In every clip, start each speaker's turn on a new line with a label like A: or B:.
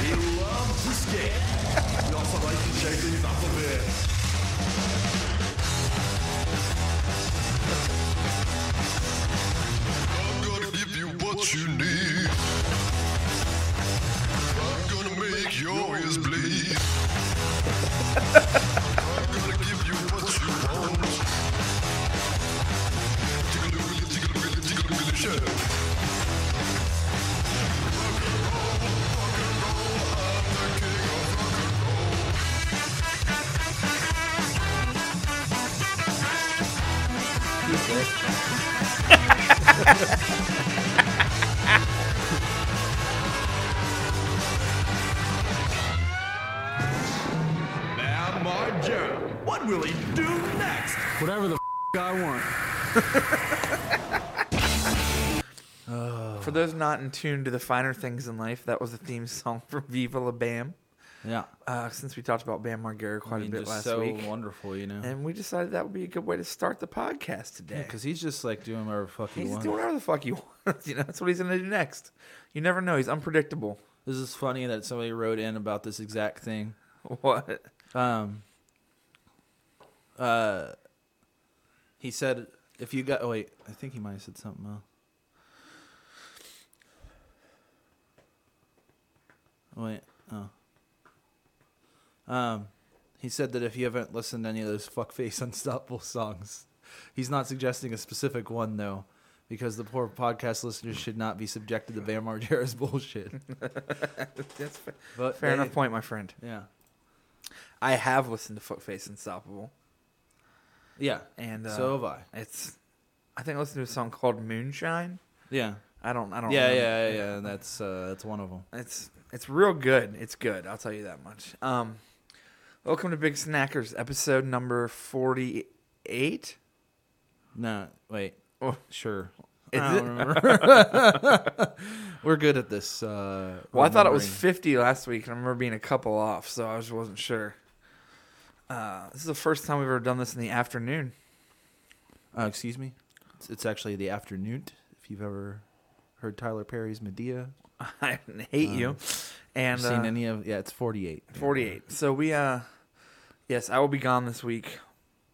A: He loves to skate. He also likes to shake things off the bed. I'm gonna give you what you need. I'm gonna make your ears bleed. I'm gonna give you what you want. Tickle, tickle, tickle, tickle, tickle, shut up. Now my job. What will he do next?
B: Whatever the f- I want.
C: For those not in tune to the finer things in life, that was the theme song for Viva La Bam.
B: Yeah.
C: Uh, since we talked about Bam Margera
B: I
C: quite
B: mean,
C: a bit
B: just
C: last
B: so
C: week,
B: wonderful, you know.
C: and we decided that would be a good way to start the podcast today.
B: Because he's just like doing whatever the fuck he
C: he's
B: wants.
C: doing whatever the fuck he wants. You know, that's what he's gonna do next. You never know. He's unpredictable.
B: This is funny that somebody wrote in about this exact thing.
C: What?
B: Um, uh, he said, if you got, oh wait, I think he might have said something else. Wait, oh. Um, he said that if you haven't listened to any of those fuckface unstoppable songs, he's not suggesting a specific one though, because the poor podcast listeners should not be subjected to Bam Margera's bullshit.
C: That's fa-
B: But
C: fair
B: they-
C: enough point, my friend.
B: Yeah,
C: I have listened to Footface Unstoppable,
B: yeah.
C: and uh,
B: so have I.
C: it's. I think I listened to a song called Moonshine.
B: Yeah.
C: I don't. I don't.
B: yeah,
C: remember.
B: yeah, yeah, yeah. That's uh, that's one of them.
C: It's it's real good. It's good. I'll tell you that much. Um, welcome to Big Snackers, episode number forty-eight.
B: No, wait.
C: Oh.
B: Sure.
C: Is
B: I don't
C: it?
B: remember. We're good at this. Uh,
C: Well, I thought it was
B: remembering.
C: fifty last week, and I remember being a couple off, so I just wasn't sure. Uh, this is the first time we've ever done this in the afternoon.
B: Uh, excuse me. It's, it's actually the afternoon. If you've ever heard Tyler Perry's Medea,
C: I hate you. And
B: seen
C: uh,
B: any of yeah, it's forty eight.
C: 48. So we, uh, yes, I will be gone this week,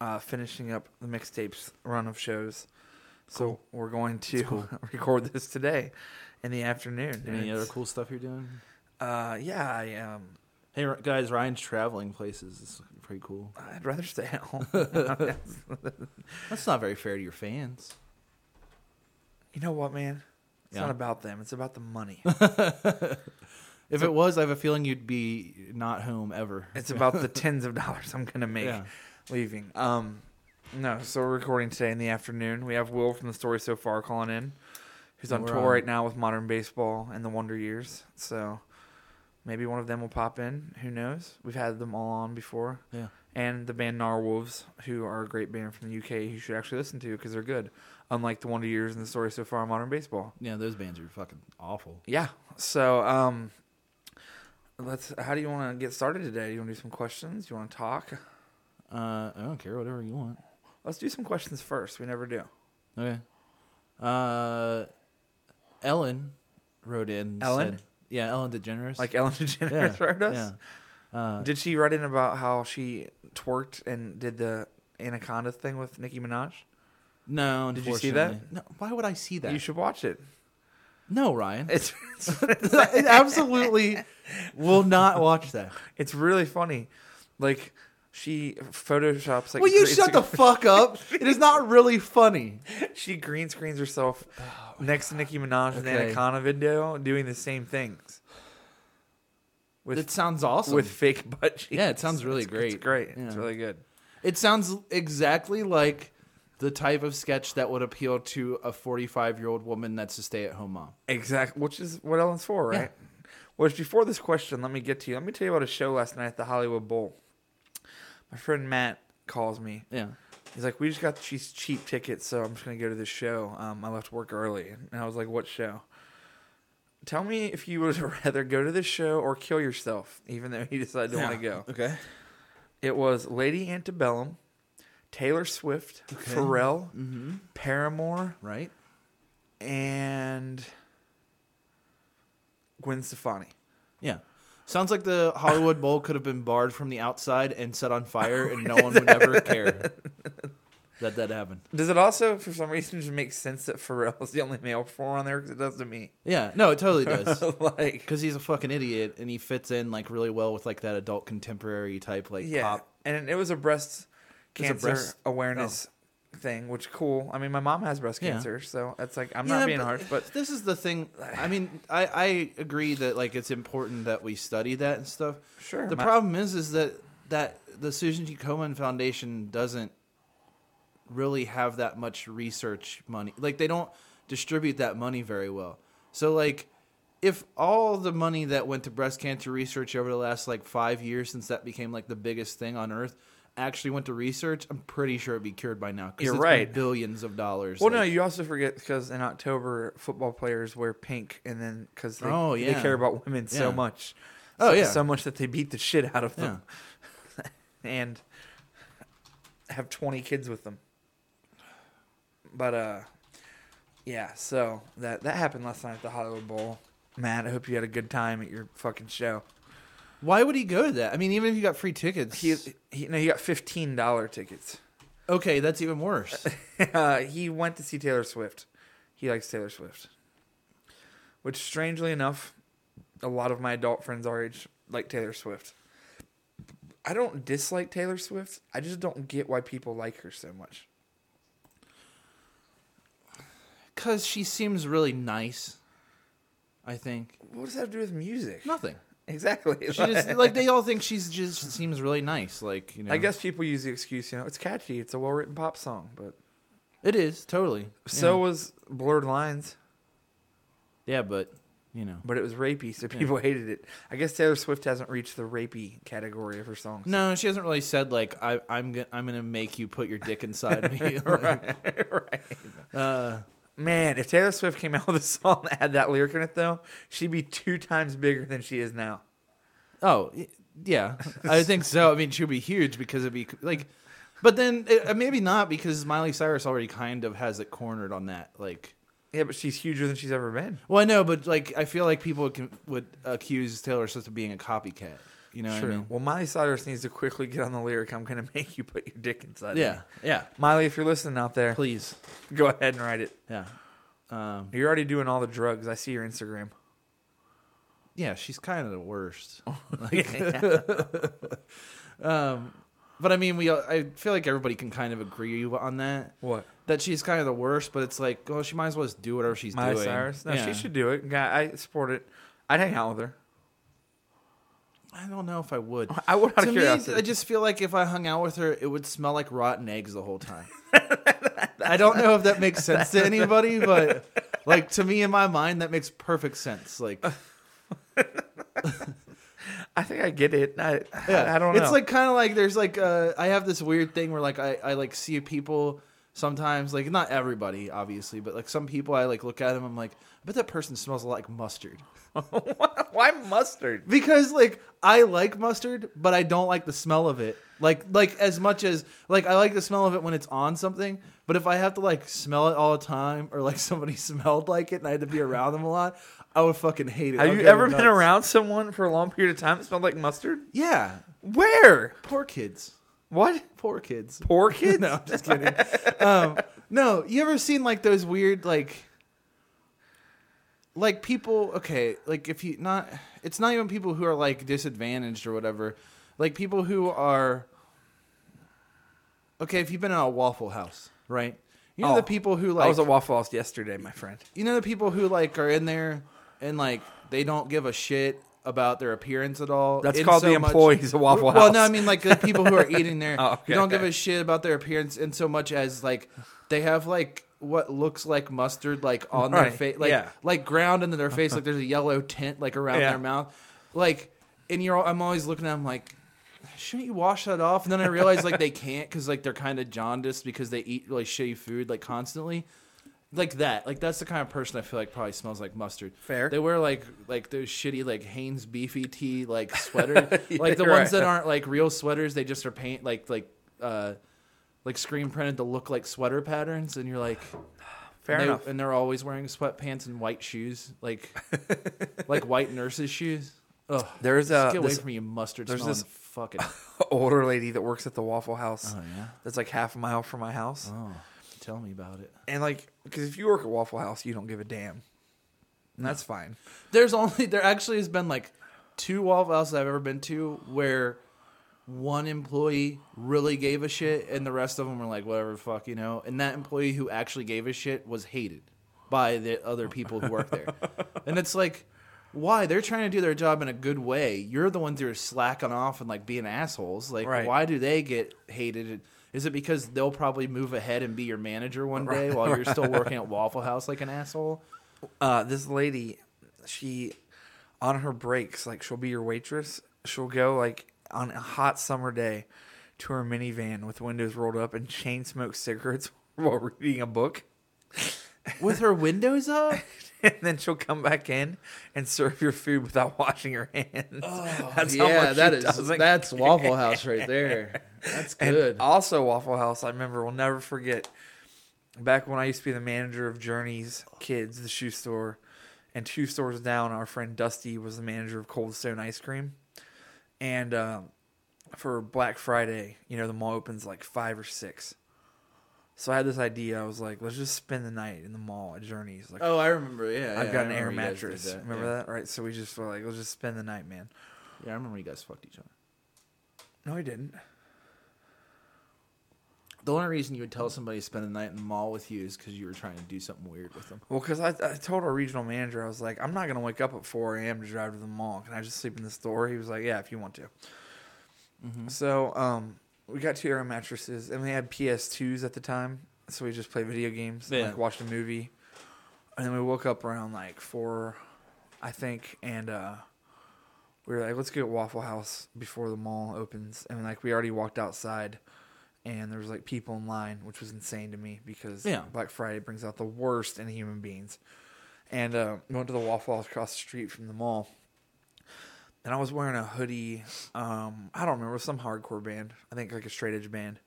C: uh, finishing up the mixtapes run of shows. So we're going to record this today in the afternoon. And
B: Any other
C: it's-
B: cool stuff you're doing?
C: Uh, yeah, I um,
B: Hey r- guys, Ryan's traveling places. It's pretty cool.
C: I'd rather stay at home.
B: That's not very fair to your fans.
C: you know what, man? It's
B: Yeah.
C: not about them. It's about the money.
B: If it was, I have a feeling you'd be not home ever.
C: it's about the tens of dollars I'm gonna make
B: Yeah.
C: leaving. Um, no, so we're recording today in the afternoon. We have Will from the story so far calling in, who's on
B: We're
C: tour
B: on.
C: right now with Modern Baseball and the Wonder Years. So maybe one of them will pop in. Who knows? We've had them all on before,
B: yeah.
C: and the band Narwolves, who are a great band from the UK, you should actually listen to because they're good. Unlike the Wonder Years and the story so far, and Modern Baseball.
B: Yeah, those bands are fucking awful.
C: Yeah. So, um, let's. How do you want to get started today? You want to do some questions? You want to talk?
B: Uh, I don't care, whatever you want.
C: Let's do some questions first. We never do.
B: Okay. Uh, Ellen wrote in. and
C: Ellen?
B: said- yeah, Ellen DeGeneres.
C: Like Ellen DeGeneres wrote us.
B: Yeah. Uh,
C: Did she write in about how she twerked and did the anaconda thing with Nicki Minaj?
B: no,
C: Did you see that?
B: unfortunately. No, why would I see that?
C: You should watch it.
B: no, Ryan.
C: It's
B: I absolutely will not watch that.
C: it's really funny. Like she photoshops like
B: Will you
C: green-
B: shut the fuck up? It is not really funny.
C: she green screens herself next to Nicki Minaj in the
B: Oh Okay.
C: anaconda video doing the same things with
B: It sounds awesome.
C: with fake butt cheeks.
B: Yeah, it sounds really
C: It's-
B: great.
C: It's great. It's
B: Yeah.
C: really good.
B: It sounds exactly like the type of sketch that would appeal to a 45 year old woman that's a stay at home mom.
C: Exactly, which is what Ellen's for,
B: Yeah.
C: right? Which before this question, let me get to you. Let me tell you about a show last night at the Hollywood Bowl. My friend Matt calls me.
B: Yeah.
C: He's like, "We just got these cheap tickets, so I'm just gonna go to this show." Um, I left work early, and I was like, "What show?" Tell me if you would rather go to this show or kill yourself, even though he decided to want to go.
B: Okay.
C: It was Lady Antebellum, Taylor Swift, Pharrell, Paramore,
B: Right?
C: and Gwen Stefani.
B: Yeah. Sounds like the Hollywood Bowl could have been barred from the outside and set on fire, and no one would ever care that that happened.
C: Does it also, for some reason, just make sense that Pharrell's the only male performer on there? Because it does to me.
B: Yeah, no, it totally does.
C: like,
B: Because he's a fucking idiot, and he fits in like really well with like that adult contemporary type like
C: yeah.
B: pop.
C: And it was a breast
B: was a
C: cancer
B: breast- oh.
C: awareness thing, which cool. I mean, my mom has breast
B: Yeah.
C: cancer, so it's like I'm
B: Yeah,
C: not being harsh, but
B: this is the thing. I mean, I, I agree that like it's important that we study that and stuff.
C: Sure,
B: The
C: my-
B: problem is is that that the Susan G. Komen Foundation doesn't really have that much research money. Like they don't distribute that money very well. So like if all the money that went to breast cancer research over the last like 5 years since that became like the biggest thing on earth actually went to research, I'm pretty sure it'd be cured by now 'cause
C: You're
B: it's been
C: right.
B: billions of dollars.
C: Well,
B: like-
C: no, you also forget because in October, football players wear pink, and then because they,
B: Oh,
C: they
B: yeah.
C: care about women so
B: Yeah.
C: much.
B: Oh,
C: so,
B: yeah.
C: So much that they beat the shit out of them and have 20 kids with them. But, uh, yeah, so that, that happened last night at the Hollywood Bowl. Matt, I hope you had a good time at your fucking show.
B: Why would he go to that? I mean, even if you got free tickets,
C: He, he no, he got fifteen dollar tickets.
B: okay, that's even worse.
C: uh, he went to see Taylor Swift. He likes Taylor Swift. Which, strangely enough, a lot of my adult friends our age like Taylor Swift. I don't dislike Taylor Swift. I just don't get why people like her so much.
B: Because she seems really nice. I think
C: What does that have to do with music?
B: nothing.
C: Exactly.
B: She just like they all think she's just she seems really nice. Like you know,
C: I guess people use the excuse, you know, it's catchy, it's a well written pop song, but
B: it is totally.
C: so
B: yeah.
C: was Blurred Lines,
B: yeah, but you know,
C: but it was rapey, so people hated it. I guess Taylor Swift hasn't reached the rapey category of her songs.
B: no, she hasn't really said like I, I'm gonna I'm gonna make you put your dick inside me.
C: right.
B: uh,
C: Man, if Taylor Swift came out with a song that had that lyric in it, though, she'd be two times bigger than she is now.
B: Oh, y- yeah. I think so. I mean, she would be huge because it'd be like, but then it, uh, maybe not because Miley Cyrus already kind of has it cornered on that. Like,
C: Yeah, but she's huger than she's ever been.
B: well, I know, but like, I feel like people can, would accuse Taylor Swift of being a copycat. You know what I mean?
C: Well, Miley Cyrus needs to quickly get on the lyric. I'm gonna make you put your dick inside. me."
B: Yeah, yeah.
C: Miley, if you're listening out there,
B: Please,
C: go ahead and write it.
B: yeah, um,
C: You're already doing all the drugs. I see your Instagram.
B: yeah. She's kind of the worst.
C: Yeah.
B: Um, but I mean, we. all- I feel like everybody can kind of agree on that.
C: what?
B: That she's kind of the worst, but it's like, well, she might as well just do whatever she's
C: Miley
B: doing.
C: Cyrus? No,
B: Yeah.
C: she should do it. Guy, I support it. I'd hang out with her.
B: I don't know if I would.
C: I would out
B: to
C: of
B: me,
C: curiosity.
B: I just feel like if I hung out with her, it would smell like rotten eggs the whole time. I don't know if that makes sense to anybody, but like to me in my mind, that makes perfect sense. Like,
C: I think I get it. I,
B: yeah,
C: I, I don't know.
B: It's like kind of like there's like uh, I have this weird thing where like I I like see people sometimes like not everybody obviously, but like some people I like look at them, I'm like, I bet that person smells a lot like mustard.
C: why mustard?
B: because like I like mustard, but I don't like the smell of it. Like like as much as like I like the smell of it when it's on something, but if I have to like smell it all the time or like somebody smelled like it and I had to be around them a lot, I would fucking hate it.
C: Have
B: I'll
C: you
B: go
C: ever been
B: nuts.
C: around someone for a long period of time that smelled like mustard?
B: Yeah,
C: Where?
B: poor kids.
C: What?
B: Poor kids.
C: Poor kids?
B: No, I'm just kidding. um, no, you ever seen like those weird like like people okay, like if you not it's not even people who are like disadvantaged or whatever. Like people who are Okay, if you've been in a waffle house, right? You know
C: Oh,
B: the people who like
C: I was at Waffle House yesterday, my friend.
B: you know the people who like are in there and like they don't give a shit about their appearance at all.
C: That's
B: in
C: called the
B: much-
C: employees of Waffle
B: Well, no, I
C: House.
B: mean like the people who are eating there
C: Oh, okay,
B: who don't give
C: okay.
B: a shit about their appearance in so much as like they have like what looks like mustard like on their
C: Right,
B: face, like
C: yeah.
B: like ground into their face, like there's a yellow tint like around
C: Yeah.
B: their mouth, like. And you're, all, I'm always looking at them like, shouldn't you wash that off? And then I realized like they can't because like they're kind of jaundiced because they eat really shitty food like constantly, like that. Like that's the kind of person I feel like probably smells like mustard.
C: Fair.
B: They wear like like those shitty like Hanes beefy tee like sweater, like the
C: You're
B: ones
C: right.
B: that aren't like real sweaters. They just are paint like like uh like screen printed to look like sweater patterns. And you're like,
C: Fair
B: and,
C: enough.
B: they, and they're always wearing sweatpants and white shoes, like like white nurses shoes. Ugh.
C: There's a
B: Just get away
C: this
B: from me, you mustard
C: there's
B: smelling
C: this-
B: fucking.
C: older lady that works at the Waffle House.
B: Oh, yeah?
C: That's like half a mile from my house.
B: Oh, tell me about it.
C: And like, because if you work at Waffle House, you don't give a damn. And that's fine.
B: There's only there actually has been like two Waffle Houses I've ever been to where one employee really gave a shit and the rest of them were like whatever the fuck you know and that employee who actually gave a shit was hated by the other people who work there and it's like why they're trying to do their job in a good way you're the ones who are slacking off and like being assholes like
C: Right.
B: why do they get hated is it because they'll probably move ahead and be your manager one day while you're still working at waffle house like an asshole
C: Uh, this lady, she, on her breaks, like she'll be your waitress. She'll go like on a hot summer day to her minivan with windows rolled up and chain smoke cigarettes while reading a book.
B: with her windows up
C: and then she'll come back in and serve your food without washing her hands. Oh,
B: yeah, that is that's Waffle House right there. That's
C: And
B: good.
C: also, Waffle House, I remember, will never forget. Back when I used to be the manager of Journeys Kids, the shoe store, and two stores down, our friend Dusty was the manager of Cold Stone Ice Cream. And um, for Black Friday, you know, the mall opens like five or six. So I had this idea. I was like, let's just spend the night in the mall at Journeys. Like,
B: oh, I remember. Yeah,
C: I've
B: yeah,
C: got
B: I
C: an air
B: remember you guys did
C: mattress. Remember
B: yeah.
C: that? Right. So we just were like, let's just spend the night, man.
B: Yeah, I remember you guys fucked each other.
C: No, I didn't.
B: The only reason you would tell somebody to spend the night in the mall with you is because you were trying to do something weird with them.
C: Well, because I, I told our regional manager, I was like, I'm not going to wake up at 4 a.m. to drive to the mall. Can I just sleep in the store? He was like, Yeah, if you want to. So um, we got two air mattresses, and we had PS2s at the time. So we just played video games, and,
B: Yeah.
C: like watched a movie. And then we woke up around like 4, I think, and uh, we were like, let's go to Waffle House before the mall opens. And like, we already walked outside, and there was like people in line, which was insane to me because
B: Yeah.
C: Black Friday brings out the worst in human beings. And uh, we went to the Waffle House across the street from the mall, and I was wearing a hoodie. Um, I don't remember some hardcore band. I think like a straight edge band.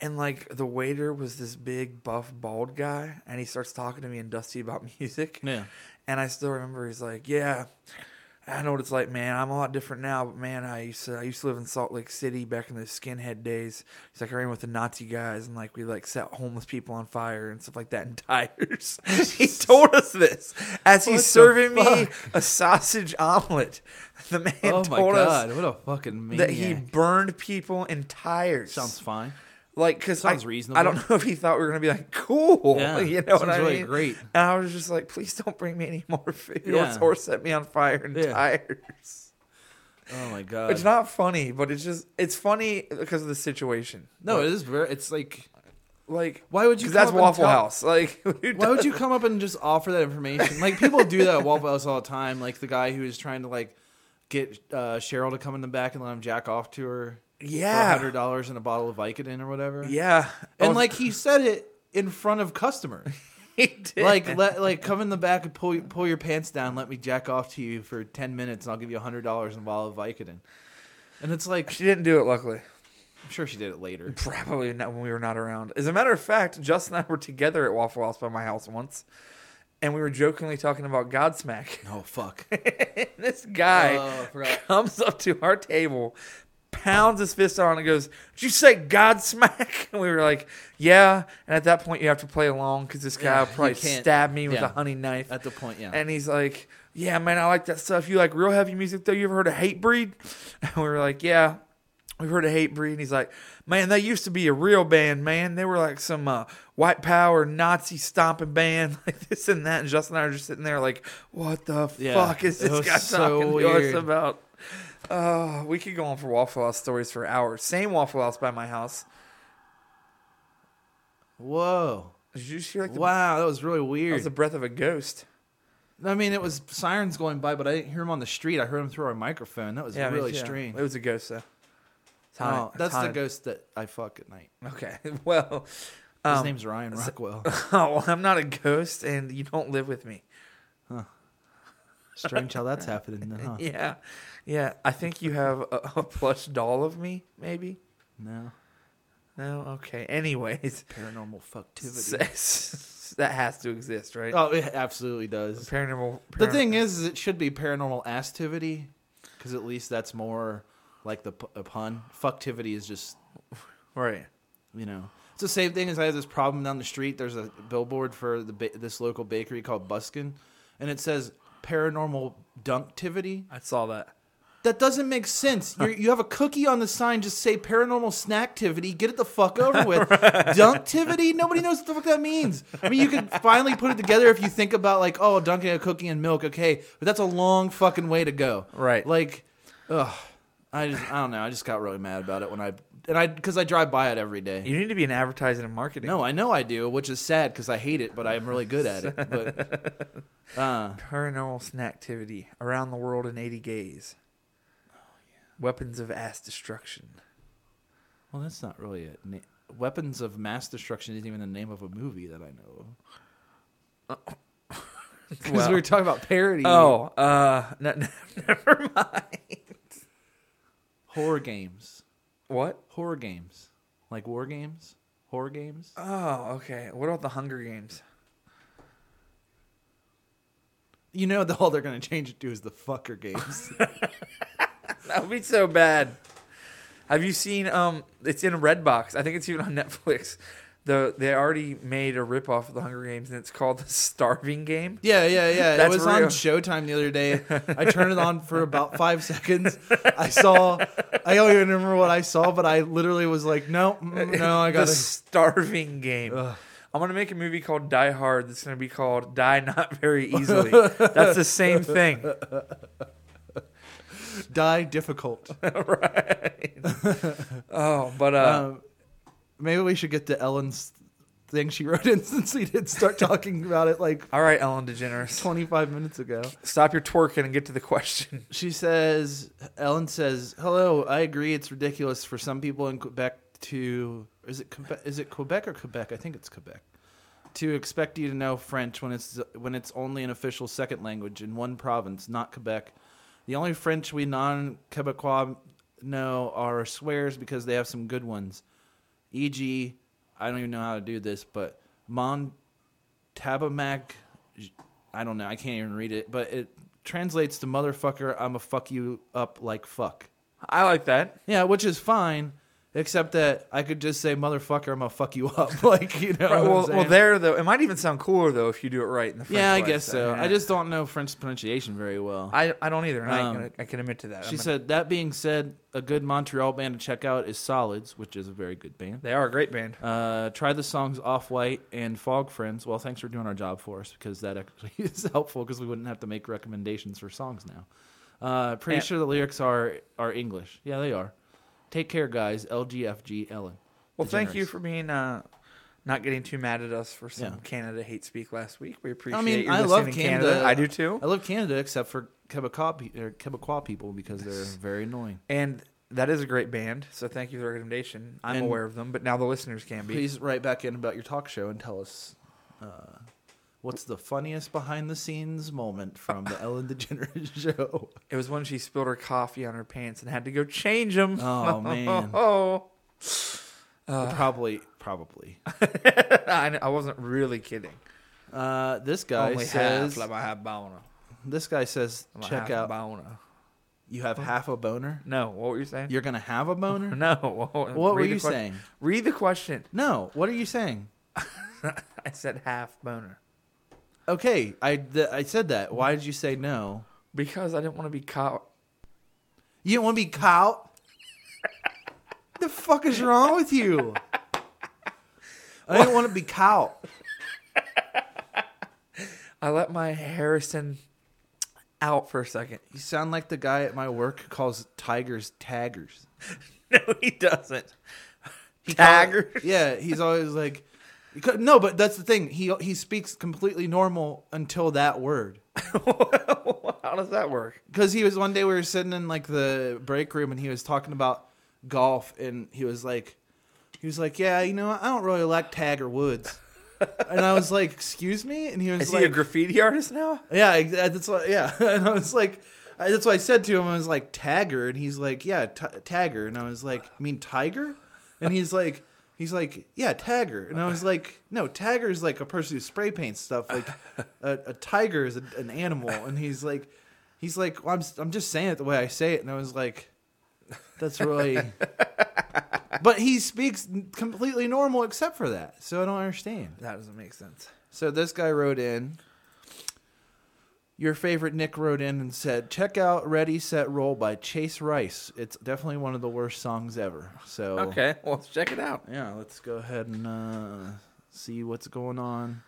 C: And like the waiter was this big buff bald guy, and he starts talking to me and Dusty about music.
B: Yeah.
C: And I still remember he's like, "Yeah, I know what it's like, man. I'm a lot different now, but man, I used to I used to live in Salt Lake City back in those skinhead days. He's like, I ran with the Nazi guys, and like we like set homeless people on fire and stuff like that in tires. he told us this as
B: What the
C: he's serving me a sausage omelet. The man
B: oh my
C: told
B: god,
C: us
B: what a fucking maniac.
C: that he burned people in tires.
B: sounds fine.
C: Like, cause
B: Sounds
C: I,
B: reasonable.
C: I don't know if he thought we were gonna be like cool.
B: Yeah,
C: you know what
B: sounds
C: I
B: really
C: mean?
B: great.
C: And I was just like, please don't bring me any more food
B: Yeah.
C: or, or set me on fire and
B: Yeah.
C: tires.
B: Oh my god.
C: It's not funny, but it's just it's funny because of the situation.
B: no,
C: like,
B: it is very. It's like
C: like
B: why would you?
C: 'cause
B: come
C: that's
B: up and
C: Waffle
B: tell-
C: House. Like, who
B: Why would
C: does-
B: you come up and just offer that information? Like people do that at Waffle House all the time. Like the guy who was trying to like get uh, Cheryl to come in the back and let him jack off to her.
C: Yeah.
B: hundred dollars and a bottle of Vicodin or whatever.
C: Yeah,
B: and
C: Oh,
B: like he said it in front of customers.
C: he did.
B: like let like come in the back and pull pull your pants down. Let me jack off to you for ten minutes, and I'll give you hundred dollars and a bottle of Vicodin. And it's like
C: she didn't do it. Luckily,
B: I'm sure she did it later.
C: probably not when we were not around. As a matter of fact, Justin and I were together at Waffle House by my house once, and we were jokingly talking about Godsmack.
B: Oh fuck!
C: and this guy
B: Oh, I forgot.
C: comes up to our table, pounds his fist on, and goes, "Did you say Godsmack?" And we were like, "Yeah." And at that point, you have to play along because this guy
B: Yeah,
C: will probably
B: you can't-
C: stab me with
B: yeah.
C: a honey knife.
B: At the point, yeah.
C: And he's like, "Yeah, man, I like that stuff. You like real heavy music, though. You ever heard of Hate Breed?" And we were like, "Yeah." We've heard of Hate Breed, and he's like, "Man, they used to be a real band, man. They were like some uh, white power Nazi stomping band, like this and that." And Justin and I are just sitting there, like, "What the
B: Yeah,
C: fuck is
B: it
C: this
B: was
C: guy
B: so
C: talking
B: weird.
C: to us about?" Uh, we could go on for Waffle House stories for hours. Same Waffle House by my house.
B: Whoa!
C: Did you hear like the,
B: Wow, that was really
C: that
B: weird.
C: was the breath of a ghost?
B: I mean, it was sirens going by, but I didn't hear him on the street. I heard him through our microphone. That was
C: I mean,
B: really
C: yeah,
B: strange.
C: It was a ghost though.
B: Oh,
C: Haunted-
B: that's the
C: haunted.
B: ghost that I fuck at night.
C: Okay. Well,
B: His
C: um,
B: name's Ryan Rockwell.
C: oh, well, I'm not a ghost, and you don't live with me.
B: Strange how that's happening, then, huh?
C: Yeah, yeah. I think you have a, a plush doll of me, maybe.
B: No
C: No, okay. Anyways,
B: paranormal fucktivity.
C: s- that has to exist, right?
B: Oh, it absolutely does.
C: Paranormal,
B: The
C: paran-
B: thing is, is it should be paranormal activity, because at least that's more like the p- a pun. Fucktivity is just
C: Right.
B: you know. It's the same thing as I have this problem down the street. There's a billboard for the ba- this local bakery called Buskin, and it says paranormal dunktivity.
C: I saw that.
B: That doesn't make sense. You're, you have a cookie on the sign, just say paranormal snacktivity. Get it the fuck over with. Dunktivity? Nobody knows what the fuck that means. I mean, you can finally put it together if you think about, like, oh, dunking a cookie in milk, okay. But that's a long fucking way to go.
C: Right.
B: Like, ugh. I just, I don't know. I just got really mad about it when I, and I, because I drive by it every day.
C: You need to be in advertising and marketing.
B: No, I know I do, which is sad because I hate it, but I'm really good at it. But uh,
C: Paranormal snacktivity around the world in 80 gays. Weapons of ass destruction.
B: well, that's not really it. Na- Weapons of mass destruction isn't even the name of a movie that I know of. Because
C: Well-
B: we were talking about parody,
C: Oh, uh, no, no, never mind.
B: horror games,
C: What?
B: horror games, like war games, horror games.
C: Oh, okay. What about the Hunger Games?
B: You know, the, all they're gonna change it to is the fucker games.
C: That would be so bad. Have you seen? Um, it's in Redbox. I think it's even on Netflix. The they already made a ripoff of the Hunger Games, and it's called the Starving Game.
B: yeah, yeah, yeah.
C: That's
B: it was on
C: real.
B: Showtime the other day. I turned it on for about five seconds. I saw, I don't even remember what I saw, but I literally was like, no, mm, no, I
C: the
B: gotta.
C: Starving Game. I'm gonna make a movie called Die Hard. That's gonna be called Die Not Very Easily. that's the same thing.
B: die difficult.
C: Oh, but uh,
B: Um, maybe we should get to Ellen's thing she wrote in since we did start talking about it like
C: all right, Ellen DeGeneres,
B: 25 minutes ago.
C: stop your twerking and get to the question.
B: She says, Ellen says, hello, I agree it's ridiculous for some people in Quebec to, is it, Quebec, is it Quebec or Quebec? I think it's Quebec. To expect you to know French when it's when it's only an official second language in one province, not Quebec. The only French we non-Quebecois know are swears because they have some good ones. E.g., I don't even know how to do this, but Mon Tabamac. I don't know. I can't even read it, but it translates to motherfucker. I'm a fuck you up like fuck.
C: I like that.
B: Yeah, which is fine, except that I could just say motherfucker. I'm gonna fuck you up. like you know. what
C: Right,
B: I'm
C: well, well,
B: saying?
C: there though, it might even sound cooler though if you do it right in the French
B: Yeah, I
C: way,
B: guess so.
C: yeah.
B: I just don't know French pronunciation very well.
C: I, I don't either. And I,
B: Um,
C: can, I can admit to that.
B: she
C: I'm a-
B: said, that being said, a good Montreal band to check out is Solids, which is a very good band.
C: they are a great band.
B: Uh, try the songs Off White and Fog Friends. Well, thanks for doing our job for us because that actually is helpful because we wouldn't have to make recommendations for songs now. Uh, pretty
C: Yeah.
B: sure the lyrics are, are English. Yeah, they are. Take care, guys. LGFG Ellen.
C: Well, thank you
B: DeGeneres.
C: for being uh, not getting too mad at us for some
B: Yeah.
C: Canada hate speak last week. We appreciate.
B: I mean,
C: your
B: I
C: listening
B: love
C: in
B: Canada.
C: I do too.
B: I love Canada except for Quebecois, pe- or Quebecois people because they're very annoying.
C: And that is a great band. So thank you for the recommendation. I'm
B: And-
C: aware of them, but now the listeners can be.
B: Please write back in about your talk show and tell us uh, what's the funniest behind the scenes moment from the Ellen DeGeneres show.
C: It was when she spilled her coffee on her pants and had to go change them.
B: Oh, man.
C: Oh,
B: probably, probably.
C: I, kn- I wasn't really kidding.
B: Uh, this guy
C: Only
B: says.
C: half. Like I have boner.
B: This guy says.
C: I'm a
B: Check out.
C: half boner.
B: you have half a boner.
C: No, what were you saying?
B: You're gonna have a boner.
C: no.
B: What were
C: Read the
B: you
C: question.
B: saying?
C: Read the question.
B: No. What are you saying?
C: I said half boner
B: Okay, I th- I said that. Why did you say no?
C: because I didn't want to be caught.
B: You didn't want to be caught. the fuck is wrong with you? I didn't want to be caught.
C: I let my Harrison out for a second.
B: You sound like the guy at my work calls tigers taggers.
C: No, he doesn't.
B: Call- yeah, he's always like, because- no, but that's the thing. He he speaks completely normal until that word.
C: How does that work?
B: Because he was one day we were sitting in like the break room and he was talking about golf and he was like, he was like, yeah, you know, I don't really like Tiger Woods. and I was like, excuse me, and he was
C: Is
B: like,
C: he a graffiti artist now?
B: Yeah, ex- uh, that's what. Yeah, and I was like, I, that's what I said to him. I was like, "Tagger," and he's like, "Yeah, t- tagger," and I was like, "You mean tiger?" And he's like, he's like, "Yeah, tagger," and I was like, "No, tagger is like a person who spray paints stuff. Like, a, a tiger is a, an animal," and he's like. He's like, well, I'm I'm just saying it the way I say it, and I was like, that's really. but he speaks completely normal except for that, so I don't understand.
C: That doesn't make sense.
B: So this guy wrote in. Your favorite Nick wrote in and said, "Check out Ready Set Roll by Chase Rice. It's definitely one of the worst songs ever." So
C: Okay, well, let's check it out.
B: yeah, let's go ahead and uh, see what's going on.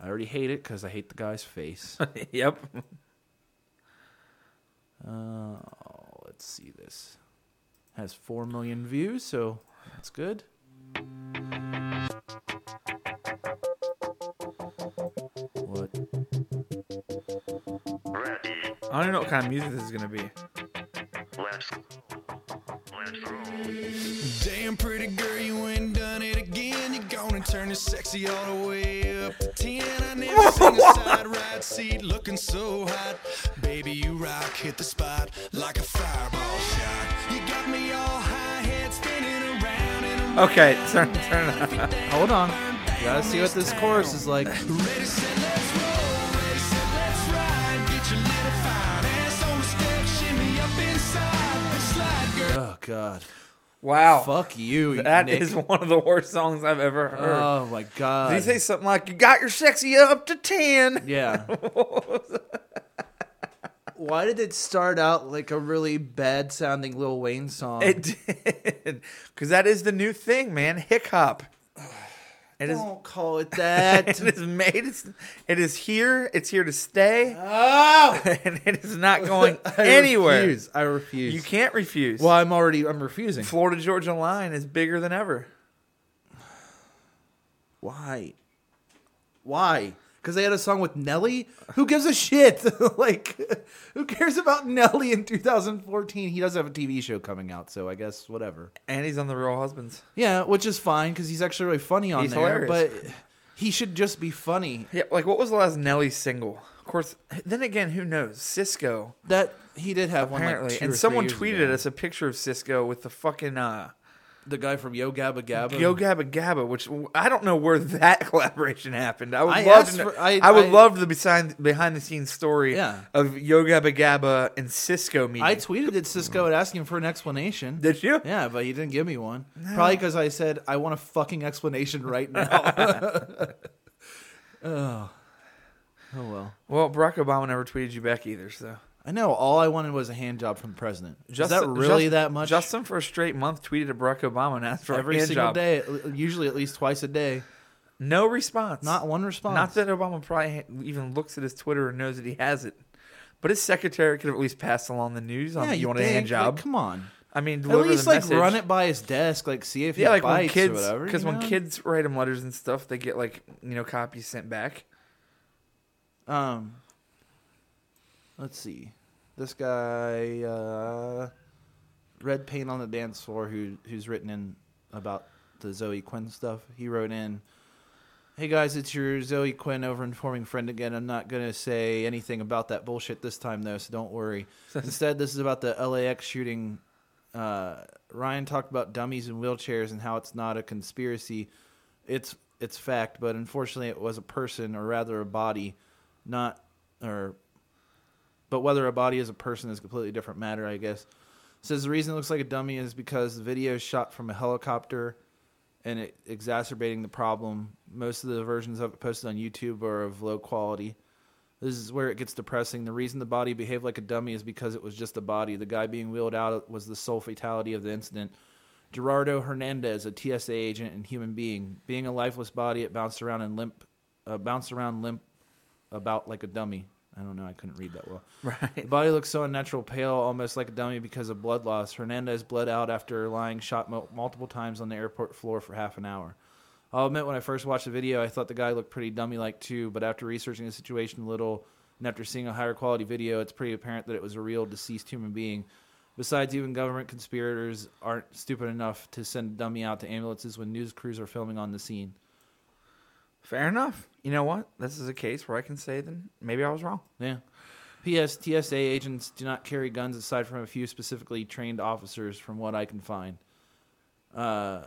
B: I already hate it because I hate the guy's face.
C: yep.
B: Uh, let's see this. Has 4 million views, so that's good. What?
C: I don't even know what kind of music this is gonna be.
A: Damn pretty girl, you ain't done it again. You gonna turn this sexy all the way up to ten. I never seen a side right seat looking so hot. Baby, you rock, hit the spot like a fireball shot. You got me all high head spinning around and around.
C: Okay, turn turn it up.
B: Hold on. Gotta see what this chorus is like.
A: Ready, set, let's roll. Ready, set, let's ride. Get your little fine ass on the step, shimmy up inside. Slide, girl.
B: Oh, God.
C: Wow,
B: Fuck you,
C: that
B: Nick.
C: is one of the worst songs I've ever heard.
B: Oh, my God.
C: Did he say something like "You got your sexy up to 10?
B: Yeah. Why did it start out like a really bad sounding Lil Wayne song?
C: It did, because that is the new thing, man. Hiccup. It is.
B: Don't call it that.
C: It is made. It's, it is here. It's here to stay,
B: oh!
C: and it is not going
B: I
C: anywhere.
B: Refuse. I refuse.
C: You can't refuse.
B: Well, I'm already I'm refusing.
C: Florida Georgia line is bigger than ever.
B: Why? Why? Because they had a song with Nelly. Who gives a shit? like, who cares about Nelly in 2014? He does have a TV show coming out, so I guess whatever.
C: And he's on the Real Husbands.
B: Yeah, which is fine because he's actually really funny on
C: He's
B: there.
C: hilarious.
B: But he should just be funny.
C: Yeah, like what was the last Nelly single? Of course. Then again, who knows? Cisco
B: That he did have one.
C: apparently,
B: Like two or
C: and
B: three
C: someone
B: years
C: tweeted
B: ago.
C: us a picture of Cisco with the fucking uh,
B: the guy from Yo Gabba Gabba.
C: Yo Gabba Gabba, which I don't know where that collaboration happened. I would
B: I
C: love
B: asked
C: to know,
B: for-
C: I,
B: I-
C: would
B: I-
C: love the behind behind the scenes story
B: Yeah.
C: of Yo Gabba Gabba and Cisco meeting.
B: I tweeted at Cisco and asking for an explanation.
C: Did you?
B: Yeah, but he didn't give me one. Probably because I said I want a fucking explanation right now. oh, oh well.
C: Well, Barack Obama never tweeted you back either, so.
B: I know. All I wanted was a hand job from the president. Is that
C: Justin-
B: really
C: Justin-
B: that much?
C: Justin for a straight month tweeted at Barack Obama and asked for
B: every
C: a hand
B: single
C: job.
B: day, at- usually at least twice a day.
C: No response.
B: Not one response.
C: Not that Obama probably ha- even looks at his Twitter and knows that he has it, but his secretary could have at least passed along the news on
B: yeah,
C: that you
B: you
C: want
B: think,
C: a hand job.
B: Like, come on.
C: I mean,
B: At
C: deliver
B: least
C: the
B: like
C: message.
B: run it by his desk, like see if he
C: Yeah, like
B: bites
C: when
B: or
C: kids,
B: whatever.
C: because
B: you
C: when
B: know?
C: kids write him letters and stuff, they get like you know copies sent back.
B: Um, let's see. This guy, uh, Red Paint on the Dance Floor, who who's written in about the Zoe Quinn stuff. He wrote in, "Hey guys, it's your Zoe Quinn over-informing friend again. I'm not gonna say anything about that bullshit this time, though, so don't worry. Instead, this is about the LAX shooting." Uh, Ryan talked about dummies and wheelchairs and how it's not a conspiracy. It's it's fact, but unfortunately, it was a person, or rather, a body not or but whether a body is a person is a completely different matter, I guess. Says the reason it looks like a dummy is because the video is shot from a helicopter and it exacerbating the problem. Most of the versions of it posted on YouTube are of low quality. This is where it gets depressing. The reason the body behaved like a dummy is because it was just a body. The guy being wheeled out was the sole fatality of the incident. Gerardo Hernandez, a TSA agent and human being, being a lifeless body, it bounced around and limp, uh, bounced around limp about like a dummy. I don't know. I couldn't read that well. The
C: Right.
B: body looks so unnatural, pale, almost like a dummy because of blood loss. Hernandez bled out after lying shot mul- multiple times on the airport floor for half an hour. I'll admit, when I first watched the video, I thought the guy looked pretty dummy like too, but after researching the situation a little and after seeing a higher quality video, it's pretty apparent that it was a real deceased human being. Besides, even government conspirators aren't stupid enough to send a dummy out to ambulances when news crews are filming on the scene.
C: Fair enough. You know what? This is a case where I can say then maybe I was wrong.
B: Yeah. P.S. TSA agents do not carry guns aside from a few specifically trained officers, from what I can find. Uh,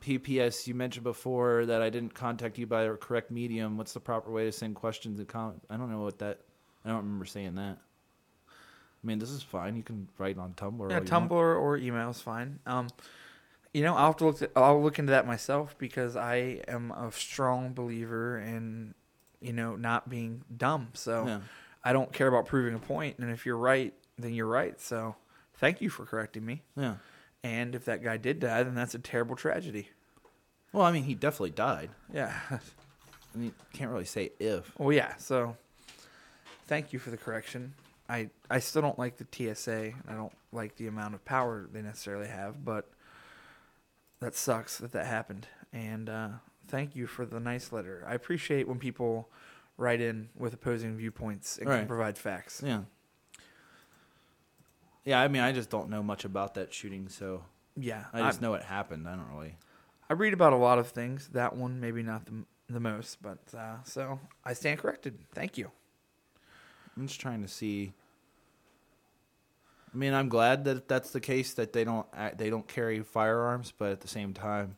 B: P.P.S. You mentioned before that I didn't contact you by the correct medium. What's the proper way to send questions and comments? I don't know what that. I don't remember saying that. I mean, this is fine. You can write on Tumblr.
C: Yeah,
B: all you want.
C: Tumblr or email is fine. Um, you know, I'll have to look. I'll look into that myself because I am a strong believer in, you know, not being dumb. So
B: Yeah.
C: I don't care about proving a point, and if you're right, then you're right. So thank you for correcting me.
B: Yeah.
C: And if that guy did die, then that's a terrible tragedy.
B: Well, I mean, he definitely died.
C: Yeah.
B: I mean, you can't really say if.
C: well, yeah. So thank you for the correction. I I still don't like the TSA. I don't like the amount of power they necessarily have, but that sucks that that happened. And uh, thank you for the nice letter. I appreciate when people write in with opposing viewpoints and
B: Right.
C: can provide facts.
B: Yeah. Yeah, I mean, I just don't know much about that shooting, so
C: Yeah,
B: I just know it happened. I don't really.
C: I read about a lot of things. That one, maybe not the the most, but uh, so I stand corrected. Thank you.
B: I'm just trying to see. I mean, I'm glad that that's the case that they don't act, they don't carry firearms, but at the same time,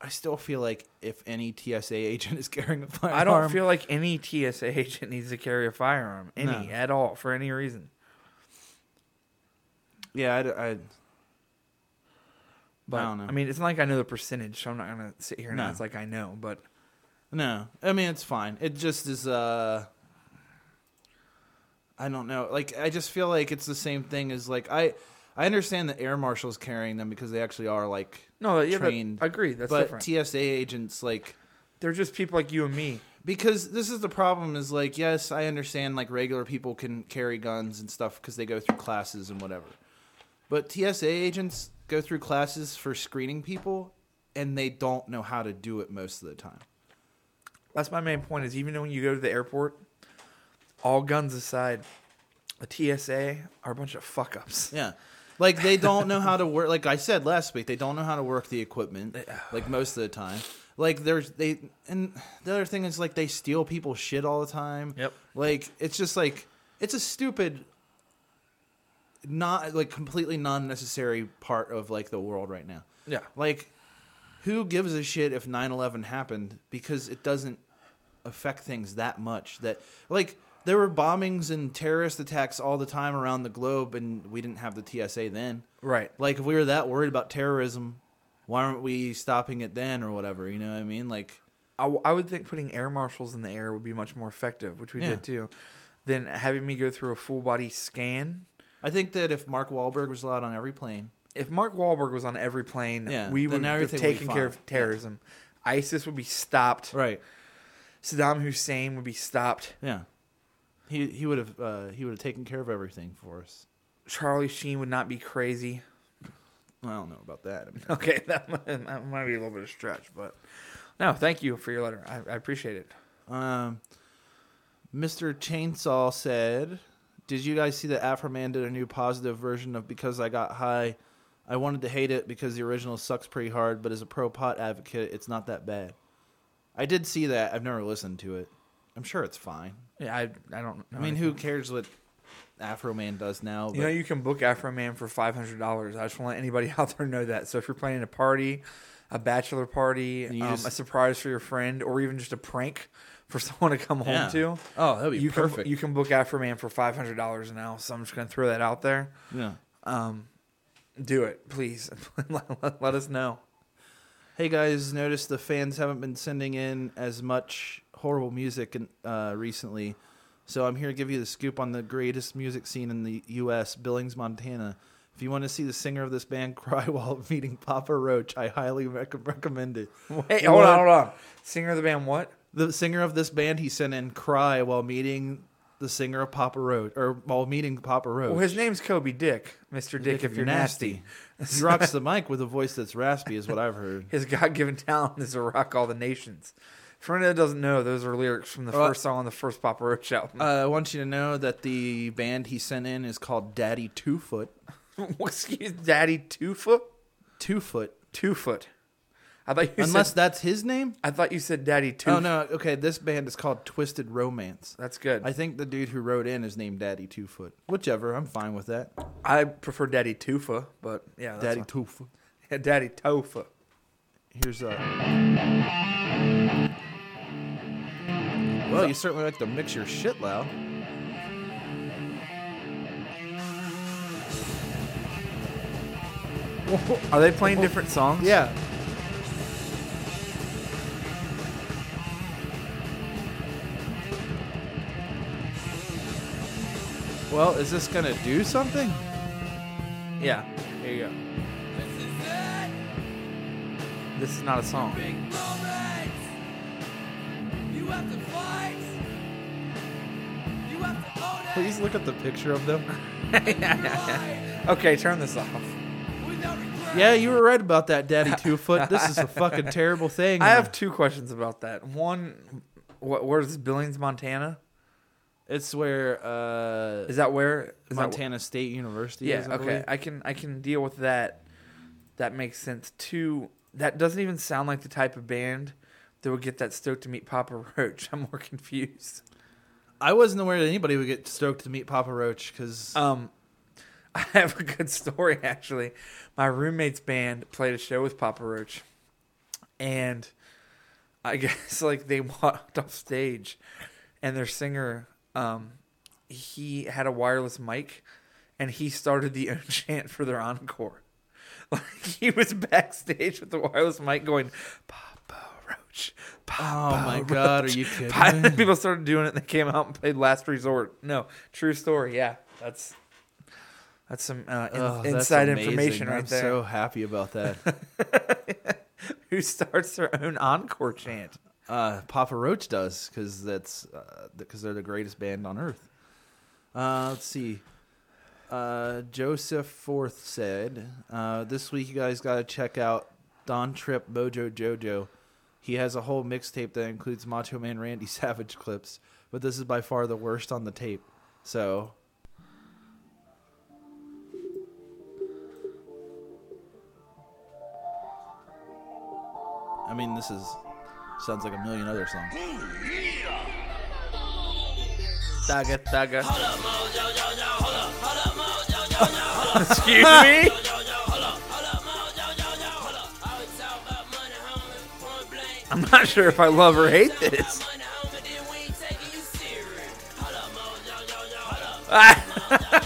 B: I still feel like if any TSA agent is carrying a firearm,
C: I don't feel like any TSA agent needs to carry a firearm, any
B: No.
C: at all, for any reason.
B: Yeah, I, d- I-
C: But I,
B: don't know.
C: mean, it's not like I know the percentage, so I'm not gonna sit here and
B: No.
C: act like I know. But
B: no. I mean, it's fine. It just is. uh I don't know. Like, I just feel like it's the same thing as like I. I understand the air marshals carrying them because they actually are like
C: no, yeah, but-
B: trained.
C: agreed. That's
B: but
C: different.
B: TSA agents like
C: They're just people like you and me.
B: because this is the problem is like yes i understand like regular people can carry guns and stuff because they go through classes and whatever but tsa agents go through classes for screening people and they don't know how to do it most of the time
C: That's my main point. Is even when you go to the airport, all guns aside, the TSA are a bunch of fuck ups.
B: yeah like they don't know how to work like i said last week they don't know how to work the equipment like most of the time like there's they and the other thing is like they steal people's shit all the time
C: Yep.
B: Like it's just like it's a stupid not like completely non-necessary part of like the world right now.
C: Yeah.
B: Like who gives a shit if 9/11 happened because it doesn't affect things that much that like there were bombings and terrorist attacks all the time around the globe and we didn't have the TSA then.
C: Right.
B: Like if we were that worried about terrorism, why aren't we stopping it then or whatever, you know what I mean? Like
C: I, w- I would think putting air marshals in the air would be much more effective, which we
B: Yeah.
C: did too, than having me go through a full body scan.
B: I think that if Mark Wahlberg was allowed on every plane,
C: If Mark Wahlberg was on every plane,
B: Yeah,
C: we
B: then
C: would have
B: everything would be
C: taken care
B: fine.
C: of terrorism. ISIS would be stopped.
B: right?
C: Saddam Hussein would be stopped.
B: Yeah. He he would have uh, he would have taken care of everything for us.
C: Charlie Sheen would not be crazy.
B: I don't know about that. I mean,
C: Okay, that might, that might be a little bit of a stretch, but no, thank you for your letter. I, I appreciate it.
B: um, Mr. Chainsaw said, "Did you guys see that Afro Man did a new positive version of Because I Got High? I wanted to hate it because the original sucks pretty hard, but as a pro pot advocate, it's not that bad. I did see that. I've never listened to it. I'm sure it's fine.
C: Yeah, I, I don't know.
B: I mean, who cares what Afro Man does now? But
C: You know, you can book Afro Man for five hundred dollars. I just want to let anybody out there know that. So if you're planning a party, a bachelor party, um,
B: You just-
C: a surprise for your friend, or even just a prank for someone to come
B: Yeah.
C: home to,
B: Oh, that'd be
C: you
B: perfect.
C: Can, you can book Afro Man for five hundred dollars now. So I'm just gonna throw that out there.
B: yeah."
C: Um, do it, please. let, let- let us know.
B: Hey guys, notice the fans haven't been sending in as much horrible music in, uh, recently, so I'm here to give you the scoop on the greatest music scene in the U.S., Billings, Montana. If you want to see the singer of this band cry while meeting Papa Roach, I highly rec- recommend it.
C: Hey,
B: You
C: hold
B: want
C: on, hold on. Singer of the band, what?
B: The singer of this band he sent in cry while meeting the singer of Papa Roach, or while meeting Papa Roach.
C: Well, his name's Kobe Dick, Mister Dick. if you're nasty,
B: he rocks the mic with a voice that's raspy, is what I've heard.
C: His God-given talent is to rock all the nations. For anyone that doesn't know, those are lyrics from the
B: Well,
C: first song on the first Papa Roach album.
B: Uh, I want you to know that the band he sent in is called Daddy Two Foot.
C: Excuse, Daddy Two Foot,
B: Two Foot.
C: Two Foot. I thought you
B: Unless
C: said,
B: that's his name?
C: I thought you said Daddy Two.
B: Oh, no. Okay, this band is called Twisted Romance.
C: that's good.
B: I think the dude who wrote in is named Daddy Two Foot. Whichever, I'm fine with that.
C: I, prefer Daddy Two Foot, but yeah, that's
B: Daddy
C: fine.
B: Two Foot.
C: Yeah, Daddy Tofa.
B: Here's uh, a. Well, you certainly like to mix your shit loud.
C: Are they playing different songs?
B: Yeah. Well, is this gonna do something?
C: Yeah.
B: Here you go.
C: This is not a song.
B: Please look at the picture of them.
C: Okay, turn this off.
B: Yeah, you were right about that, Daddy Two Foot. This is a fucking terrible thing.
C: I have two questions about that. One, what, where's Billings, Montana?
B: It's where uh,
C: Is that where? Is that wh-
B: Montana State University.
C: yeah.
B: Is, I
C: okay.
B: believe.
C: I can I can deal with that. That makes sense. Two, that doesn't even sound like the type of band that would get that stoked to meet Papa Roach. I'm more confused.
B: I wasn't aware that anybody would get stoked to meet Papa Roach because
C: Um, I have a good story actually. My roommate's band played a show with Papa Roach, and I guess like they walked off stage, and their singer, um, he had a wireless mic, and he started the own chant for their encore. Like he was backstage with the wireless mic going, Papa Roach, Papa
B: oh my
C: Roach."
B: God, are you kidding
C: Papa-
B: me?
C: People started doing it. and They came out and played Last Resort. No, true story. Yeah, that's that's some uh, in-
B: oh, that's
C: inside
B: amazing.
C: information right
B: I'm
C: there.
B: So happy about that.
C: Who starts their own encore chant?
B: Uh, Papa Roach does because that's because they're the greatest band on earth. Uh, let's see. Uh, Joseph Forth said, uh, "This week you guys got to check out Don Trip Mojo Jojo. He has a whole mixtape that includes Macho Man Randy Savage clips, but this is by far the worst on the tape. So, I mean, this is sounds like a million other songs.
C: Daga daga. Excuse me. I'm not sure if I love or hate this.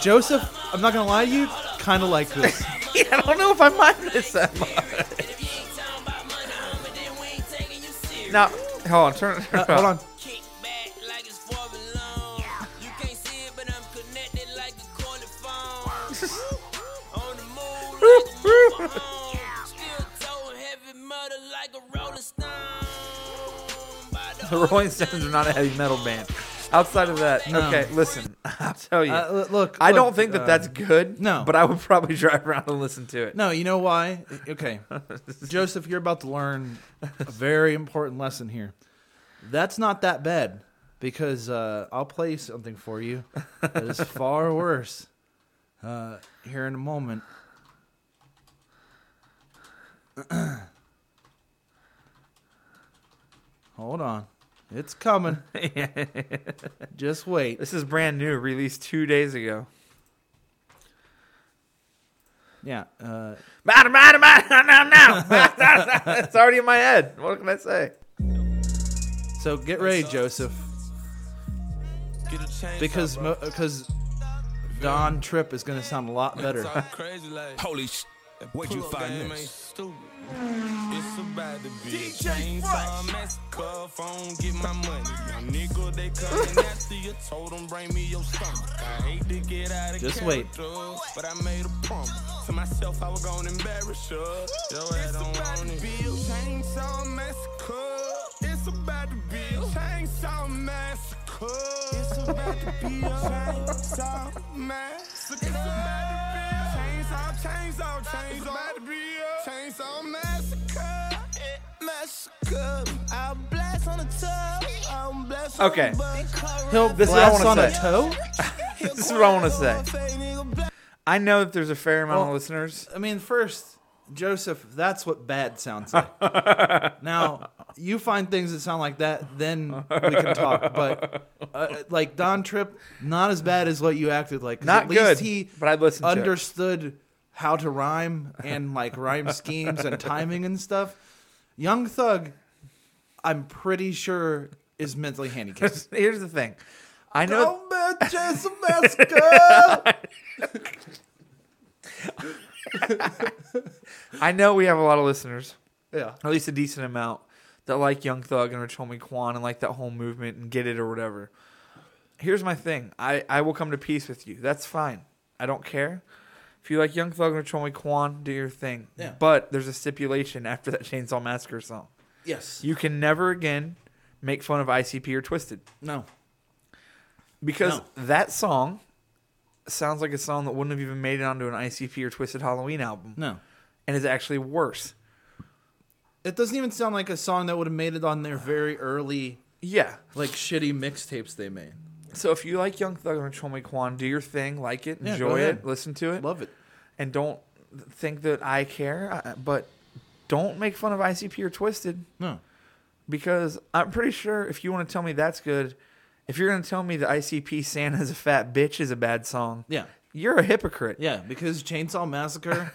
B: Joseph, I'm not gonna lie to you, kind of like this.
C: Yeah, I don't know if I mind this that much. Now, hold on, turn, turn
B: Uh, hold on.
D: Kick back like it's for long. You can't see it, but I'm connected like a corner phone. On the move like a mobile home. Still towing heavy metal like a rolling stone. By
C: The Rolling Stones are not a heavy metal band. Outside of that,
B: No.
C: okay, listen, I'll tell you.
B: Uh, l- look,
C: I don't
B: look,
C: think that
B: uh,
C: that's good.
B: no.
C: But I would probably drive around and listen to it.
B: No, you know why? Okay, Joseph, you're about to learn a very important lesson here. That's not that bad because uh, I'll play something for you that is far worse uh, here in a moment. Hold on, it's coming. Just wait.
C: This is brand new, released two days ago.
B: Yeah. Uh,
C: Bada, bada, bada, no, no. it's already in my head. What can I say?
B: so get ready, Joseph. because because Don Trip is gonna sound a lot better.
E: crazy like
F: Holy sh! Where'd you
E: pull up
F: find
E: game ain't
F: this?
E: stupid. It's about to be DJ a chain time mess, but if I don't get my money, young nigga, they coming after you. Told them bring me your stomach. I hate to get out of
B: Just wait.
E: character, but I made a promise to myself I was gonna embarrass you. Yo, I don't want it. Be a chainsaw massacre. It's about to be a chainsaw massacre. It's about to be a chainsaw massacre. It's about to be a chainsaw, chainsaw, chainsaw. It's about to be a chainsaw massacre. Eh, Massacre. I'll blast on the tub. I'll blast on
C: Okay.
E: the bus.
B: He'll
C: This is what I
B: blast on
C: wanna
B: a
C: say.
B: toe.
C: This is what I want to say. I know that there's a fair amount of
B: Well-
C: listeners.
B: I mean, first Joseph, that's what bad sounds like. now you find things that sound like that, then we can talk. But uh, like Don Trip, not as bad as what you acted like. 'cause
C: Not
B: at least
C: good,
B: He
C: but I'd listen to it.
B: understood how to rhyme and like rhyme schemes and timing and stuff. Young Thug, I'm pretty sure is mentally handicapped.
C: Here's the thing. I know.
B: Don't mention Sylvester.
C: I know we have a lot of listeners,
B: Yeah.
C: at least a decent amount, that like Young Thug and Rich Homie Quan and like that whole movement and get it or whatever. Here's my thing. I, I will come to peace with you. That's fine. I don't care. If you like Young Thug and Rich Homie Quan, do your thing.
B: Yeah.
C: But there's a stipulation after that Chainsaw Massacre song.
B: Yes.
C: You can never again make fun of ICP or Twisted.
B: No.
C: Because
B: No.
C: that song sounds like a song that wouldn't have even made it onto an ICP or Twisted Halloween album.
B: No.
C: And is actually worse.
B: It doesn't even sound like a song that would have made it on their very early
C: Yeah.
B: like shitty mixtapes they made.
C: So if you like Young Thug and Chomey Kwan, do your thing, like it,
B: Yeah, go
C: enjoy
B: ahead.
C: it, listen to it,
B: Love it.
C: and don't think that I care. uh, But don't make fun of ICP or Twisted
B: No.
C: because I'm pretty sure if you want to tell me that's good, if you're going to tell me that ICP Santa's a fat bitch is a bad song,
B: Yeah.
C: you're a hypocrite.
B: Yeah, because Chainsaw Massacre.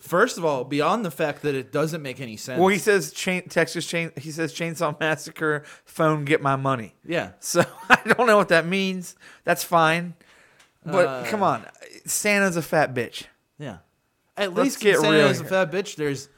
B: first of all, beyond the fact that it doesn't make any sense.
C: Well, he says chain, Texas chain. He says Chainsaw Massacre. Phone, get my money.
B: yeah.
C: So I don't know what that means. That's fine, but
B: Uh,
C: come on, Santa's a fat bitch.
B: Yeah. At
C: Let's
B: least
C: get
B: get
C: real
B: Santa's a
C: here.
B: fat bitch. There's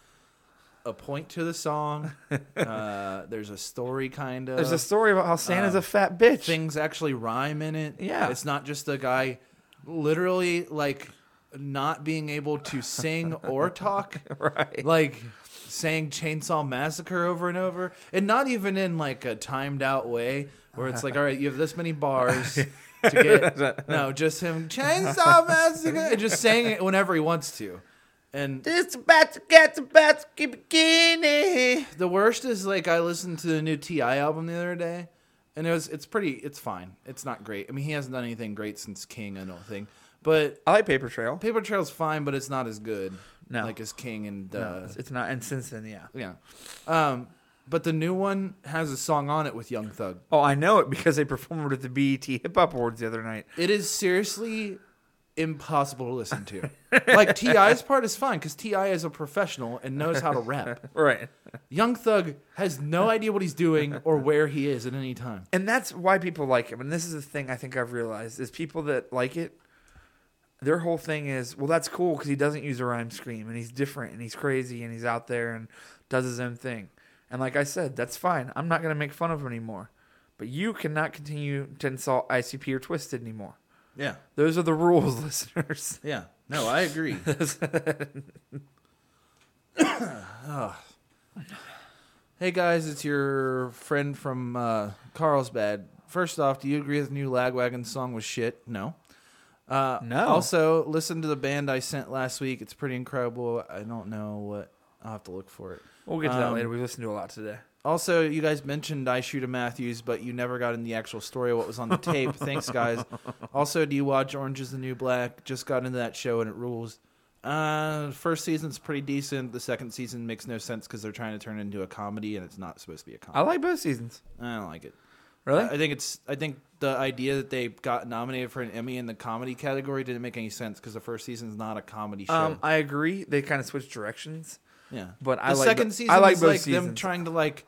B: a point to the song. uh, there's a story kind of.
C: There's a story about how Santa's a fat bitch.
B: things actually rhyme in it.
C: Yeah.
B: It's not just a guy literally like not being able to sing or talk.
C: Right.
B: Like saying chainsaw massacre over and over. And not even in like a timed out way where it's like, all right, you have this many bars to get No, just him chainsaw massacre and just saying it whenever he wants to. And
C: It's about to get to about to get beginning.
B: the worst is like I listened to the new Ti album the other day, and it was it's pretty it's fine. It's not great. I mean, he hasn't done anything great since King, I don't think. But
C: I like Paper Trail.
B: Paper Trail's fine, but it's not as good.
C: No.
B: like as King and uh,
C: No, it's not. And since then, yeah.
B: yeah. Um, but the new one has a song on it with Young Thug.
C: Oh, I know it because they performed at the BET Hip Hop Awards the other night.
B: It is seriously impossible to listen to. like Ti's part is fine because Ti is a professional and knows how to rap.
C: Right.
B: Young Thug has no idea what he's doing or where he is at any time.
C: and that's why people like him. And this is the thing I think I've realized is people that like it, their whole thing is, well, that's cool because he doesn't use a rhyme scheme and he's different and he's crazy and he's out there and does his own thing. And like I said, that's fine. I'm not going to make fun of him anymore. But you cannot continue to insult ICP or Twisted anymore.
B: Yeah.
C: Those are the rules, listeners.
B: Yeah. No, I agree. Ugh. Hey guys, it's your friend from uh, Carlsbad. First off, do you agree the new Lagwagon song was shit? No. Uh,
C: No.
B: Also, listen to the band I sent last week. It's pretty incredible. I don't know what. I'll have to look for it.
C: We'll get to that
B: Um,
C: later. We listened to a lot today.
B: Also, you guys mentioned I shoot a Matthews, but you never got in the actual story of what was on the tape. Thanks, guys. Also, do you watch Orange is the New Black? Just got into that show and it rules. Uh, first season's pretty decent. The second season makes no sense because they're trying to turn it into a comedy and it's not supposed to be a
C: I
B: comedy.
C: like both seasons.
B: I don't like it.
C: Really?
B: I think it's. I think the idea that they got nominated for an Emmy in the comedy category didn't make any sense because the first season's not a comedy show.
C: um, I agree. They kind of switched directions.
B: Yeah,
C: But I
B: the
C: like
B: second
C: bo-
B: season.
C: I like
B: is
C: both
B: like them
C: seasons.
B: trying to like,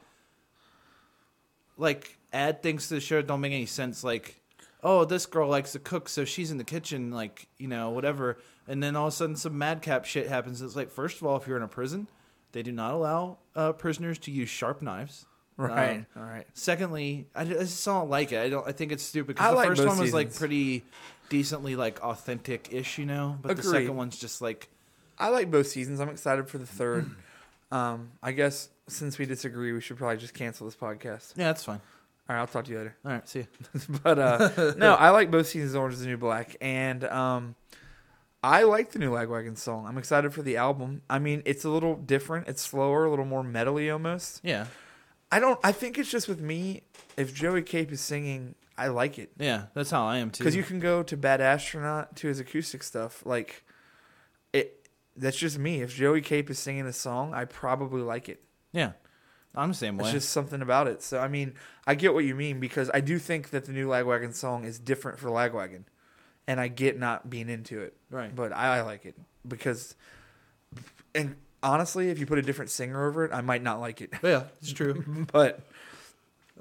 B: like add things to the show that don't make any sense. Like, oh, this girl likes to cook, so she's in the kitchen, like you know, whatever. And then all of a sudden, some madcap shit happens. It's like, first of all, if you're in a prison, they do not allow uh, prisoners to use sharp knives.
C: Right.
B: Um,
C: All right.
B: Secondly, I ju- I just don't like it. I don't. I think it's stupid because
C: I
B: the
C: like
B: first
C: both
B: one was like
C: seasons.
B: pretty decently like authentic-ish, you know. But the
C: Agreed.
B: second one's just like,
C: I like both seasons. I'm excited for the third. um, I guess since we disagree, we should probably just cancel this podcast.
B: yeah, that's fine.
C: All right, I'll talk to you later.
B: All right, see. ya.
C: but uh, no, I like both seasons of Orange is the New Black, and um, I like the new Lagwagon song. I'm excited for the album. I mean, it's a little different. It's slower, a little more metally almost.
B: Yeah,
C: I don't. I think it's just with me. If Joey Cape is singing, I like it.
B: Yeah, that's how I am too.
C: because you can go to Bad Astronaut to his acoustic stuff. Like it, that's just me. If Joey Cape is singing a song, I probably like it.
B: yeah, I'm the same way.
C: It's just something about it. So I mean, I get what you mean because I do think that the new Lagwagon song is different for Lagwagon, and I get not being into it.
B: Right.
C: But I, I like it because, and honestly, if you put a different singer over it, I might not like it.
B: yeah, it's true.
C: but.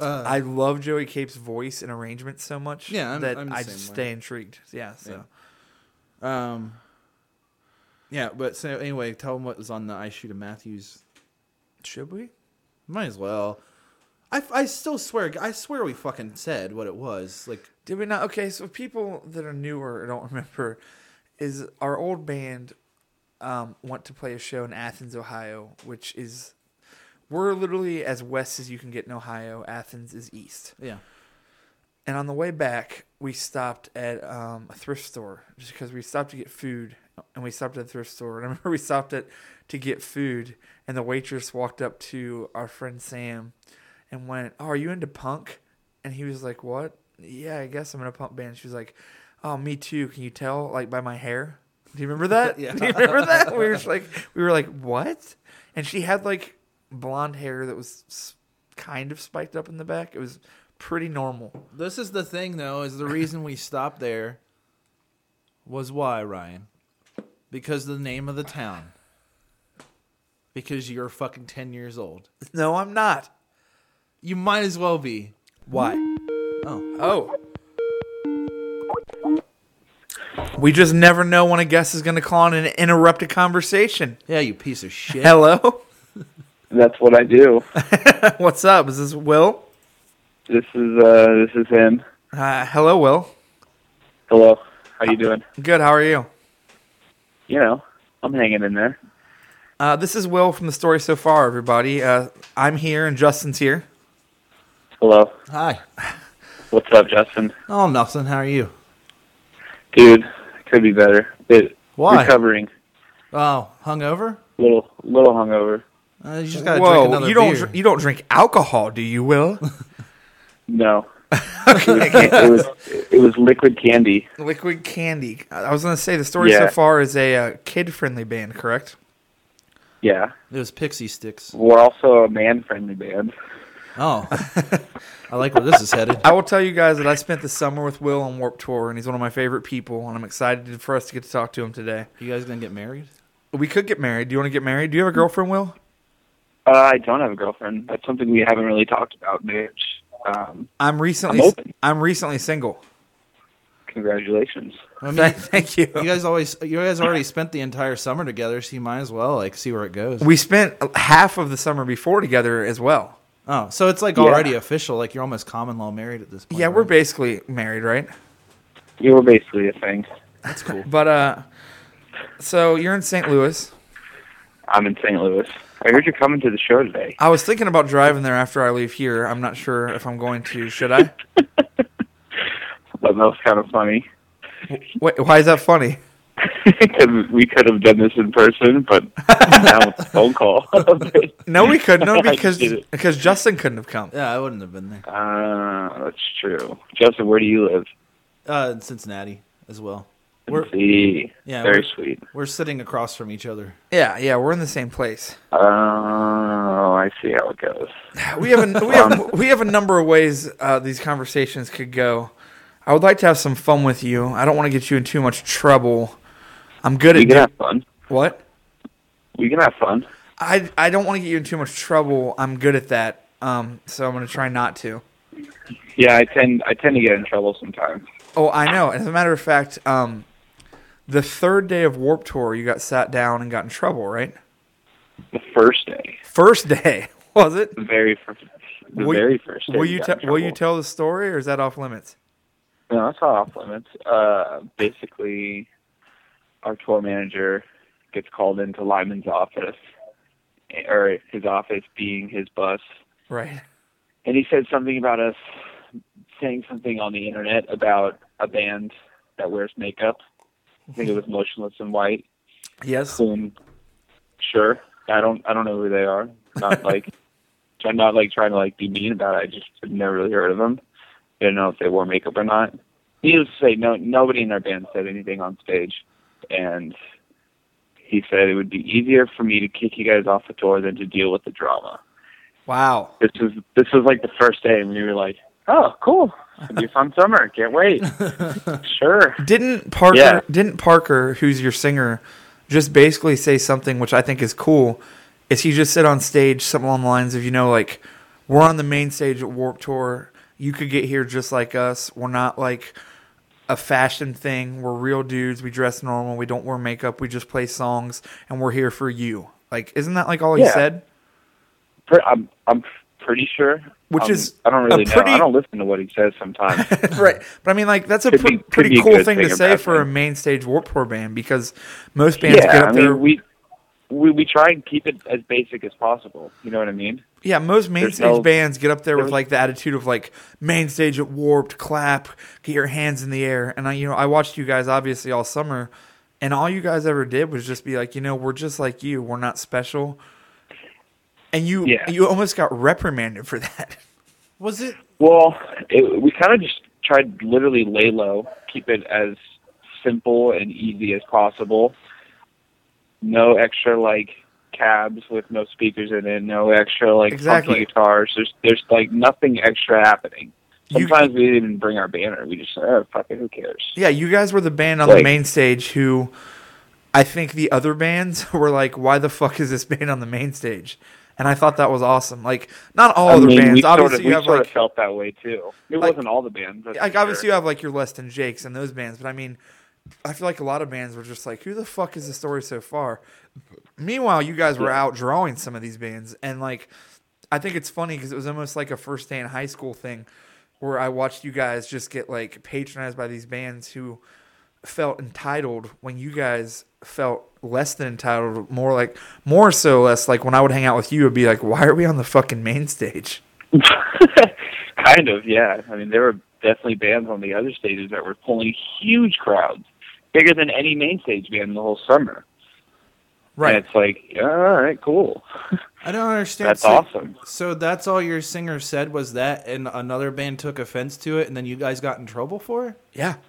C: I love Joey Cape's voice and arrangement so much
B: Uh. Yeah, I'm-
C: that
B: I'm the
C: I
B: same
C: just
B: way.
C: stay intrigued. Yeah, so
B: Um, Yeah, but so anyway, tell them what was on the I Shoot a Matthews.
C: Should we?
B: Might as well. I, I still swear, I swear we fucking said what it was. Like,
C: Did we not? Okay, so people that are newer or don't remember is our old band um, want to play a show in Athens, Ohio, which is we're literally as west as you can get in Ohio. Athens is east.
B: yeah.
C: And on the way back, we stopped at um, a thrift store just because we stopped to get food. And we stopped at a thrift store. And I remember we stopped at to get food. And the waitress walked up to our friend Sam and went, Oh, are you into punk? And he was like, What? Yeah, I guess I'm in a punk band. She was like, Oh, me too. Can you tell, like, by my hair? Do you remember that?
B: Yeah.
C: Do you remember that? We were just like, we were like, What? And she had, like, blonde hair that was s- kind of spiked up in the back. It was pretty normal.
B: This is the thing, though, is the reason we stopped there was why, Ryan? Because the name of the town. Because you're fucking 10 years old.
C: No, I'm not.
B: You might as well be.
C: Why?
B: Oh.
C: Oh. We just never know when a guest is going to call in and interrupt a conversation.
B: Yeah, you piece of shit.
C: Hello?
F: That's what I do.
C: What's up? Is this Will?
F: This is uh, this is him.
C: Uh, hello, Will.
F: Hello. How you doing?
C: Good. How are you?
F: You know, I'm hanging in there.
C: Uh, this is Will from the story so far, everybody. Uh, I'm here and Justin's here.
F: Hello.
B: Hi.
F: What's up, Justin?
B: Oh, nothing. How are you?
F: Dude, could be better. Bit
B: Why?
F: recovering.
B: Oh, hungover?
F: Little little hungover.
B: Uh, you just gotta drink
C: Whoa!
B: another
C: You don't
B: beer.
C: dr- you don't drink alcohol, do you, Will?
F: No. It was it was liquid candy.
C: Liquid Candy. I I was going to say the story so
F: Yeah.
C: far is a uh, kid friendly band, correct?
F: Yeah.
B: It was pixie sticks.
F: We're also a man friendly band.
B: Oh. I like where this is headed.
C: I will tell you guys that I spent the summer with Will on Warp Tour, and he's one of my favorite people, and I'm excited for us to get to talk to him today.
B: You guys gonna get married?
C: We could get married. Do you want to get married? Do you have a girlfriend, Will?
F: Uh, I don't have a girlfriend. That's something we haven't really talked about much. Um,
C: I'm recently
F: I'm open.
C: I'm recently single.
F: congratulations.
B: I mean,
C: Thank- Thank you.
B: you guys always you guys already spent the entire summer together, so you might as well like see where it goes.
C: We spent half of the summer before together as well.
B: Oh, so it's like
F: Yeah.
B: already official. Like you're almost common law married at this point.
C: Yeah, we're
B: right?
C: basically married, right?
F: You were basically a thing.
B: that's cool.
C: But uh, so you're in St. Louis.
F: I'm in St. Louis. I heard you're coming to the show today.
C: I was thinking about driving there after I leave here. I'm not sure if I'm going to. Should I?
F: But that was kind of funny.
C: Wait, why is that funny?
F: Because we could have done this in person, but now it's a phone call. uh,
C: No, we couldn't. No,
F: I
C: because
F: did it.
C: because Justin couldn't have come.
B: Yeah, I wouldn't have been there.
F: that's true. Justin, where do you live?
B: Uh, in Cincinnati as well. We're
F: Tennessee.
B: Yeah,
F: Very
B: we're-
F: sweet.
B: we're sitting across from each other.
C: Yeah, yeah, we're in the same place.
F: Oh, I see how it goes.
C: we have a, we have we have a number of ways uh, these conversations could go. I would like to have some fun with you. I don't want to get you in too much trouble. I'm good
F: We
C: at
F: can
C: do-
F: have fun.
C: what?
F: We can have fun.
C: I I don't want to get you in too much trouble. I'm good at that. Um, so I'm gonna try not to.
F: Yeah, I tend I tend to get in trouble sometimes.
C: Oh, I know. As a matter of fact, um, the third day of Warp Tour, you got sat down and got in trouble, right?
F: The first day,
C: First day was it?
F: the very first, the
C: Will-
F: very first day.
C: Will
F: we
C: you
F: got
C: te-
F: in
C: will you
F: trouble.
C: tell the story, or is that off limits?
F: No, that's not off limits. Uh, basically, our tour manager gets called into Lyman's office, eh, or his office being his bus,
C: Right.
F: and he said something about us saying something on the internet about a band that wears makeup. I think it was Motionless in White.
C: Yes.
F: Whom, sure, I don't, I don't know who they are. Not like, I'm not like trying to like be mean about it. I just have never really heard of them. Didn't know if they wore makeup or not. Needless to say, no, nobody in our band said anything on stage, and he said it would be easier for me to kick you guys off the tour than to deal with the drama.
C: Wow.
F: This was this was like the first day, and we were like, "Oh, cool! It'll be a fun summer. Can't wait." sure.
C: Didn't Parker
F: Yeah.
C: didn't Parker, who's your singer, just basically say something which I think is cool? Is he just said on stage something along the lines of, you know, like, we're on the main stage at Warp Tour, you could get here just like us. We're not like a fashion thing. We're real dudes. We dress normal. We don't wear makeup. We just play songs, and we're here for you. Like, isn't that like all he
F: Yeah.
C: said?
F: Pre- I'm I'm pretty sure.
C: Which
F: Um,
C: is
F: I don't
C: a
F: really know.
C: pretty-
F: I don't listen to what he says sometimes.
C: right. But I mean, like, that's a
F: Mm-hmm. Could
C: pre-
F: be- could
C: pretty
F: be a
C: cool
F: good
C: thing
F: thing
C: to
F: or
C: say
F: bad
C: for a
F: thing.
C: main stage Warped Tour band because most bands get
F: yeah,
C: up
F: I
C: there.
F: mean we we we try and keep it as basic as possible. You know what I mean?
C: yeah, most main
F: there's
C: stage
F: no-
C: bands get up there with
F: there's-
C: like the attitude of like main stage at Warped, clap, get your hands in the air. And I, you know, I watched you guys obviously all summer, and all you guys ever did was just be like, you know, we're just like you. We're not special. And you,
F: Yeah.
C: you almost got reprimanded for that.
B: Was it?
F: Well, it, we kind of just tried to literally lay low, keep it as simple and easy as possible. No extra like cabs with no speakers in it, no extra like
C: Exactly.
F: funky guitars. There's there's like nothing extra happening.
C: You-
F: Sometimes we didn't even bring our banner. We just said, oh, fuck it, who cares?
C: Yeah, you guys were the band on the
F: Like-
C: main stage who I think the other bands were like, why the fuck is this band on the main stage? And I thought that was awesome. Like, not all
F: I
C: the
F: mean, we
C: bands.
F: sort
C: Obviously,
F: of,
C: you
F: we
C: have
F: sort
C: like,
F: of felt that way too. It
C: like-
F: wasn't all the bands. that's
C: like
F: for
C: obviously
F: sure.
C: you have like your Less Than Jakes and those bands, but I mean, I feel like a lot of bands were just like, who the fuck is the story so far? Meanwhile, you guys were out drawing some of these bands, and like, I think it's funny because it was almost like a first day in high school thing, where I watched you guys just get like patronized by these bands who felt entitled when you guys felt less than entitled, more like more so less like when I would hang out with you, it'd be like, why are we on the fucking main stage?
F: kind of, yeah. I mean, there were definitely bands on the other stages that were pulling huge crowds, bigger than any main stage band the whole summer. And it's like, yeah, all right, cool.
B: I don't understand.
F: That's
B: So-
F: awesome.
B: So that's all your singer said was that, and another band took offense to it, and then you guys got in trouble for it.
C: Yeah.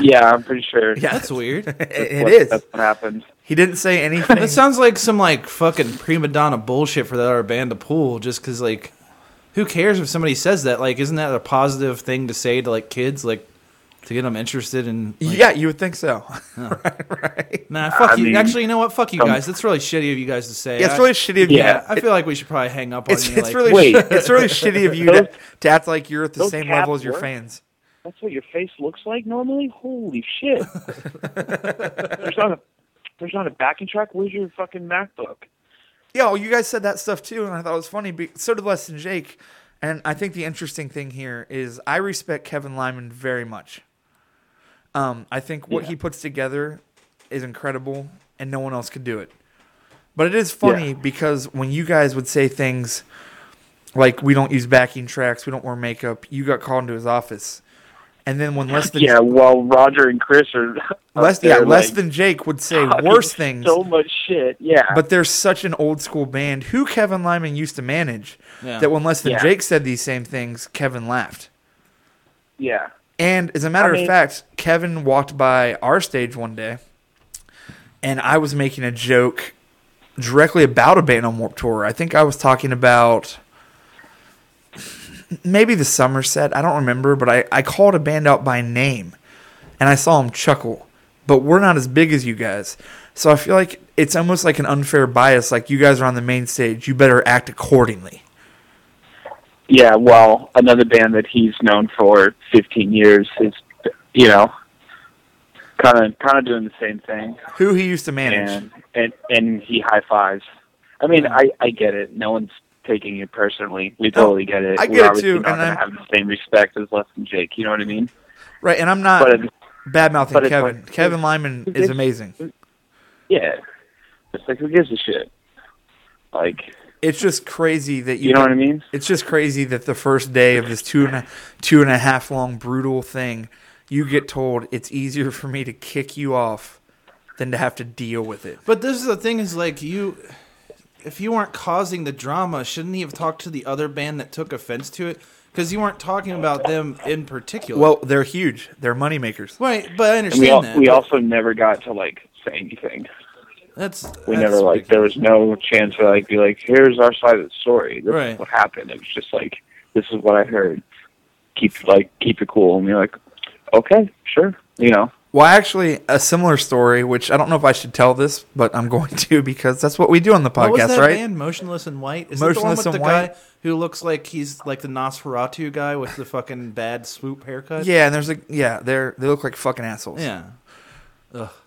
F: Yeah, I'm pretty sure.
C: Yeah.
B: That's weird.
C: It
F: that's
C: is.
F: That's what happened.
C: He didn't say anything.
B: that sounds like some like fucking prima donna bullshit for that other band to pull, just because like, who cares if somebody says that? Like, isn't that a positive thing to say to like kids, like to get them interested in? Like,
C: yeah, you would think so. right, right.
B: Nah, fuck
F: I
B: you.
F: mean,
B: Actually, you know what? Fuck you
F: um,
B: guys. That's really shitty of you guys to say.
C: Yeah, it's
B: I-
C: really shitty of
F: Yeah.
B: I
C: you.
B: feel like we should probably hang up on
C: It's,
B: you.
C: it's
B: like,
C: really
F: Wait.
C: sh- it's really shitty of you to,
F: Those-
C: to act like you're at the
F: those
C: same
F: caps
C: level as your
F: work?
C: fans.
F: That's what your face looks like normally. Holy shit! there's not a there's not a backing track. Where's your fucking MacBook?
C: Yeah, well, you guys said that stuff too, and I thought it was funny. But so did Les and Jake. And I think the interesting thing here is I respect Kevin Lyman very much. Um, I think what he puts together is incredible, and no one else could do it. But it is funny
F: Yeah.
C: because when you guys would say things like "We don't use backing tracks, we don't wear makeup," you got called into his office, and then when less than
F: Yeah, well, Roger and Chris are up
C: less yeah,
F: there,
C: less
F: like,
C: than Jake would say
F: talking
C: worse things.
F: So much shit. Yeah,
C: But they're such an old school band who Kevin Lyman used to manage
B: Yeah.
C: that when Less Than
F: Yeah.
C: Jake said these same things, Kevin laughed.
F: yeah.
C: And as a matter
F: I
C: of
F: mean-
C: fact, Kevin walked by our stage one day and I was making a joke directly about a band on Warp Tour. I think I was talking about maybe the summer set. I don't remember, but I, I called a band out by name and I saw him chuckle. But we're not as big as you guys. So I feel like it's almost like an unfair bias. Like you guys are on the main stage. You better act accordingly.
F: Yeah, well, another band that he's known for 15 years is, you know, kind of kind of doing the same thing,
C: Who he used to manage.
F: and and and he high fives. I
C: Mm.
F: mean, I I get it. No one's taking it personally. We totally get it.
C: I
F: We're
C: get it,
F: obviously
C: too,
F: Not
C: and
F: gonna
C: I'm-
F: have the same respect as Les and Jake. You know what I mean?
C: Right. And I'm not
F: But it's,
C: bad mouthing
F: but it's
C: Kevin.
F: like-
C: Kevin Lyman is
F: it's-
C: amazing.
F: yeah, it's like who gives a shit? Like,
C: It's just crazy that you,
F: you know what I mean?
C: It's just crazy that the first day of this two and a, two and a half long brutal thing, you get told it's easier for me to kick you off than to have to deal with it.
B: But this is the thing: is like you, if you weren't causing the drama, shouldn't he have talked to the other band that took offense to it? Because you weren't talking about them in particular.
C: Well, they're huge. They're moneymakers.
B: right, but I
F: And
B: understand
F: we all,
B: that.
F: we also never got to like say anything.
B: that's
F: we
B: that's
F: never like there was no chance to like be like here's our side of the story this
B: Right.
F: is what happened it was just like this is what i heard keep like keep it cool and we're like okay sure you know
C: Well, actually, a similar story, which I don't know if I should tell this, but I'm going to because that's what we do on the
B: What was
C: podcast,
B: that
C: right?
B: band, Motionless in White? Is
C: Motionless
B: that the one
C: in
B: with the
C: White?
B: guy who looks like he's like the Nosferatu guy with the fucking bad swoop haircut?
C: Yeah, and there's a yeah, they're they look like fucking assholes.
B: Yeah.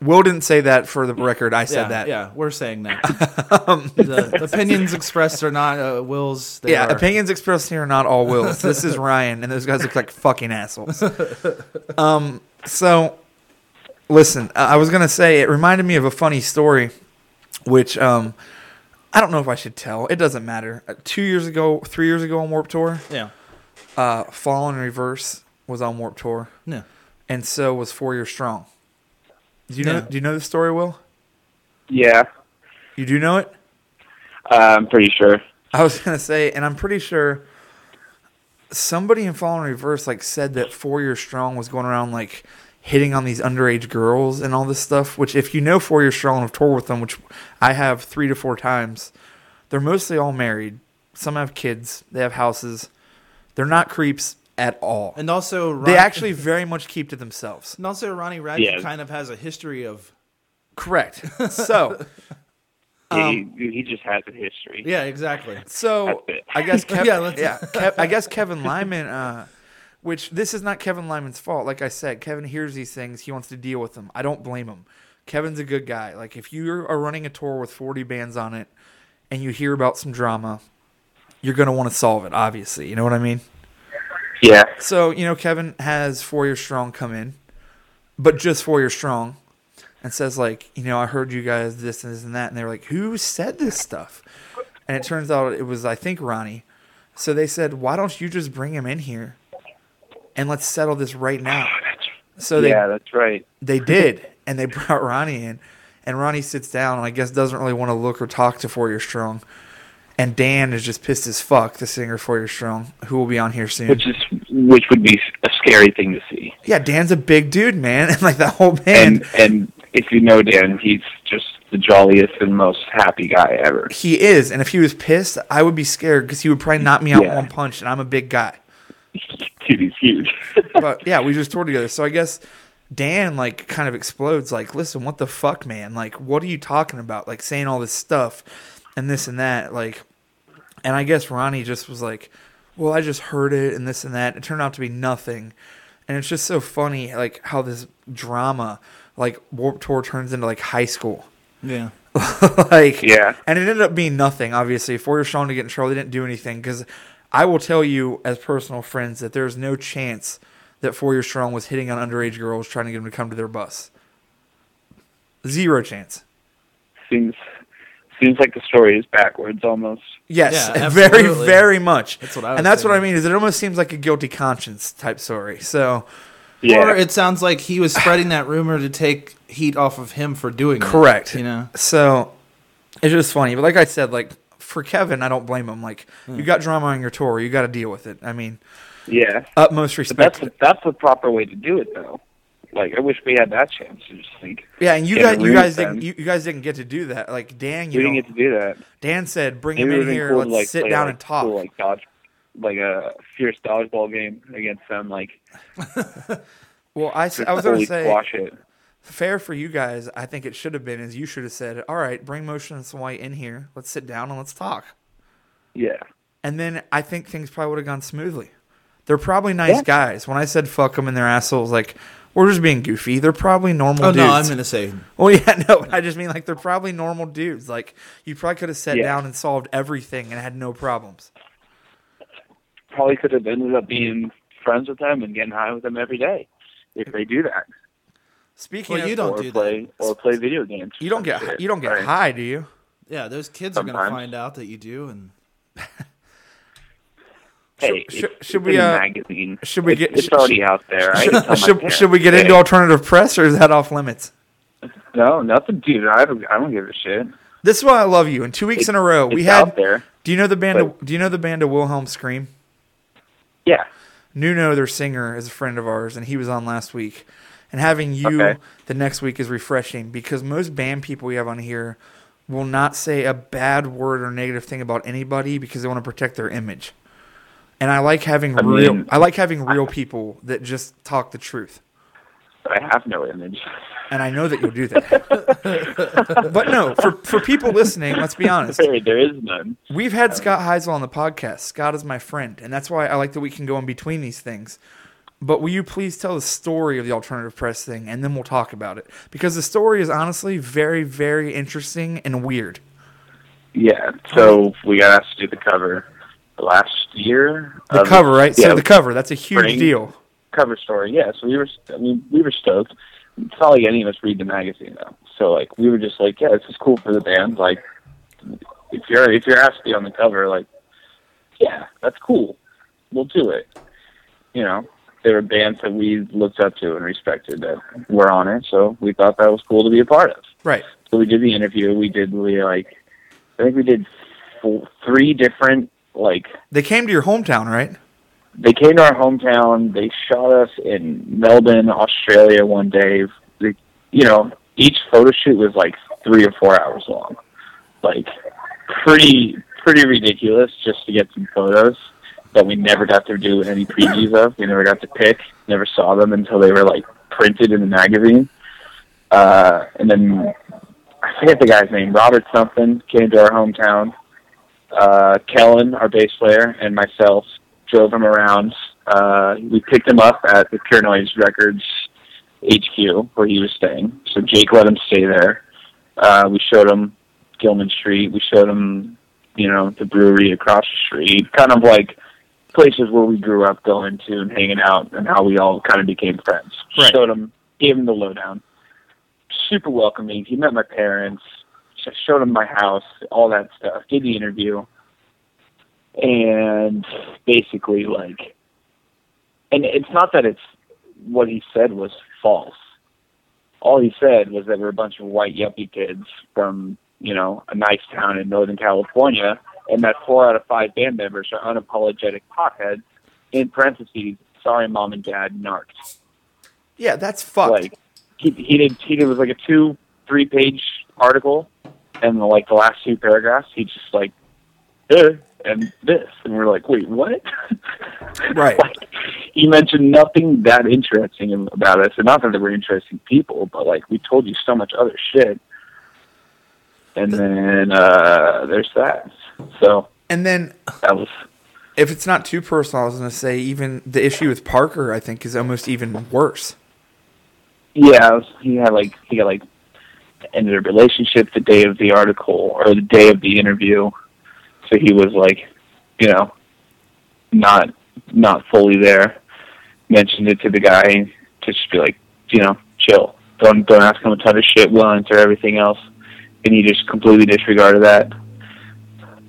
C: Will didn't say that for the record. I said
B: yeah,
C: that. Um,
B: Yeah, we're saying that. Um, the, the opinions expressed are not uh, Will's. They
C: Yeah,
B: are.
C: opinions expressed here are not all wills. this is Ryan, and those guys look like fucking assholes. Um, so listen, I I was gonna say it reminded me of a funny story, which um, I don't know if I should tell. It doesn't matter. Uh, Two years ago, three years ago on Warp Tour,
B: Yeah.
C: uh, Fall in Reverse was on Warp Tour,
B: Yeah.
C: and so was Four Year Strong. Do you know?
B: Yeah.
C: Do you know the story, Will?
F: Yeah,
C: You do know it.
F: uh, I'm pretty sure.
C: I was gonna say, and I'm pretty sure somebody in Fall in Reverse like said that Four Year Strong was going around like hitting on these underage girls and all this stuff. Which, if you know Four Year Strong and have toured with them, which I have three to four times, they're mostly all married. Some have kids. They have houses. They're not creeps at all.
B: And also, Ron,
C: they actually very much keep to themselves.
B: And also, Ronnie Radke
F: Yeah.
B: kind of has a history of.
C: Correct. So,
F: Yeah, he, he just has a history.
B: Um, Yeah, exactly.
C: so
F: That's it.
C: I guess Kev-
B: Yeah,
C: yeah,
B: let's-
C: Kev- I guess Kevin Lyman. Uh, which this is not Kevin Lyman's fault. Like I said, Kevin hears these things. He wants to deal with them. I don't blame him. Kevin's a good guy. Like if you are running a tour with 40 bands on it, and you hear about some drama, you're gonna want to solve it. Obviously, you know what I mean.
F: Yeah,
C: So you know, Kevin has Four Year Strong come in, but just Four Year Strong, and says like, you know, I heard you guys this and this and that, and they're like, who said this stuff? And it turns out it was I think Ronnie. So they said, why don't you just bring him in here, and let's settle this right now. So they
F: yeah, that's right.
C: they did, and they brought Ronnie in, and Ronnie sits down and I guess doesn't really want to look or talk to Four Year Strong. And Dan is just pissed as fuck, the singer for Year Strong, who will be on here soon.
F: Which is which would be a scary thing to see.
C: Yeah, Dan's a big dude, man, and like the whole band.
F: And and if you know Dan, he's just the jolliest and most happy guy ever.
C: he is, and if he was pissed, I would be scared because he would probably knock me out
F: Yeah.
C: one punch, and I'm a big guy.
F: Dude, he's huge.
C: But yeah, we just toured together, so I guess Dan like kind of explodes, like, "Listen, what the fuck, man? Like, what are you talking about? Like, saying all this stuff and this and that, like." And I guess Ronnie just was like, "Well, I just heard it and this and that." It turned out to be nothing, and it's just so funny, like how this drama, like Warp Tour, turns into like high school.
B: Yeah.
C: like
F: Yeah.
C: and it ended up being nothing obviously for your strong to get in trouble they didn't do anything because i will tell you as personal friends that there's no chance that four year strong was hitting on underage girls trying to get them to come to their bus zero chance
F: seems seems like the story is backwards almost.
C: yes
B: Yeah,
C: very
B: absolutely.
C: very much
B: That's what I was
C: and that's what i
B: thinking.
C: mean is it almost seems like a guilty conscience type story so
F: Yeah,
B: Or it sounds like he was spreading that rumor to take heat off of him for doing
C: Correct.
B: It, you know.
C: So it's just funny. But like I said, like for Kevin, I don't blame him. Like
B: Hmm.
C: you got drama on your tour, you got to deal with it. I mean,
F: yeah.
C: utmost
F: But
C: respect.
F: that's the, that's the proper way to do it though. Like I wish we had that chance to just think.
C: Yeah, and you
F: get a
C: guys, you
F: room
C: guys
F: then.
C: didn't, you, you guys didn't get to do that. Like Dan,
F: we
C: you
F: didn't
C: know,
F: get to do that.
C: Dan said, "Bring him
F: Maybe it
C: in
F: would have
C: here.
F: been cool
C: Let's
F: to like
C: sit
F: play
C: down
F: like,
C: and talk."
F: cool, like dodge, like a fierce dodgeball game against them. Like
C: well, I, s- I was gonna
F: totally
C: say,
F: squash it.
C: fair for you guys. I think it should have been is you should have said, "All right, bring Motion and Some White in here. Let's sit down and let's talk."
F: Yeah,
C: And then I think things probably would have gone smoothly. They're probably nice guys. When I said fuck them and their assholes, like we're just being goofy. They're probably normal.
B: Oh
C: dudes.
B: no, I'm gonna say
C: Well, yeah, no, I just mean like they're probably normal dudes. Like you probably could have sat
F: Yeah.
C: down and solved everything and had no problems.
F: probably could have ended up being friends with them and getting high with them every day if they do that.
C: Speaking
B: Well,
C: of
B: you don't
F: or
B: do that.
F: play or play video games.
C: You don't get
F: Shit.
C: you don't get
F: Right.
C: high, do you?
B: yeah, those kids are gonna
F: Sometimes.
B: find out that you do, and
F: Hey,
C: Should-
F: it's,
C: should- should
F: it's
C: we,
F: in
C: uh,
F: magazine?
C: should we
F: It's-
C: get-
F: It's
C: should-
F: already out there. I can tell my
C: should,
F: parents.
C: should we get
F: Hey,
C: into alternative press or is that off limits?
F: No, nothing, dude. I don't. I don't give a shit.
C: This is why I love you. In two weeks in a row, we
F: it's
C: had.
F: out there.
C: Do you know the band?
F: but-
C: of, do you know the band of Wilhelm Scream?
F: Yeah,
C: Nuno, their singer, is a friend of ours, and he was on last week. And having you
F: Okay.
C: the next week is refreshing because most band people we have on here will not say a bad word or negative thing about anybody because they want to protect their image. And I like having
F: I
C: real.
F: mean-
C: I like having real people that just talk the truth.
F: but I have no image.
C: and I know that you'll do that. but no, for for people listening, let's be honest.
F: There, there is none.
C: We've had Scott Heisel on the podcast. Scott is my friend, and that's why I like that we can go in between these things. But will you please tell the story of the alternative press thing, and then we'll talk about it because the story is honestly very, very interesting and weird.
F: Yeah, so we got asked to do the cover last year.
C: The
F: of-
C: cover, right?
F: Um, Yeah,
C: so the cover, that's a huge
F: Bring-
C: deal.
F: cover story. Yeah, so we were I mean, we were stoked. It's not like any of us read the magazine though, so like we were just like, yeah, this is cool for the band. Like, if you're if you're asked to be on the cover, like, yeah, that's cool. We'll do it. You know, there were bands that we looked up to and respected that were on it, so we thought that was cool to be a part of.
C: Right.
F: So we did the interview. We did we like, I think we did four, three different like
C: They came to your hometown, right?
F: they came to our hometown. They shot us in Melbourne, Australia one day. They, you know, each photo shoot was like three or four hours long. Like, pretty, pretty ridiculous just to get some photos that we never got to do any previews of. We never got to pick, never saw them until they were like printed in the magazine. Uh, and then I forget the guy's name, Robert something, came to our hometown uh, Kellen, our bass player, and myself drove him around. Uh, we picked him up at the Pure Noise Records HQ where he was staying. So Jake let him stay there. Uh, we showed him Gilman Street. We showed him, you know, the brewery across the street. Kind of like places where we grew up going to and hanging out and how we all kind of became friends.
C: Right.
F: Showed him, gave him the lowdown. Super welcoming. He met my parents, sh- showed him my house, all that stuff. Did the interview and basically like and it's not that it's what he said was false all he said was that we're a bunch of white yuppie kids from you know a nice town in northern california and that four out of five band members are unapologetic potheads in parentheses sorry mom and dad narcs
C: Yeah, that's fucked.
F: like he he did he did it was like a two three page article, and like the last two paragraphs, he just like, eh, and this, and we're like, wait, what?
C: Right.
F: Like, he mentioned nothing that interesting about us, and not that we're interesting people, but like we told you so much other shit. And then uh there's that. So
C: and then
F: that was
C: if it's not too personal, I was going to say even the issue with Parker, I think, is almost even worse.
F: Yeah, he had like he had like ended a relationship the day of the article or the day of the interview, so he was like, you know, not not fully there. Mentioned it to the guy to just be like, you know, chill. Don't don't ask him a ton of shit. We'll answer everything else, and he just completely disregarded that.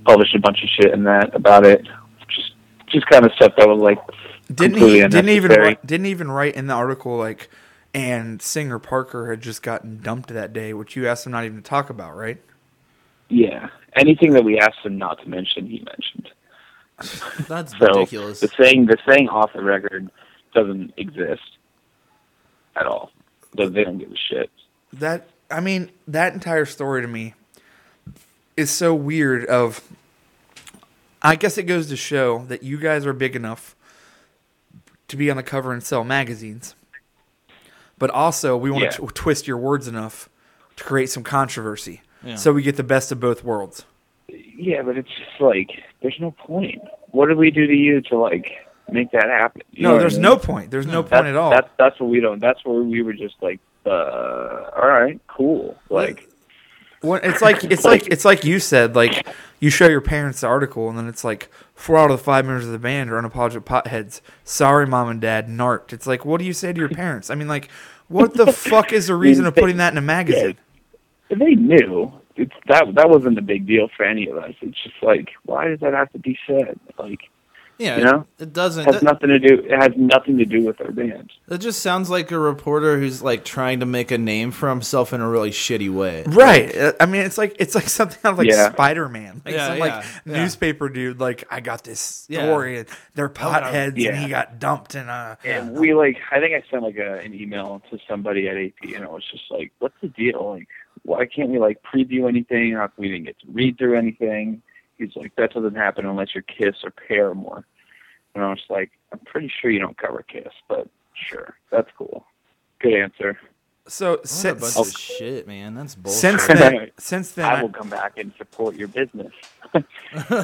F: Published a bunch of shit in that about it. Just just kind of stuff that was like
C: Didn't he?
F: completely
C: Didn't even
F: unnecessary.
C: write, didn't even write in the article like, and singer Parker had just gotten dumped that day, which you asked him not even to talk about, right?
F: Yeah. Anything that we asked him not to mention, he mentioned.
B: That's
F: So
B: ridiculous.
F: the saying the saying off the record doesn't exist at all. They they don't give a shit.
C: That I mean, that entire story to me is so weird. Of, I guess it goes to show that you guys are big enough to be on the cover and sell magazines, but also we want
F: Yeah.
C: to twist your words enough to create some controversy,
B: Yeah.
C: so we get the best of both worlds.
F: Yeah, but it's just like there's no point. What did we do to you to like make that happen? You know
C: No,
F: what I
C: there's
F: mean?
C: no point. There's no
F: that's,
C: point at all.
F: That's that's what we don't. That's where we were just like, uh, all right, cool. Like
C: Well, it's like it's like it's like you said, like you show your parents the article, and then it's like four out of the five members of the band are unapologetic potheads. Sorry, mom and dad, narked. It's like, what do you say to your parents? I mean, like, what the fuck is the reason of putting that in a magazine?
F: they knew. It's that that wasn't a big deal for any of us. It's just like, why does that have to be said? Like
B: yeah,
F: you
B: it-
F: know,
B: it doesn't.
F: it has
B: That,
F: nothing to do it has nothing to do with our band.
B: that just sounds like a reporter who's like trying to make a name for himself in a really shitty way.
C: Right. Uh, I mean, it's like it's like something out of like
F: Yeah.
C: Spider Man, like
B: Yeah,
C: some
B: yeah,
C: like
B: yeah.
C: newspaper dude. Like, I got this
B: Yeah.
C: story, and they're potheads,
F: Yeah.
C: and he got dumped, and uh,
F: And we like, I think I sent like a, an email to somebody at AP, and I was just like, "What's the deal? Like, why can't we like preview anything? How come we didn't get to read through anything?" He's like, "That doesn't happen unless you're Kiss or Paramore." And I was like, "I'm pretty sure you don't cover Kiss, but sure, that's cool." Good answer.
C: So
B: What a
C: since
B: bunch
F: Oh.
B: of shit, man. That's bullshit.
C: since then, since then,
F: I
C: I,
F: will come back and support your business.
C: I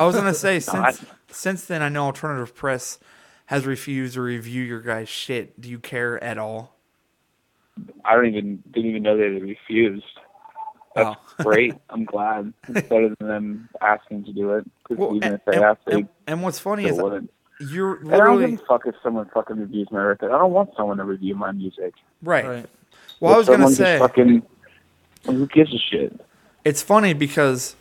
C: was gonna say
F: I-
C: since since then, I know alternative press has refused to review your guys' shit. Do you care at all?
F: I don't even didn't even know they refused. That's
C: Wow.
F: great. I'm glad. It's better than them asking to do it. Because
C: Well,
F: even
C: and,
F: if they
C: and-
F: asked, they
C: and- and what's funny
F: still
C: is
F: wouldn't.
C: you're
F: And I don't give
C: literally
F: a fuck if someone fucking reviews my record. I don't want someone to review my music.
C: right.
B: Right.
C: Well, I was
F: If
C: gonna
F: someone just
C: say
F: fucking, who gives a shit?
C: it's funny because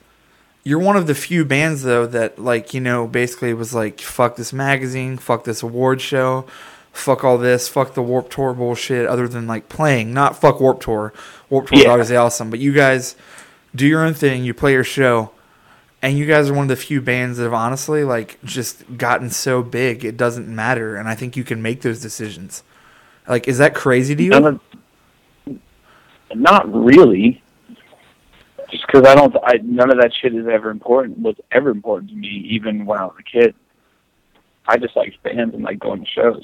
C: you're one of the few bands though that like you know basically was like fuck this magazine fuck this award show fuck all this fuck the warp tour bullshit other than like playing not fuck warp tour warp tour is
F: Yeah.
C: obviously awesome but you guys do your own thing you play your show and you guys are one of the few bands that have honestly like just gotten so big it doesn't matter and i think you can make those decisions like is that crazy to you
F: None of, not really. Just because I don't, I, none of that shit is ever important. Was ever important to me, even when I was a kid. I just liked bands and like going to shows.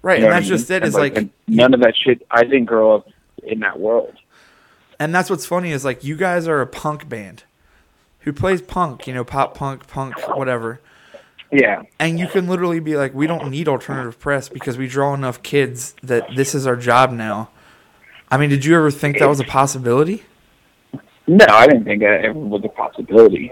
C: right
F: You know
C: and
F: what I
C: that's
F: mean?
C: just it is
F: And,
C: like
F: and none of that shit. I didn't grow up in that world.
C: And that's what's funny is like you guys are a punk band who plays punk, you know, pop punk, punk, whatever.
F: Yeah,
C: And you can literally be like, we don't need alternative press because we draw enough kids that this is our job now. I mean, did you ever think that was a possibility?
F: no, I didn't think that ever was a possibility.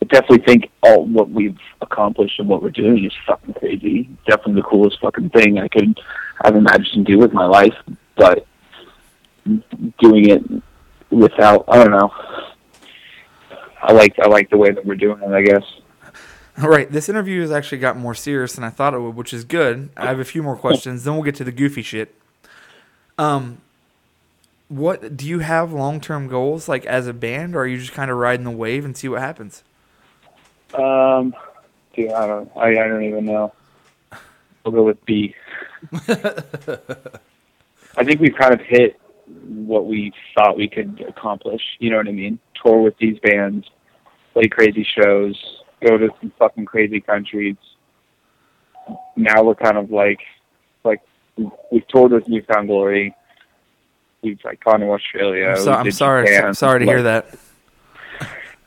F: I definitely think all what we've accomplished and what we're doing is fucking crazy. Definitely the coolest fucking thing I could have imagined to do with my life, but doing it without, I don't know. I like I like the way that we're doing it. I guess.
C: All right, this interview has actually got more serious than I thought it would, which is good. I have a few more questions, then we'll get to the goofy shit. Um, what do you have long term goals like as a band, or are you just kind of riding the wave and see what happens?
F: Um, dude, I don't. I, I don't even know. We'll go with B. I think we've kind of hit what we thought we could accomplish. You know what I mean? Tour with these bands, play crazy shows, go to some fucking crazy countries. Now we're kind of like, like we've toured with Newfound Glory. We've like gone to Australia.
C: I'm, so,
F: we
C: I'm
F: Uh, did
C: sorry.
F: Japan.
C: I'm sorry to
F: Like,
C: hear that.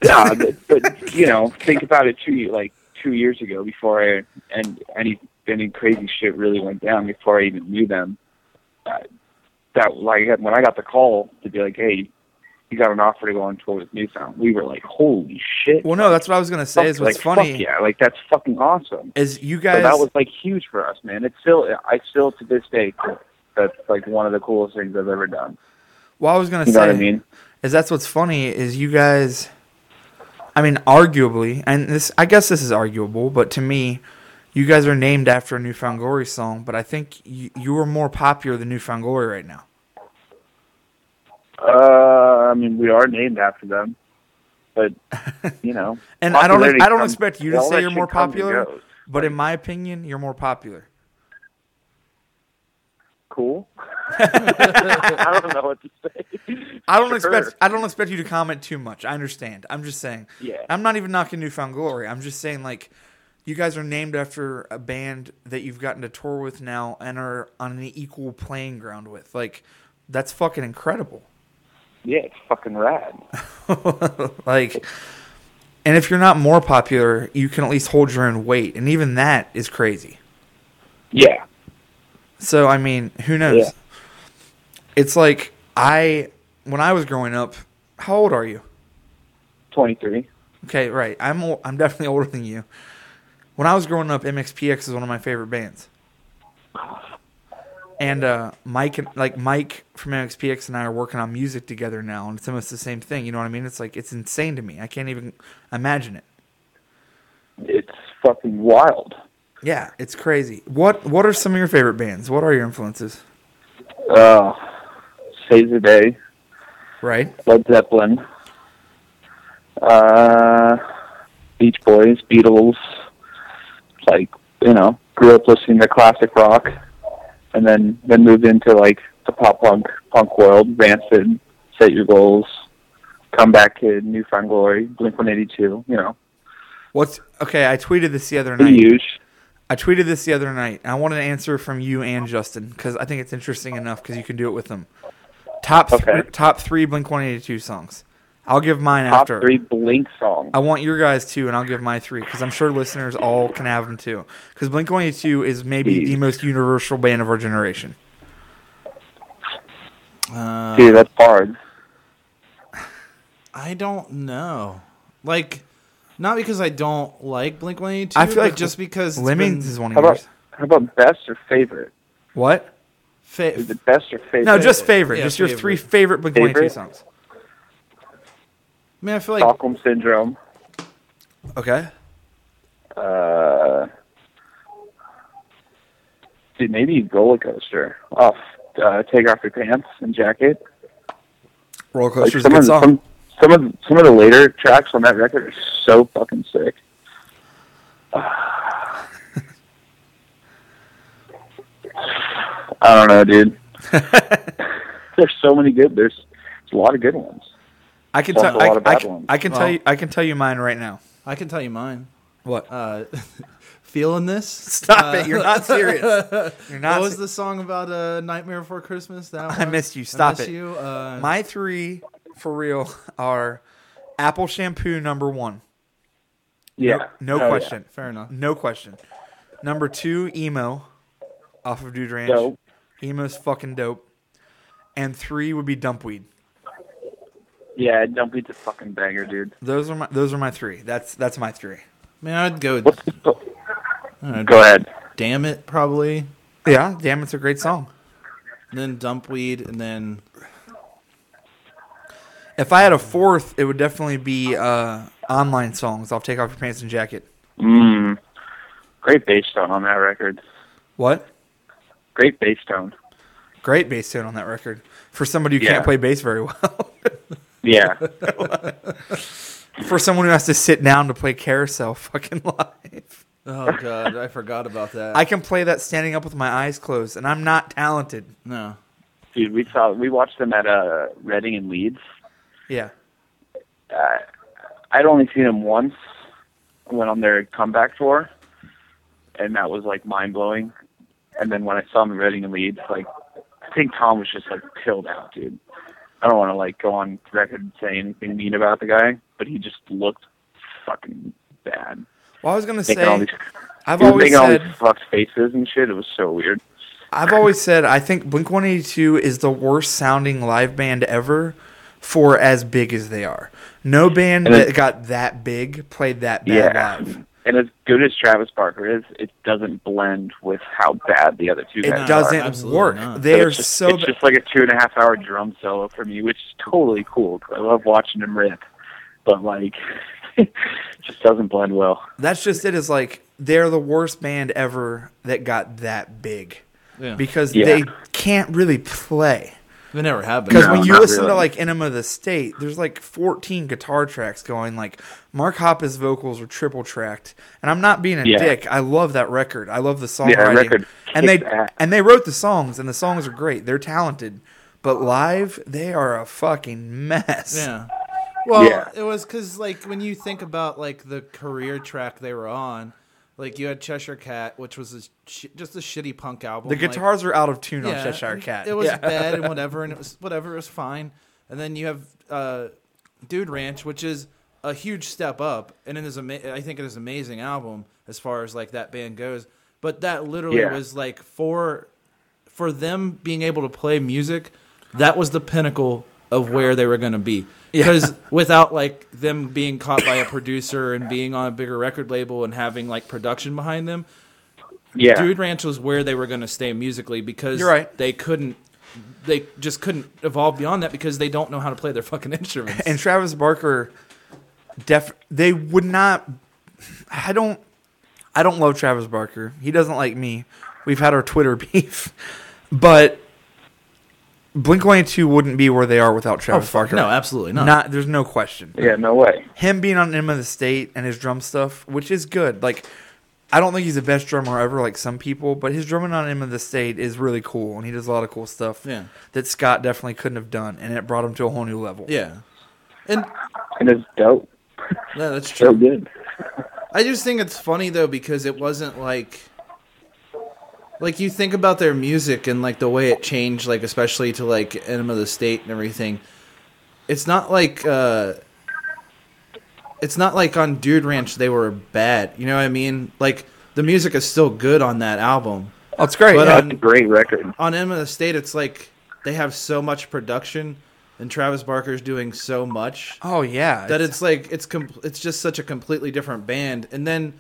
F: yeah, but, but you know, think about it two like two years ago before I and any any crazy shit really went down before I even knew them. Uh, that like when I got the call to be like, hey, you got an offer to go on tour with Newfound, we were like, holy shit.
C: Well, no, that's what I was gonna
F: fuck,
C: say. Is what's
F: like,
C: funny
F: Fuck yeah, like that's fucking awesome.
C: is you
F: So
C: guys.
F: that was like huge for us, man. It's still I still to this day that's like one of the coolest things I've ever done.
C: well, I was gonna
F: You
C: say
F: know what I mean?
C: is that's what's funny is you guys. I mean, arguably, and this I guess this is arguable, but to me, you guys are named after a Newfound Glory song. But I think you, you are more popular than Newfound Glory right now.
F: Uh, I mean, we are named after them, but you know,
C: And I don't
F: popularity
C: I don't
F: comes-
C: expect you to
F: all
C: say
F: that
C: you're
F: shit
C: more
F: comes and
C: popular,
F: goes.
C: but in my opinion, you're more popular.
F: Cool. I don't know what to say.
C: I don't
F: Sure.
C: expect I don't expect you to comment too much. I understand. I'm just saying.
F: Yeah.
C: I'm not even knocking Newfound Glory. I'm just saying like you guys are named after a band that you've gotten to tour with now and are on an equal playing ground with. Like that's fucking incredible.
F: Yeah, it's fucking rad.
C: like and if you're not more popular, you can at least hold your own weight. And even that is crazy.
F: Yeah,
C: So I mean, who knows?
F: Yeah.
C: It's like I when I was growing up, how old are you?
F: twenty three.
C: Okay, right. I'm ol- I'm definitely older than you. When I was growing up, MXPX is one of my favorite bands. And uh, Mike and like Mike from MXPX and I are working on music together now, and it's almost the same thing. You know what I mean? It's like it's insane to me. I can't even imagine it.
F: It's fucking wild.
C: Yeah, it's crazy. What What are some of your favorite bands? What are your influences?
F: Uh, Save the Day,
C: Right.
F: Led Zeppelin, uh, Beach Boys, Beatles. Like you know, grew up listening to classic rock, and then then moved into like the pop punk punk world. Rancid, Set Your Goals, Comeback Kid, Newfound Glory, Blink One Eighty Two. You know,
C: What's okay? I tweeted this the other
F: pretty
C: night.
F: huge.
C: I tweeted this the other night. and I want an answer from you and Justin because I think it's interesting enough because you can do it with them. Top
F: Okay.
C: three, top three Blink One Eighty Two songs. I'll give mine
F: Top
C: after.
F: three Blink songs.
C: I want your guys too, and I'll give my three because I'm sure listeners all can have them too. Because Blink One Eighty Two is maybe the most universal band of our generation. Uh,
F: Dude, that's hard.
B: I don't know. Like, not because I don't like Blink One Eighty Two.
C: I feel like
B: just because it's
C: Lemmings
B: been
C: is one
F: How
C: of
F: about
C: yours.
F: how about best or favorite?
C: What?
B: fa-
F: Is it best or favorite?
C: No, just favorite.
B: Yeah,
C: just your three
B: favorite.
C: favorite Blink One Eighty Two
F: Favorite?
C: songs.
B: man, I feel like
F: Stockholm syndrome.
C: Okay.
F: Uh, dude, maybe roller coaster. Off. Uh, take off your pants and jacket.
C: Roller
F: Like
C: coaster's
F: some
C: a
F: of
C: good
F: the,
C: song.
F: some some of the- some of the later tracks on that record are so fucking sick. I don't know, dude. There's so many good. There's, there's a lot of good ones.
C: I can tell.
F: Sounds a lot
C: I,
F: of
C: I,
F: bad
C: can-
F: ones.
C: I can tell
B: Well-
C: you. I can tell you mine right now.
B: I can tell you mine.
C: What?
B: Uh, feeling this?
C: Stop it! You're not serious. You're not.
B: What was
C: se-
B: the song about uh, Nightmare Before Christmas? That one?
C: missed you. Stop
B: miss
C: it.
B: You. Uh,
C: My three for real are Apple Shampoo number one.
F: Oh, Yeah,
C: No
F: Hell
C: question.
B: fair enough.
C: No question. Number two, emo, off of Dude Ranch.
F: Dope.
C: Emo's fucking dope. And three would be Dumpweed.
F: Yeah, yeah Dumpy's a fucking banger, dude.
C: Those are my. Those are my three. That's that's my three.
B: Man, I'd go.
F: What's the,
B: I'd
F: go ahead.
B: Damn it, probably.
C: Yeah, damn, it's a great song.
B: And then Dumpweed, and then
C: If I had a fourth, it would definitely be uh, online songs. I'll take off your pants and jacket.
F: Mm, great bass tone on that record.
C: What?
F: Great bass tone.
C: Great bass tone on that record for somebody who
F: Yeah.
C: can't play bass very well.
F: Yeah,
C: for someone who has to sit down to play carousel fucking live.
B: oh god, I forgot about that.
C: I can play that standing up with my eyes closed, and I'm not talented.
B: no.
F: dude. We saw we watched them at uh, Reading and Leeds.
C: Yeah.
F: I'd only seen them once when on their comeback tour, and that was like mind blowing. And then when I saw them in Reading and Leeds, like I think Tom was just like pilled out, dude. I don't want to like go on record and say anything mean about the guy, but he just looked fucking bad.
C: Well, I was gonna
F: Making all
C: say,
F: these,
C: I've
F: he was
C: always
F: making all these
C: said,
F: fucked faces and shit. It was so weird.
C: I've always said, I think Blink 182 is the worst sounding live band ever for as big as they are. No band
F: And
C: that
F: it-
C: got that big played that bad
F: Yeah.
C: live.
F: And as good as Travis Barker is, it doesn't blend with how bad the other two
C: It
F: guys are.
C: doesn't
B: absolutely
C: work.
B: not.
C: They are
F: it's just,
C: so.
F: it's
C: Ba-
F: just like a two and a half hour drum solo for me, which is totally cool. 'cause I love watching him rip, but like, it just doesn't blend well.
C: that's just it. Is like they're the worst band ever that got that big
B: Yeah.
C: because
F: Yeah.
C: they can't really play.
B: It never happened.
C: Because
F: No,
C: when you
F: not
C: listen to
F: really.
C: like Enema of the State, there's like 14 guitar tracks going. Like Mark Hoppe's vocals are triple tracked, and I'm not being a
F: Yeah.
C: dick. I love that record. I love the songwriting,
F: record
C: and they
F: kicks ass.
C: and they wrote the songs, and the songs are great. They're talented, but live they are a fucking mess.
B: Yeah. Well,
F: Yeah.
B: it was because like when you think about like the career track they were on, like you had Cheshire Cat, which was a sh- just a shitty punk album.
C: The
B: like-
C: guitars are out of tune on
B: yeah,
C: Cheshire
B: and
C: Cat.
B: It was
C: Yeah.
B: bad and whatever, and it was whatever. It was fine. And then you have uh, Dude Ranch, which is a huge step up, and it is ama- I think it is an amazing album as far as like that band goes. But that literally
F: Yeah.
B: was like for for them being able to play music, that was the pinnacle of where they were going to be. Because without like them being caught by a producer and being on a bigger record label and having like production behind them,
F: Yeah,
B: Dude Ranch was where they were going to stay musically because
C: You're right.
B: they couldn't, they just couldn't evolve beyond that because they don't know how to play their fucking instruments.
C: and Travis Barker, def they would not. I don't. I don't love Travis Barker. He doesn't like me. We've had our Twitter beef, but Blink One Eight Two wouldn't be where they are without Travis Barker.
B: Oh, no, absolutely not.
C: Not there's no question.
F: yeah, no way.
C: Him being on Emma the State and his drum stuff, which is good. Like, I don't think he's the best drummer ever, like some people, but his drumming on Emma the State is really cool, and he does a lot of cool stuff
B: Yeah.
C: that Scott definitely couldn't have done, and it brought him to a whole new level.
B: yeah, and
F: And it's dope,
B: no, that's
F: so
B: true.
F: good.
B: I just think it's funny though because it wasn't like like you think about their music and like the way it changed like especially to like enema of the state and everything it's not like uh it's not like on dude ranch they were bad you know what i mean like the music is still good on that album
C: Oh, it's great.
B: But,
C: yeah.
B: um,
F: That's a great record.
B: on enema of the state it's like they have so much production and travis barker's doing so much
C: oh yeah.
B: that it's like it's com- it's just such a completely different band and then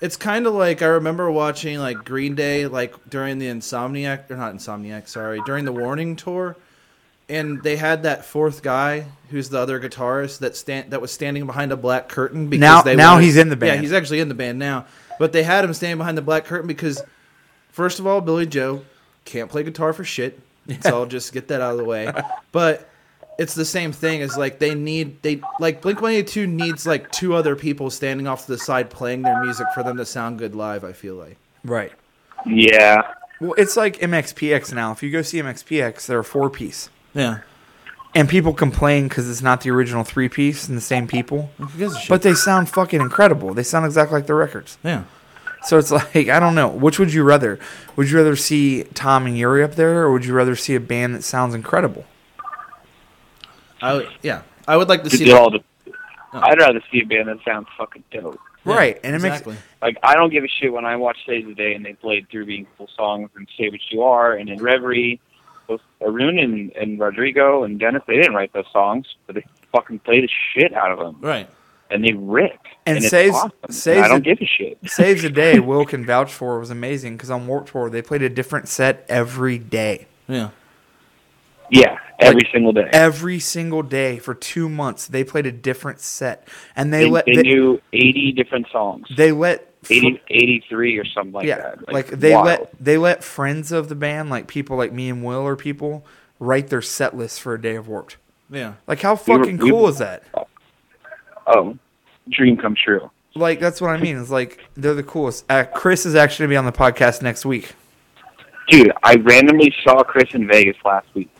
B: it's kind of like i remember watching like green day like during the insomniac or not insomniac sorry during the warning tour and they had that fourth guy who's the other guitarist that stand that was standing behind a black curtain because
C: Now-
B: they
C: now
B: wanted-
C: he's in the band.
B: yeah he's actually in the band now but they had him standing behind the black curtain because first of all billy joe can't play guitar for shit so i'll just get that out of the way but it's the same thing as like they need they like Blink 182 needs like two other people standing off to the side playing their music for them to sound good live. I feel like
C: right.
F: Yeah.
C: Well, it's like MXPX now. If you go see MXPX, they're a four piece,
B: yeah,
C: and people complain because it's not the original three piece and the same people.
B: Who gives a shit?
C: But they sound fucking incredible. They sound exactly like the records.
B: yeah,
C: So it's like I don't know. Which would you rather? Would you rather see Tom and Yuri up there, or would you rather see a band that sounds incredible?
B: I would, yeah I would like to
F: It
B: see
F: all the, I'd rather see a band that sounds fucking dope.
B: Yeah,
C: right, and it
B: exactly.
C: makes
F: Like I don't give a shit when I watch Save the Day and they played through meaningful songs and Say What You Are and in Reverie. Both Arun and, and Rodrigo and Dennis, they didn't write those songs, but they fucking played the shit out of them,
B: right.
F: and they rip.
C: And
F: it's
C: Saves-
F: awesome. And
C: Saves
F: I don't
C: the-
F: give a shit.
C: Saves the Day. Will can vouch for was amazing because on Warped Tour they played a different set every day,
B: Yeah,
F: Yeah, every single day.
C: every single day for two months. They played a different set, and they,
F: they,
C: let
F: they
C: they,
F: knew 80 different songs.
C: they let
F: eighty eighty three or something like
C: yeah,
F: that.
C: like, they
F: wild.
C: let they let friends of the band, like people like me and Will or people, write their set list for a day of Warped.
B: yeah,
C: Like how
F: We were-
C: fucking
F: we
C: cool
F: were-
C: is that?
F: Oh, dream come true.
C: Like that's what I mean. It's like they're the coolest. Uh, Chris is actually gonna be on the podcast next week.
F: Dude, I randomly saw Chris in Vegas last week.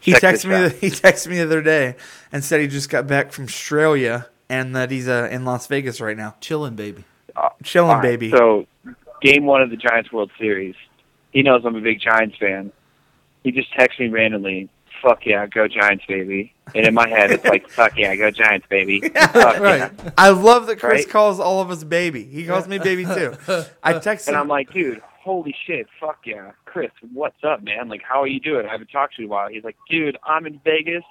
C: He
F: Check
C: texted
F: this
C: me.
F: out.
C: The, he texted me the other day and said he just got back from Australia and that he's uh, in Las Vegas right now,
B: chilling baby.
C: chilling,
F: Uh, All right,
C: baby.
F: So, game one of the Giants World Series. He knows I'm a big Giants fan. He just texts me randomly, fuck yeah, go Giants, baby. And in my head, it's like, fuck yeah, go Giants, baby. Fuck yeah.
B: Right.
C: I love that Chris
F: Right?
C: calls all of us baby. He calls me baby too. I texted.
F: And
C: him.
F: I'm like, dude, holy shit, fuck yeah. Chris, what's up, man? Like, how are you doing? I haven't talked to you in a while. He's like, dude, I'm in Vegas.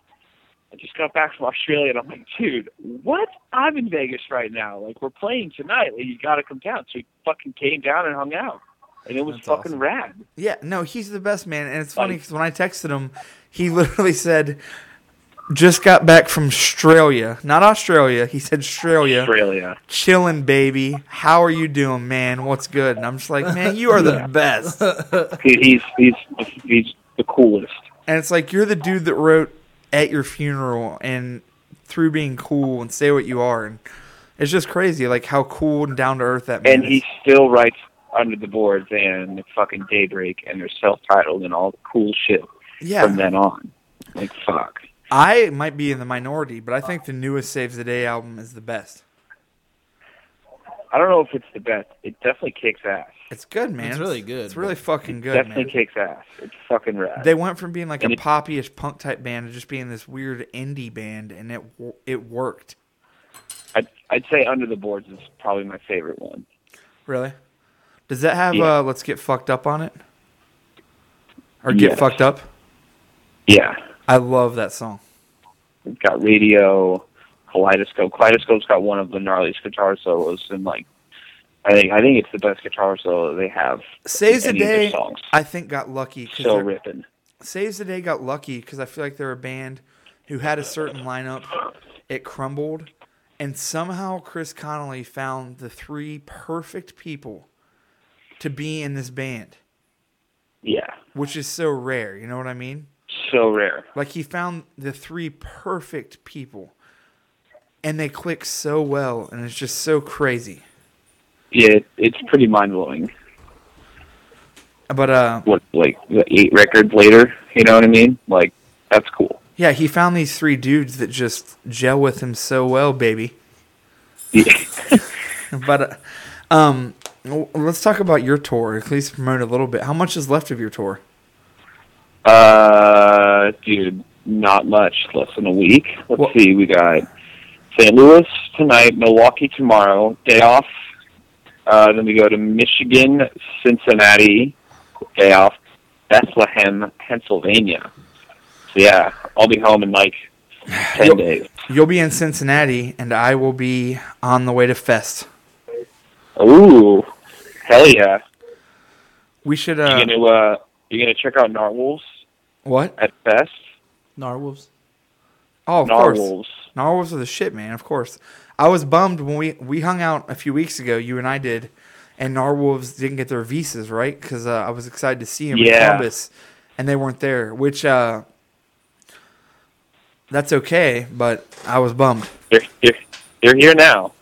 F: I just got back from Australia. And I'm like, dude, what? I'm in Vegas right now. Like, we're playing tonight. Like, you got to come down. So he fucking came down and hung out. And it was
B: That's
F: fucking
B: awesome.
F: rad.
C: Yeah, no, he's the best man, and it's
F: Like-
C: funny because when I texted him, he literally said, "Just got back from Australia, not Australia." He said, "Australia,
F: Australia.
C: chilling, baby. How are you doing, man? What's good?" And I'm just like, "Man, you are the best."
F: Dude, he's, he's, he's the coolest.
C: And it's like you're the dude that wrote at your funeral and through being cool and say what you are, and it's just crazy, like how cool and down to earth that man
F: And
C: is.
F: he still writes under the boards and fucking Daybreak and they're self-titled and all the cool shit
C: yeah,
F: from then on. Like, fuck.
C: I might be in the minority, but I think the newest Saves the Day album is the best.
F: I don't know if it's the best. It definitely kicks ass.
C: It's good, man.
B: It's really good,
C: It's really
B: but-
C: fucking good,
F: definitely
C: man.
F: kicks ass. It's fucking rad.
C: They went from being like a
F: And it-
C: poppyish punk type band to just being this weird indie band, and it wo- it worked.
F: I'd, I'd say Under the Boards is probably my favorite one.
C: Really? Does that have
F: Yeah.
C: uh, "Let's Get Fucked Up" on it? Or "Get
F: Yes.
C: Fucked Up"?
F: Yeah,
C: I love that song.
F: it's got Radio, Kaleidoscope. Kaleidoscope's got one of the gnarliest guitar solos, and like, I think I think it's the best guitar solo they have.
C: Saves
F: in
C: the
F: any of their
C: Day.
F: Songs
C: I think got lucky. Cause
F: so
C: they're-
F: ripping.
C: Saves the Day got lucky because I feel like they're a band who had a certain lineup. It crumbled, and somehow Chris Connolly found the three perfect people to be in this band,
F: Yeah,
C: which is so rare. You know what I mean?
F: so rare.
C: Like he found the three perfect people, and they click so well, and it's just so crazy.
F: Yeah, it, it's pretty mind blowing.
C: But uh,
F: What like eight records later? You know what I mean? Like, that's cool.
C: yeah, he found these three dudes that just gel with him so well, baby.
F: Yeah.
C: but uh, um Well, Let's talk about your tour. At least promote a little bit. How much is left of your tour?
F: Uh, dude, not much. Less than a week. Let's
C: Well-
F: see. We got St. Louis tonight, Milwaukee tomorrow, day off. Uh, then we go to Michigan, Cincinnati, day off, Bethlehem, Pennsylvania. So yeah, I'll be home in like ten days.
C: You'll be in Cincinnati, and I will be on the way to Fest.
F: Ooh, hell yeah!
C: We should.
F: You
C: Uh,
F: gonna uh, you gonna check out Narwhals
C: what?
F: at Fest?
B: Narwhals.
C: Oh, of course.
F: Narwhals.
C: Narwhals are the shit, man. Of course. I was bummed when we we hung out a few weeks ago. You and I did, and Narwhals didn't get their visas right because uh, I was excited to see them in
F: Yeah.
C: Columbus, and they weren't there. Which uh, that's okay, but I was bummed.
F: They're, they're they're here now.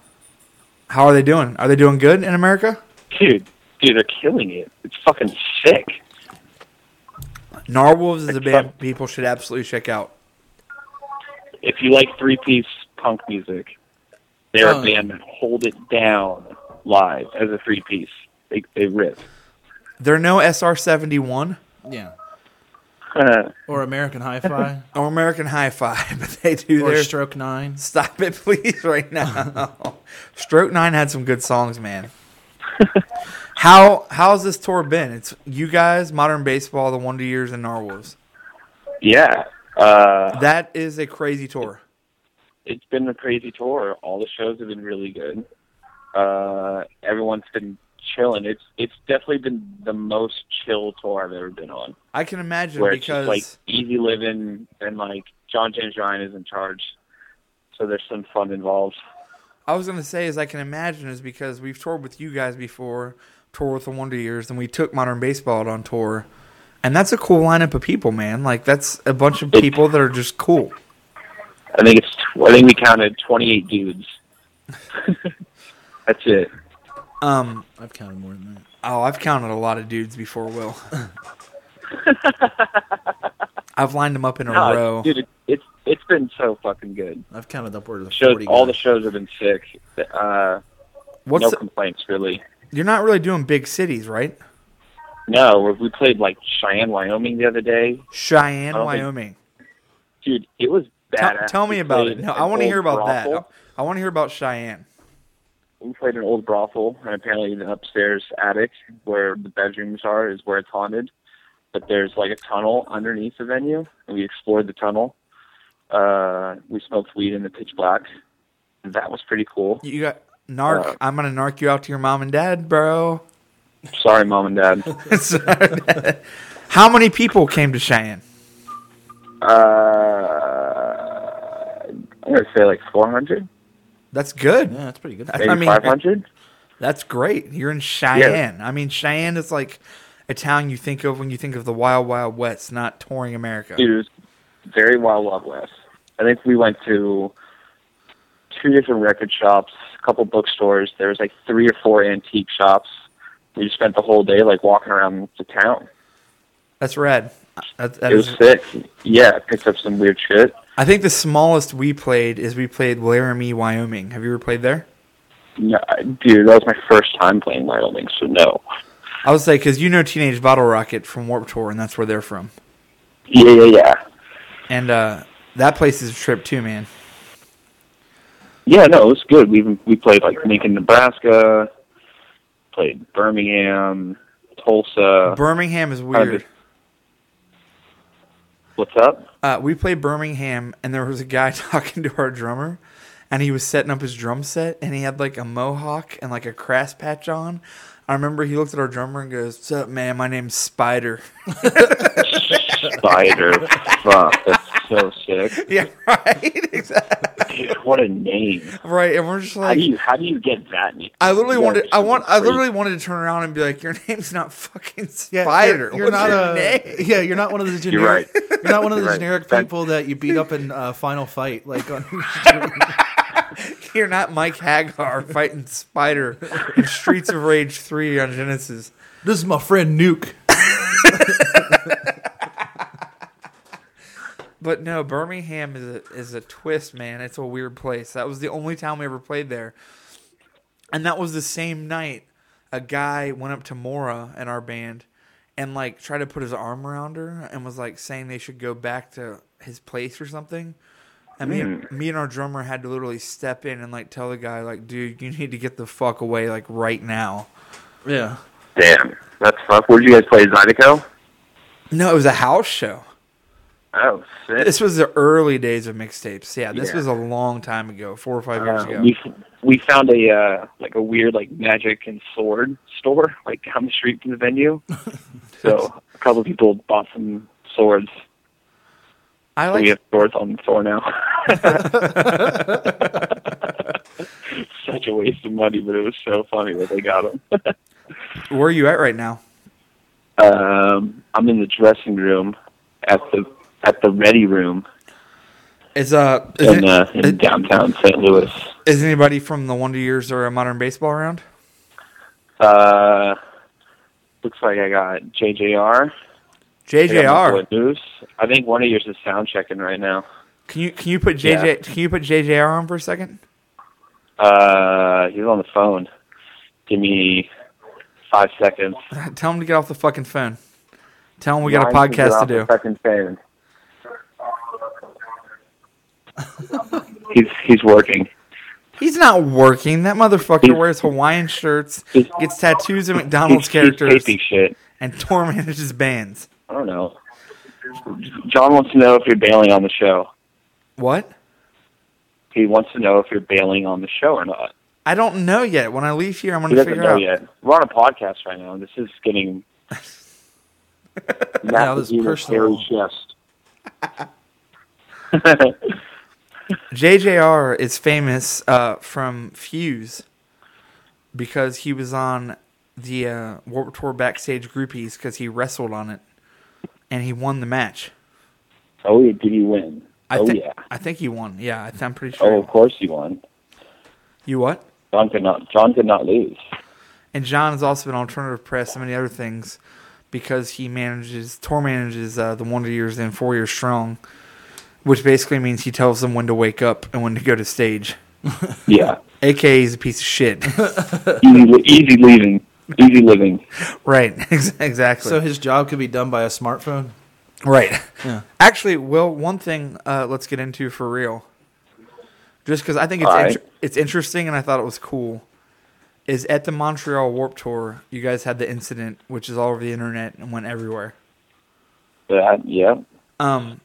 C: How are they doing? Are they doing good in America?
F: dude, dude, they're killing it. It's fucking sick.
C: Narwhals is a
F: Except-
C: band people should absolutely check out.
F: If you like three piece punk music, they're
B: Oh.
F: a band that hold it down live as a three piece. They they rip.
C: They're no SR seventy one
B: Yeah.
F: Uh,
B: Or American Hi-Fi.
C: or Oh, American Hi Fi, but they do
B: or
C: their
B: Stroke Nine.
C: stop it please right now. Stroke Nine had some good songs, man. How how's this tour been? It's you guys, Modern Baseball, The Wonder Years, and Narwhals.
F: yeah. Uh,
C: That is a crazy tour.
F: it's been a crazy tour. All the shows have been really good. Uh, everyone's been chilling. It's it's definitely been the most chill tour I've ever been on.
C: I can imagine
F: where it's
C: because
F: just like easy living and like John James Ryan is in charge. So there's some fun involved.
C: I was gonna say is I can imagine is because we've toured with you guys before, toured with the Wonder Years, and we took Modern Baseball on tour, and that's a cool lineup of people, man. Like that's a bunch of people that are just cool.
F: I think it's. I think we counted 28 dudes. That's it.
C: Um,
B: I've counted more than that.
C: oh, I've counted a lot of dudes before, Will. I've lined them up in a
F: No,
C: row.
F: dude, it, it's it's been so fucking good.
B: I've counted upward of
F: Shows,
B: forty.
F: all the
B: guys.
F: shows have been sick. Uh,
C: What's
F: no
C: the-
F: complaints really.
C: you're not really doing big cities, right?
F: No, we- we played like Cheyenne, Wyoming the other day.
C: Cheyenne,
F: I don't think-
C: Wyoming.
F: Dude, it was
C: Tell-
F: badass.
C: tell me
F: We
C: about
F: played
C: it. No,
F: an
C: I want to
F: old
C: hear about
F: brothel.
C: that. I want to hear about Cheyenne.
F: We played an old brothel, and apparently the upstairs attic where the bedrooms are is where it's haunted. But there's like a tunnel underneath the venue, and we explored the tunnel. Uh, we smoked weed in the pitch black. That was pretty cool.
C: You got narc.
F: Uh,
C: I'm gonna narc you out to your mom and dad, bro.
F: Sorry, mom and dad.
C: How many people came to Cheyenne?
F: Uh, I'm gonna say like 400,
C: That's good.
B: Yeah, that's pretty good.
C: I
F: maybe
C: mean,
F: 500.
C: That's great. You're in Cheyenne. I mean, Cheyenne is like a town you think of when you think of the Wild Wild West, not touring America.
F: Dude, it was very wild, wild west. I think we went to two different record shops, a couple bookstores. There was like three or four antique shops. We just spent the whole day like walking around the town.
C: That's rad. Uh, That, that
F: It was
C: is,
F: sick. Yeah, picked up some weird shit.
C: I think the smallest we played is we played Laramie, Wyoming. Have you ever played there?
F: No, I- dude, that was my first time playing Wyoming, so no.
C: I would say because you know Teenage Bottle Rocket from Warp Tour, and that's where they're from.
F: Yeah, yeah, yeah.
C: And uh, that place is a trip too, man.
F: Yeah, no, it was good. We even we played like Lincoln, Nebraska, played Birmingham, Tulsa.
C: Birmingham is
F: Kinda
C: weird.
F: just- What's up?
C: Uh, we played Birmingham, and there was a guy talking to our drummer, and he was setting up his drum set, and he had like a mohawk and like a crass patch on. I remember he looked at our drummer and goes, "What's up, man? My name's Spider."
F: Spider. Fuck, that's so sick.
C: yeah, right, exactly.
F: Dude, what a name.
C: Right, and we're just
F: How
C: like,
F: do you how do you get that? name?
C: I literally
F: You guys
C: wanted,
F: are
C: I want, I
F: crazy.
C: literally wanted to turn around and be like, "Your name's not fucking
B: Yeah,
C: Spider.
B: You're, you're
C: What's
B: not
C: your
B: a
C: name?"
B: yeah. You're not one of the generic.
F: You're
B: You're,
F: right.
B: not one of the
F: You're right.
B: generic
F: That-
B: people that you beat up in uh, Final Fight. Like on
C: You're not Mike Hagar fighting Spider in Streets of Rage 3 on Genesis.
B: this is my friend Nuke.
C: But no, Birmingham is a, is a twist, man. It's a weird place. That was the only time we ever played there. And that was the same night a guy went up to Mora in our band and like tried to put his arm around her and was like saying they should go back to his place or something. And me, and
F: Hmm.
C: me and our drummer had to literally step in and like tell the guy like, dude, you need to get the fuck away like right now.
B: Yeah.
F: Damn, that's tough. Where'd you guys play Zydeco?
C: No, it was a house show.
F: Oh, sick.
C: This was the early days of mixtapes. Yeah, this
F: Yeah.
C: was a long time ago, four or five years
F: Uh,
C: ago.
F: we we found a uh, like a weird like magic and sword store like down the street from the venue. so a couple of people bought some swords.
C: I
F: So we
C: like
F: have swords on the store now. Such a waste of money, but it was so funny that they got them.
C: where are you at right now?
F: um, I'm in the dressing room at the at the ready room
C: Is uh is,
F: in
C: it-
F: uh, in
C: is-
F: downtown St. Louis.
C: is anybody from the Wonder Years or Modern Baseball around?
F: Uh, looks like I got JJR. I got my
C: JJR.
F: boy Moose. I think one of yours is sound checking right now.
C: Can you can you put JJ
F: Yeah.
C: can you put JJR on for a second?
F: Uh, he's on the phone. Give me five seconds.
C: Tell him to get off the fucking phone. Tell him we got a
F: Ryan can get
C: podcast to
F: off the
C: do.
F: Fucking phone. he's he's working.
C: He's not working. That motherfucker
F: He's-
C: wears Hawaiian shirts,
F: He's-
C: gets tattoos of McDonald's
F: He's, he's
C: characters,
F: taping shit.
C: and tour manages bands.
F: I don't know. John wants to know if you're bailing on the show.
C: What?
F: He wants to know if you're bailing on the show or not.
C: I don't know yet. When I leave here, I'm
F: He
C: going to
F: doesn't
C: figure
F: know
C: out.
F: yet. We're on a podcast right now. This is getting
B: Now this personal.
F: chest.
C: JJR is famous uh, from Fuse because he was on the uh, Warped Tour backstage groupies because he wrestled on it and he won the match.
F: oh, yeah, did you win?
C: I
F: oh
C: thi-
F: yeah.
C: I think he won. Yeah, I th- I'm pretty sure.
F: Oh, of course you won.
C: You what?
F: John could not. John could not lose.
C: And John has also been alternative press and many other things because he manages tour manages uh, the Wonder Years and Four Years Strong, which basically means he tells them when to wake up and when to go to stage.
F: Yeah,
C: AKA he's a piece of shit.
F: easy, li- easy leaving. Easy living.
C: right. ex- exactly.
B: So his job could be done by a smartphone.
C: Right.
B: Yeah.
C: Actually, Will, one thing uh, let's get into for real, just because I think it's
F: All right.
C: inter- it's interesting and I thought it was cool, is at the Montreal Warp Tour, you guys had the incident, which is all over the internet and went everywhere.
F: That, yeah.
C: Um,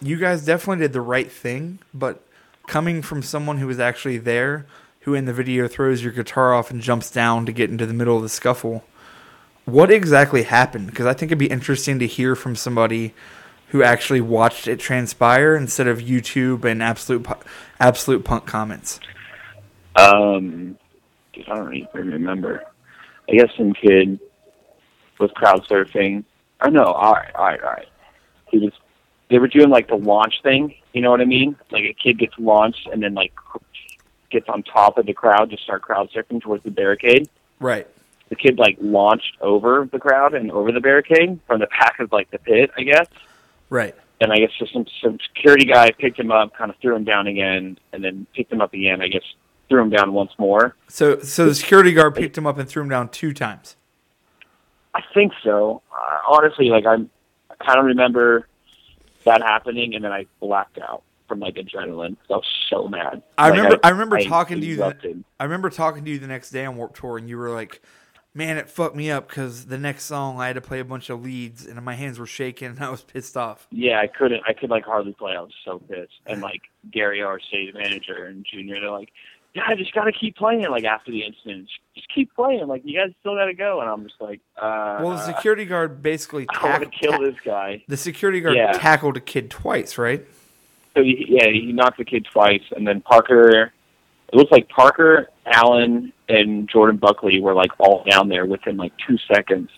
C: you guys definitely did the right thing, but coming from someone who was actually there, who in the video throws your guitar off and jumps down to get into the middle of the scuffle, what exactly happened? Because I think it'd be interesting to hear from somebody who actually watched it transpire instead of YouTube and absolute Pu- absolute punk comments.
F: Um, dude, I don't even remember. I guess some kid was crowd surfing. Oh no! All right, all right, all right. He was. They were doing like the launch thing. You know what I mean? Like a kid gets launched and then like gets on top of the crowd to start crowd surfing towards the barricade.
C: Right.
F: The kid like launched over the crowd and over the barricade from the back of like the pit, I guess.
C: Right.
F: and I guess just some some security guy picked him up, kind of threw him down again, and then picked him up again. I guess threw him down once more.
C: So so the security guard picked him up and threw him down two times.
F: I think so. Uh, honestly, like I'm, I kind of remember that happening, and then I blacked out from like adrenaline. 'cause I was so mad.
C: I
F: Like,
C: remember. I, remember talking to you. The,
F: erupted.
C: I remember talking to you the next day on Warp Tour, and you were like, "Man, it fucked me up because the next song I had to play a bunch of leads, and my hands were shaking, and I was pissed off."
F: Yeah, I couldn't. I could like hardly play. I was so pissed. And like Gary, our stage manager, and Junior, they're like, "Yeah, I just gotta keep playing." Like after the incident, just, just keep playing. Like you guys still gotta go. And I'm just like, uh,
C: Well, the security guard basically
F: I want to
C: tackled
F: kill this guy.
C: the security guard
F: Yeah.
C: tackled a kid twice, right?
F: So he, yeah, he knocked the kid twice, and then Parker. It looks like Parker, Allen, and Jordan Buckley were like all down there within like two seconds.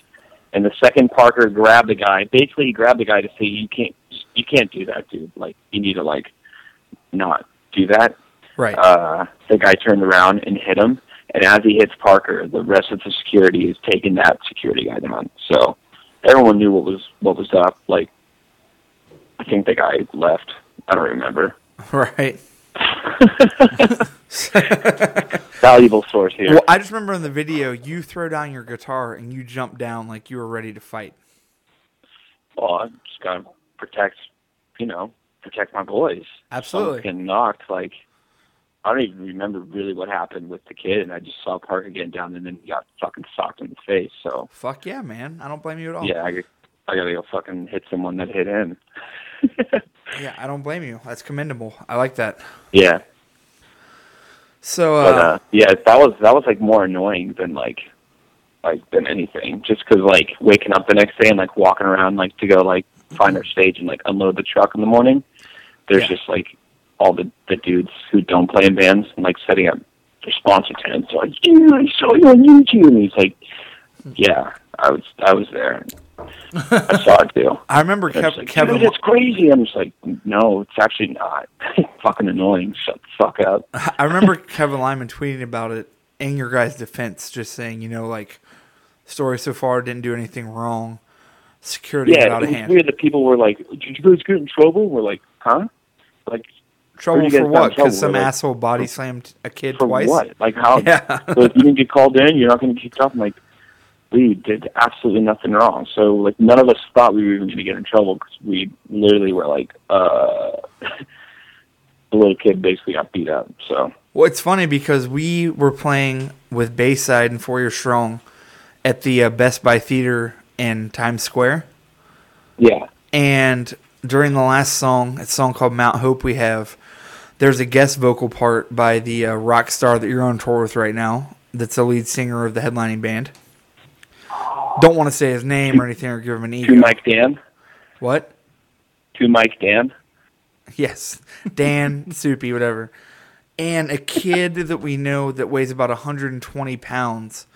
F: And the second Parker grabbed the guy. Basically, he grabbed the guy to say, "You can't, you can't do that, dude. Like, you need to like not do that."
C: Right.
F: Uh, the guy turned around and hit him. And as he hits Parker, the rest of the security is taking that security guy down. So everyone knew what was what was up. Like, I think the guy left. I don't remember.
C: right.
F: Valuable source here.
C: Well, I just remember in the video, you throw down your guitar and you jump down like you were ready to fight.
F: well, I just gotta protect, you know, protect my boys.
C: Absolutely.
F: Someone getting knocked. Like, I don't even remember really what happened with the kid, and I just saw Parker getting down, and then he got fucking socked in the face. So
C: Fuck yeah, man. I don't blame you at all.
F: yeah, I, g- I gotta go fucking hit someone that hit him.
C: Yeah, I don't blame you. That's commendable. I like that.
F: yeah,
C: So, uh,
F: but uh, yeah, that was that was like more annoying than like like than anything. Just 'cause like waking up the next day and like walking around like to go like find our stage and like unload the truck in the morning. There's
C: Yeah.
F: just like all the the dudes who don't play in bands and like setting up their sponsor tents. Like, dude, I saw you on YouTube. And he's like, yeah, I was I was there. I saw it too.
C: I remember
F: They're
C: Kev-
F: just like,
C: Kevin.
F: dude, that's crazy. I'm just like, no, it's actually not. fucking annoying. Shut the fuck up.
C: I remember Kevin Lyman tweeting about it in your guys' defense, just saying, you know, like story so far didn't do anything wrong. Security
F: Yeah,
C: got out
F: it
C: of
F: was
C: hand.
F: weird that people were like, "Did you guys get in trouble?" We're like, "Huh? Like
C: Trouble
F: you guys
C: for
F: got in
C: what? Because
F: trouble,
C: some
F: like,
C: asshole body slammed a kid
F: for
C: twice.
F: what? Like how?
C: Yeah.
F: so if you didn't get called in, you're not going to get kicked off." I'm like, we did absolutely nothing wrong. So like none of us thought we were even going to get in trouble because we literally were like, uh, the little kid basically got beat up. So
C: Well, it's funny because we were playing with Bayside and Four Year Strong at the uh, Best Buy Theater in Times Square.
F: yeah,
C: And during the last song, it's a song called Mount Hope We Have, there's a guest vocal part by the uh, rock star that you're on tour with right now that's the lead singer of the headlining band. Don't want to say his name or anything or give him an
F: two
C: ego.
F: Mike Dan,
C: What?
F: two Mike Dan.
C: Yes. Dan, Soupy, whatever. And a kid that we know that weighs about 120 pounds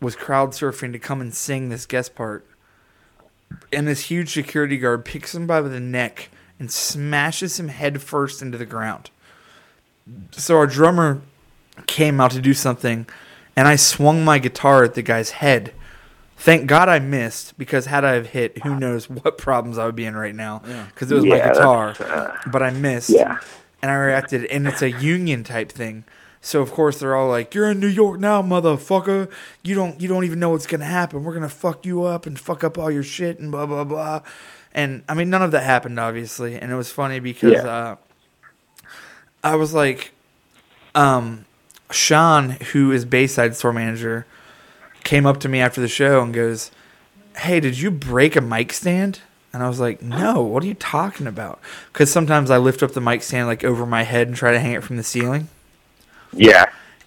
C: was crowd surfing to come and sing this guest part. And this huge security guard picks him by the neck and smashes him head first into the ground. So our drummer came out to do something, and I swung my guitar at the guy's head. Thank God I missed because had I have hit, who knows what problems I would be in right now because it was
F: Yeah,
C: my
F: that's,
C: guitar. but I missed,
F: Uh, Yeah.
C: and I reacted, and it's a union type thing. So of course they're all like, "You're in New York now, motherfucker. You don't you don't even know what's gonna happen. We're gonna fuck you up and fuck up all your shit and blah blah blah." And I mean, none of that happened, obviously, and it was funny because
F: Yeah.
C: uh, I was like, um, Sean, who is Bayside store manager, came up to me after the show and goes, "Hey, did you break a mic stand?" And I was like, "No, what are you talking about?" Because sometimes I lift up the mic stand like over my head and try to hang it from the ceiling,
F: Yeah,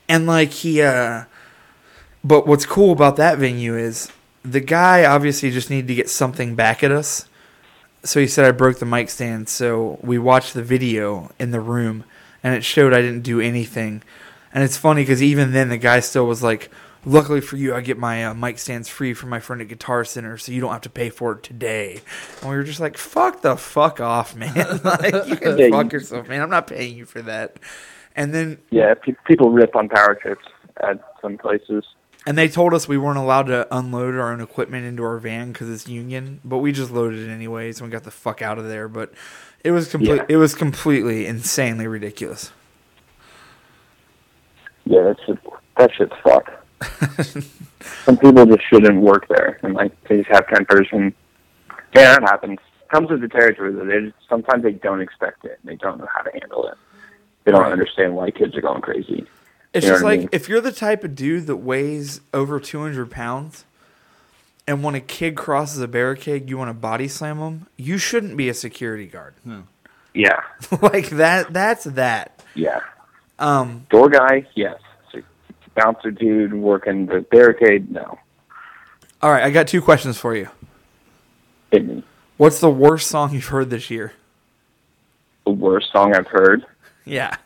C: and like he. uh But what's cool about that venue is the guy obviously just needed to get something back at us. So he said I broke the mic stand. So we watched the video in the room, and it showed I didn't do anything. And it's funny because even then the guy still was like, "Luckily for you, I get my uh, mic stands free from my friend at Guitar Center, so you don't have to pay for it today." And we were just like, "Fuck the fuck off, man! like you
F: Yeah,
C: can
F: you-
C: fuck yourself, man. I'm not paying you for that." And then
F: yeah. Pe- people rip on power trips at some places.
C: and they told us we weren't allowed to unload our own equipment into our van because it's union, but we just loaded it anyways and we got the fuck out of there. But it was complete.
F: Yeah.
C: It was completely insanely ridiculous.
F: Yeah, that shit, that shit's fucked. Some people just shouldn't work there, and like they just have tempers, and yeah, that happens. Comes with the territory. Though. They just, sometimes they don't expect it, and they don't know how to handle it. They don't
C: Right.
F: understand why kids are going crazy.
C: It's
F: You know
C: just
F: what I
C: like
F: mean?
C: if you're the type of dude that weighs over 200 pounds, and when a kid crosses a barricade, you want to body slam him. You shouldn't be a security guard.
F: Yeah,
C: like that. That's that.
F: yeah.
C: Um,
F: Door guy, yes. Bouncer dude working the barricade, no.
C: all right, I got two questions for you.
F: Hit me.
C: What's the worst song you've heard this year?
F: The worst song I've heard.
C: Yeah.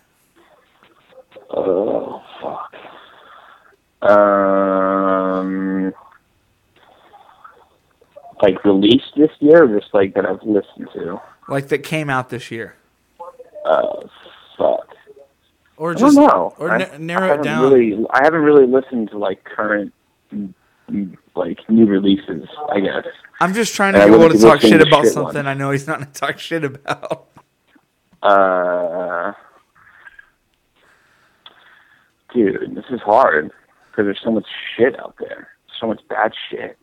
F: Oh fuck. Um, like released this year, or just like that I've listened to.
C: Like that came out this year.
F: Oh fuck.
B: Or
F: I
B: just
F: don't know.
B: or
F: I,
B: na-
F: I
B: narrow it
F: haven't
B: down.
F: Really, I haven't really listened to like current, mm, mm, like new releases. I guess.
C: I'm just trying to
F: And I
C: be able to
F: wouldn't be
C: talk
F: listening
C: shit
F: to
C: about
F: shit
C: something
F: one.
C: I know he's not going to talk shit about.
F: Uh, dude, this is hard because there's so much shit out there, so much bad shit.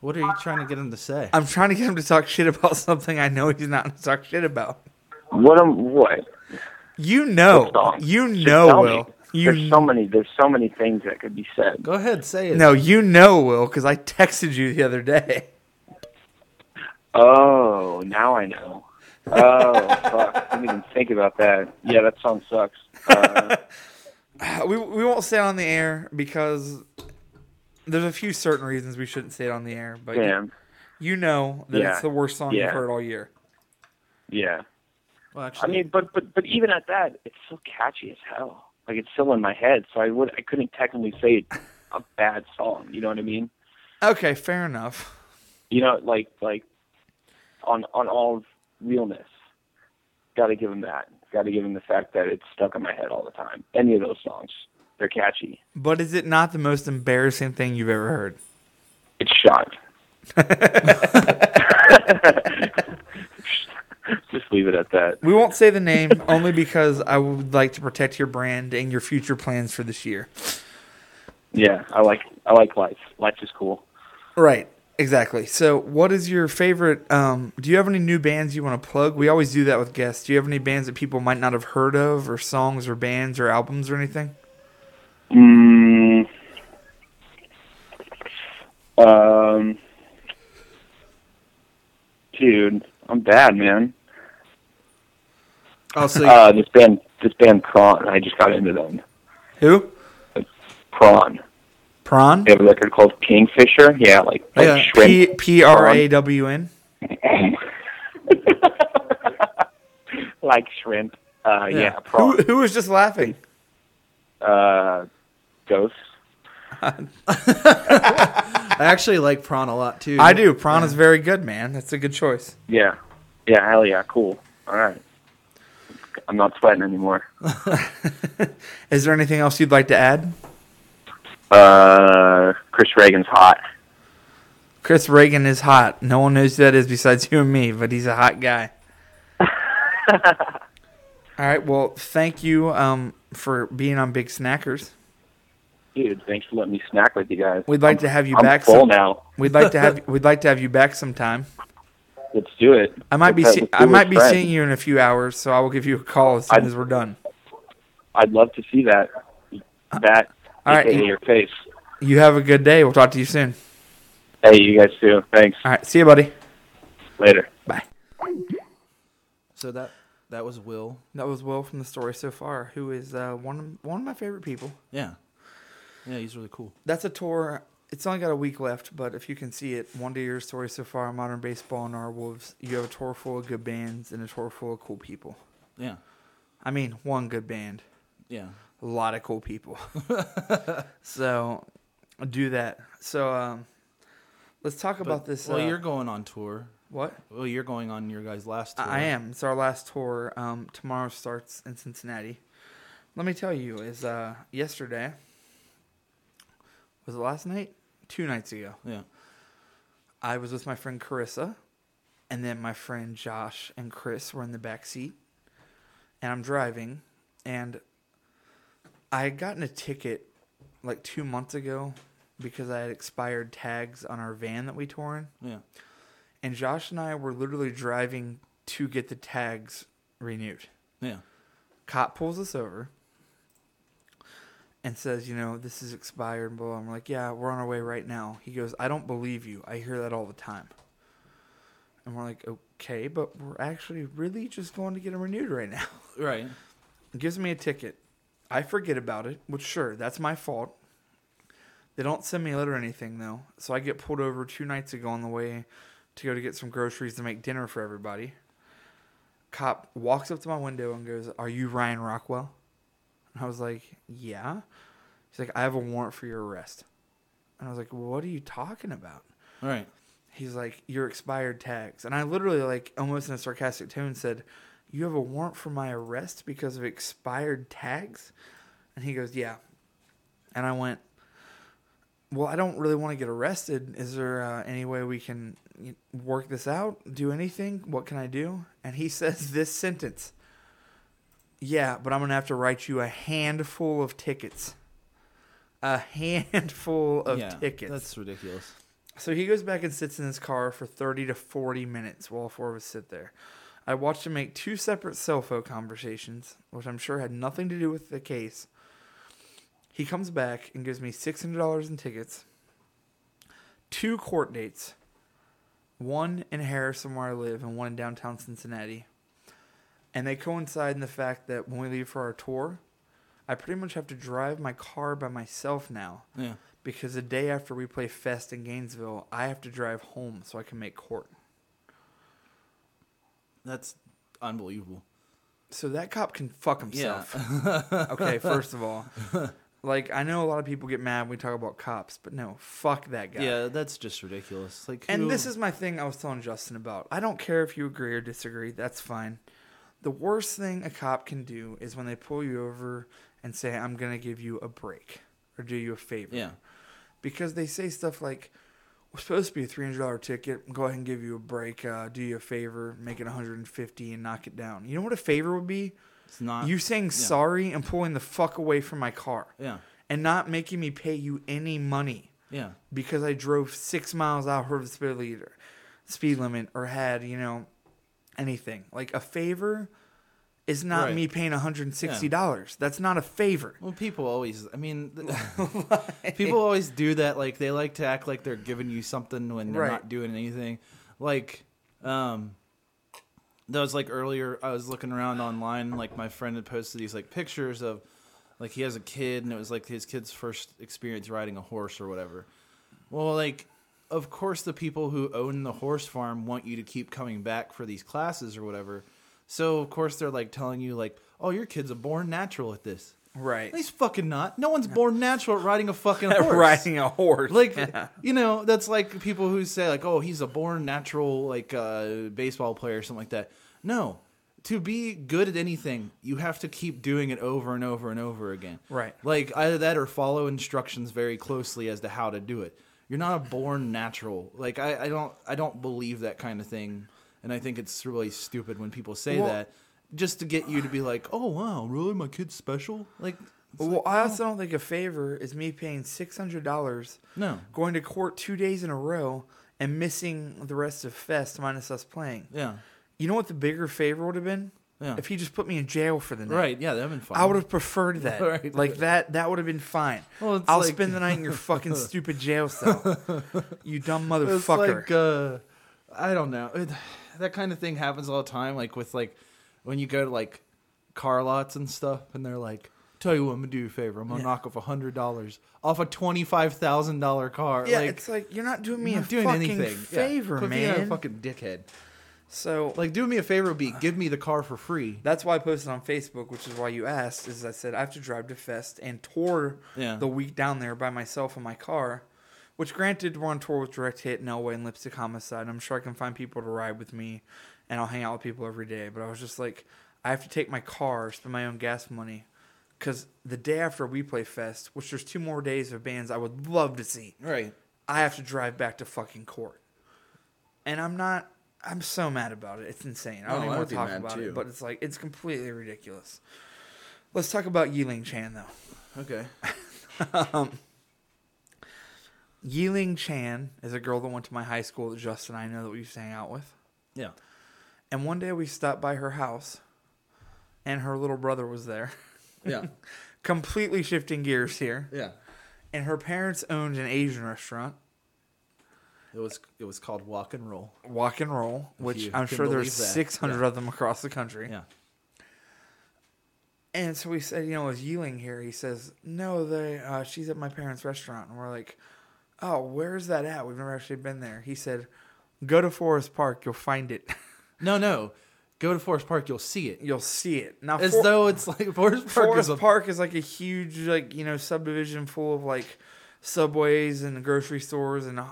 B: What are you trying to get him to say?
C: I'm trying to get him to talk shit about something I know he's not going to talk shit about.
F: What am what?
C: You
F: What
C: know.
F: song?
C: You
F: Just
C: know,
F: tell me.
C: Will.
F: there's
C: You
F: so many. There's so many things that could be said.
B: Go ahead, say it.
C: No, you know, Will, because I texted you the other day.
F: Oh, now I know. Oh, fuck. I didn't even think about that. Yeah, that song sucks. Uh,
C: We, we won't say it on the air because there's a few certain reasons we shouldn't say it on the air, but you-
F: damn.
C: you know that
F: Yeah.
C: it's the worst song
F: Yeah.
C: you've heard all year.
F: Yeah.
B: Well,
F: I
B: actually,
F: mean, but but but even at that, it's so catchy as hell. Like it's still in my head, so I would I couldn't technically say it's a bad song. You know what I mean?
C: Okay, fair enough.
F: You know, like like on on all realness, got to give him that. Got to give him the fact that it's stuck in my head all the time. Any of those songs, they're catchy.
C: But is it not the most embarrassing thing you've ever heard?
F: It's shot. Just leave it at that.
C: We won't say the name only because I would like to protect your brand and your future plans for this year.
F: Yeah, I like I like life. Life is cool.
C: Right. Exactly. So, what is your favorite? Um, do you have any new bands you want to plug? We always do that with guests. Do you have any bands that people might not have heard of, or songs, or bands, or albums, or anything?
F: Mm, um, dude, I'm bad, man.
B: oh, so
F: Uh, this band, this band Prawn. I just got into them.
C: Who?
F: Prawn.
C: Prawn.
F: They have a record called Kingfisher. Yeah, like, like
B: Yeah,
F: shrimp.
C: P P R A W N.
F: like shrimp. Uh, yeah,
C: Who
F: prawn.
C: Who was just laughing?
F: Uh, ghosts.
B: I actually like prawn a lot too.
C: I do. Prawn is very good, man. That's a good choice.
F: Yeah, yeah, hell yeah, cool. All right, I'm not sweating anymore.
C: Is there anything else you'd like to add?
F: Uh, Chris Reagan's hot.
C: Chris Reagan is hot. No one knows who that is besides you and me, but he's a hot guy. All right. Well, thank you um, for being on Big Snackers.
F: Dude, thanks for letting me snack with you guys.
C: We'd like
F: I'm-
C: to have you
F: I'm
C: back
F: Full
C: some-
F: now.
C: We'd like to have we'd like to have you back sometime.
F: Let's do it.
C: I might be
F: Let's-
C: see-
F: let's do
C: I
F: it
C: might
F: with
C: be
F: friends.
C: seeing you in a few hours, so I will give you a call as soon
F: I-
C: as we're done.
F: I'd love to see that. That.
C: Uh, All right.
F: AKA your face.
C: You have a good day. We'll talk to you soon.
F: Hey, you guys too. Thanks.
C: All right. See you, buddy.
F: Later.
C: Bye.
B: So that that was Will.
C: That was Will from the story so far, who is uh, one of, one of my favorite people.
B: Yeah, yeah, he's really cool.
C: That's a tour. It's only got a week left, but if you can see it, one day your story so far, modern baseball and our wolves. You have a tour full of good bands and a tour full of cool people.
B: Yeah,
C: I mean, one good band,
B: yeah.
C: a lot of cool people. so do that. So um, let's talk about this.
B: Well,
C: uh,
B: you're going on tour.
C: what?
B: Well, you're going on your guys' last tour.
C: I I am. It's our last tour. Um, tomorrow starts in Cincinnati. Let me tell you, is uh, yesterday was it last night? Two nights ago,
B: Yeah.
C: I was with my friend Carissa, and then my friend Josh and Chris were in the back seat, and I'm driving, and I had gotten a ticket like two months ago because I had expired tags on our van that we tore in
B: Yeah.
C: and Josh and I were literally driving to get the tags renewed.
B: Yeah.
C: Cop pulls us over and says, you know, this is expired, blah, blah. I'm like, yeah, we're on our way right now. He goes, I don't believe you. I hear that all the time. And we're like, okay, but we're actually really just going to get them renewed right now.
B: Right.
C: Gives me a ticket. I forget about it, which, sure, that's my fault. They don't send me a letter or anything though, so I get pulled over two nights ago on the way to go to get some groceries to make dinner for everybody. Cop walks up to my window and goes, "Are you Ryan Rockwell?" And I was like, "Yeah." He's like, "I have a warrant for your arrest." And I was like, "What are you talking about?"
B: Right.
C: He's like, "Your expired tags," and I literally, like, almost in a sarcastic tone, said, "You have a warrant for my arrest because of expired tags?" And he goes, "Yeah." And I went, well, I don't really want to get arrested. Is there uh, any way we can y- work this out? Do anything? What can I do? And he says this sentence Yeah, but I'm gonna have to write you a handful of tickets. A handful of
B: yeah,
C: tickets.
B: That's ridiculous.
C: So he goes back and sits in his car for 30 to 40 minutes while all four of us sit there. I watched him make two separate cell phone conversations, which I'm sure had nothing to do with the case. He comes back and gives me $600 in tickets, two court dates, one in Harrison, where I live, and one in downtown Cincinnati. And they coincide in the fact that when we leave for our tour, I pretty much have to drive my car by myself now
B: Yeah.
C: because the day after we play Fest in Gainesville, I have to drive home so I can make court.
B: That's unbelievable.
C: So that cop can fuck
B: Yeah.
C: himself. okay, first of all, like I know a lot of people get mad when we talk about cops, but no, fuck that guy.
B: yeah, that's just ridiculous. Like
C: And
B: who-
C: this is my thing I was telling Justin about. I don't care if you agree or disagree, that's fine. The worst thing a cop can do is when they pull you over and say, I'm going to give you a break or do you a favor.
B: Yeah.
C: Because they say stuff like, we're supposed to be a $300 ticket. Go ahead and give you a break. Uh, do you a favor. Make it 150 and knock it down. You know what a favor would be?
B: It's not
C: you saying sorry and pulling the fuck away from my car.
B: Yeah.
C: And not making me pay you any money
B: Yeah.
C: because I drove six miles out of the speed leader, speed limit, or had you know anything like a favor is not
B: Right.
C: me paying one hundred and sixty dollars. That's not a favor.
B: Well, people always. I mean, th- people always do that. Like they like to act like they're giving you something when they're
C: Right.
B: not doing anything. Like, um, that was like earlier. I was looking around online. Like my friend had posted these like pictures of, like he has a kid, and it was like his kid's first experience riding a horse or whatever. Well, like, of course, the people who own the horse farm want you to keep coming back for these classes or whatever. So of course they're like telling you like, oh, your kid's a born natural at this.
C: Right,
B: He's fucking not. No one's born natural at riding a fucking horse.
C: riding a horse.
B: Like you know, that's like people who say like, "Oh, he's a born natural like uh, baseball player or something like that." No, to be good at anything, you have to keep doing it over and over and over again.
C: Right.
B: Like either that or follow instructions very closely as to how to do it. You're not a born natural. Like I, I don't, I don't believe that kind of thing, and I think it's really stupid when people say
C: Well-
B: that just to get you to be like, "Oh wow, really? My kid's special?" Like. oh.
C: well, I also don't think a favor is me paying six hundred dollars.
B: No.
C: going to court two days in a row and missing the rest of Fest minus us playing.
B: Yeah.
C: You know what the bigger favor would have been?
B: Yeah.
C: If he just put me in jail for the night.
B: Right. Yeah, that'd been fun.
C: I would have preferred that.
B: Right.
C: Like that that would have been fine.
B: Well, it's
C: I'll
B: like-
C: spend the night in your fucking stupid jail cell. You dumb
B: It's
C: motherfucker.
B: like uh, I don't know. It, that kind of thing happens all the time. Like with like when you go to like car lots and stuff, and they're like, "Tell you what, I'm gonna do you a favor. I'm gonna knock off a hundred dollars off a twenty five thousand dollar car."
C: yeah,
B: like,
C: it's like you're not doing me
B: you're
C: a fucking favor,
B: yeah. Quit being
C: man.
B: a fucking dickhead.
C: so
B: Like, do me a favor, would be give me the car for free.
C: that's why I posted on Facebook, which is why you asked, is I said I have to drive to Fest and tour
B: Yeah.
C: the week down there by myself in my car. Which granted we're on tour with Direct Hit and Elway and Lipstick Homicide. I'm sure I can find people to ride with me and I'll hang out with people every day. But I was just like, I have to take my car, spend my own gas money. Cause the day after we play Fest, which there's two more days of bands I would love to see.
B: Right.
C: I have to drive back to fucking court. And I'm not. I'm so mad about it. It's insane. I don't
B: No,
C: even
B: I
C: want
B: would
C: to
B: Oh, be
C: talk
B: mad
C: about
B: too.
C: it, but it's like it's completely ridiculous. Let's talk about Yiling Chan though.
B: Okay.
C: Yiling Chan is a girl that went to my high school that Justin and I know that we used to hang out with.
B: Yeah.
C: And one day we stopped by her house, and her little brother was there.
B: Yeah.
C: completely shifting gears here.
B: yeah.
C: And her parents owned an Asian restaurant.
B: It was it was called Walk and Roll.
C: Walk and roll, which
B: you
C: I'm
B: can
C: sure there's
B: believe that.
C: 600 of them across the country.
B: Yeah.
C: And so we said, you know, is Ewing here? He says, no, they, uh, she's at my parents' restaurant. And we're like, oh, where's that at? We've never actually been there. He said, go to Forest Park. You'll find it.
B: No, no. Go to Forest Park. You'll see it.
C: you'll see it. Now,
B: As
C: For-
B: though it's like Forest Park
C: Forest
B: is a
C: Park is like a huge, like, you know, subdivision full of like subways and grocery stores and uh,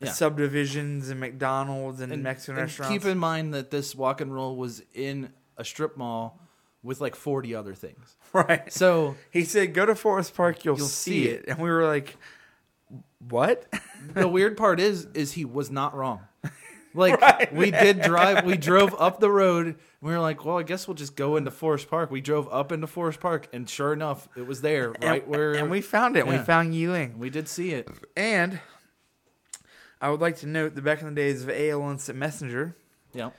B: Yeah.
C: subdivisions and McDonald's and, Mexican
B: and
C: restaurants.
B: Keep in mind that this walk and roll was in a strip mall with like 40 other things.
C: right.
B: So
C: He said, go to Forest Park. You'll,
B: You'll
C: see,
B: see
C: it. And we were like, what?
B: the weird part is, is he was not wrong. Like we did drive, we drove up the road. And we were like, well, I guess we'll just go into Forest Park. We drove up into Forest Park, and sure enough, it was there, right where.
C: and we found it. We
B: Yeah.
C: found Yiling.
B: we did see it.
C: And I would like to note that back in the days of AOL Instant Messenger,
B: Yeah.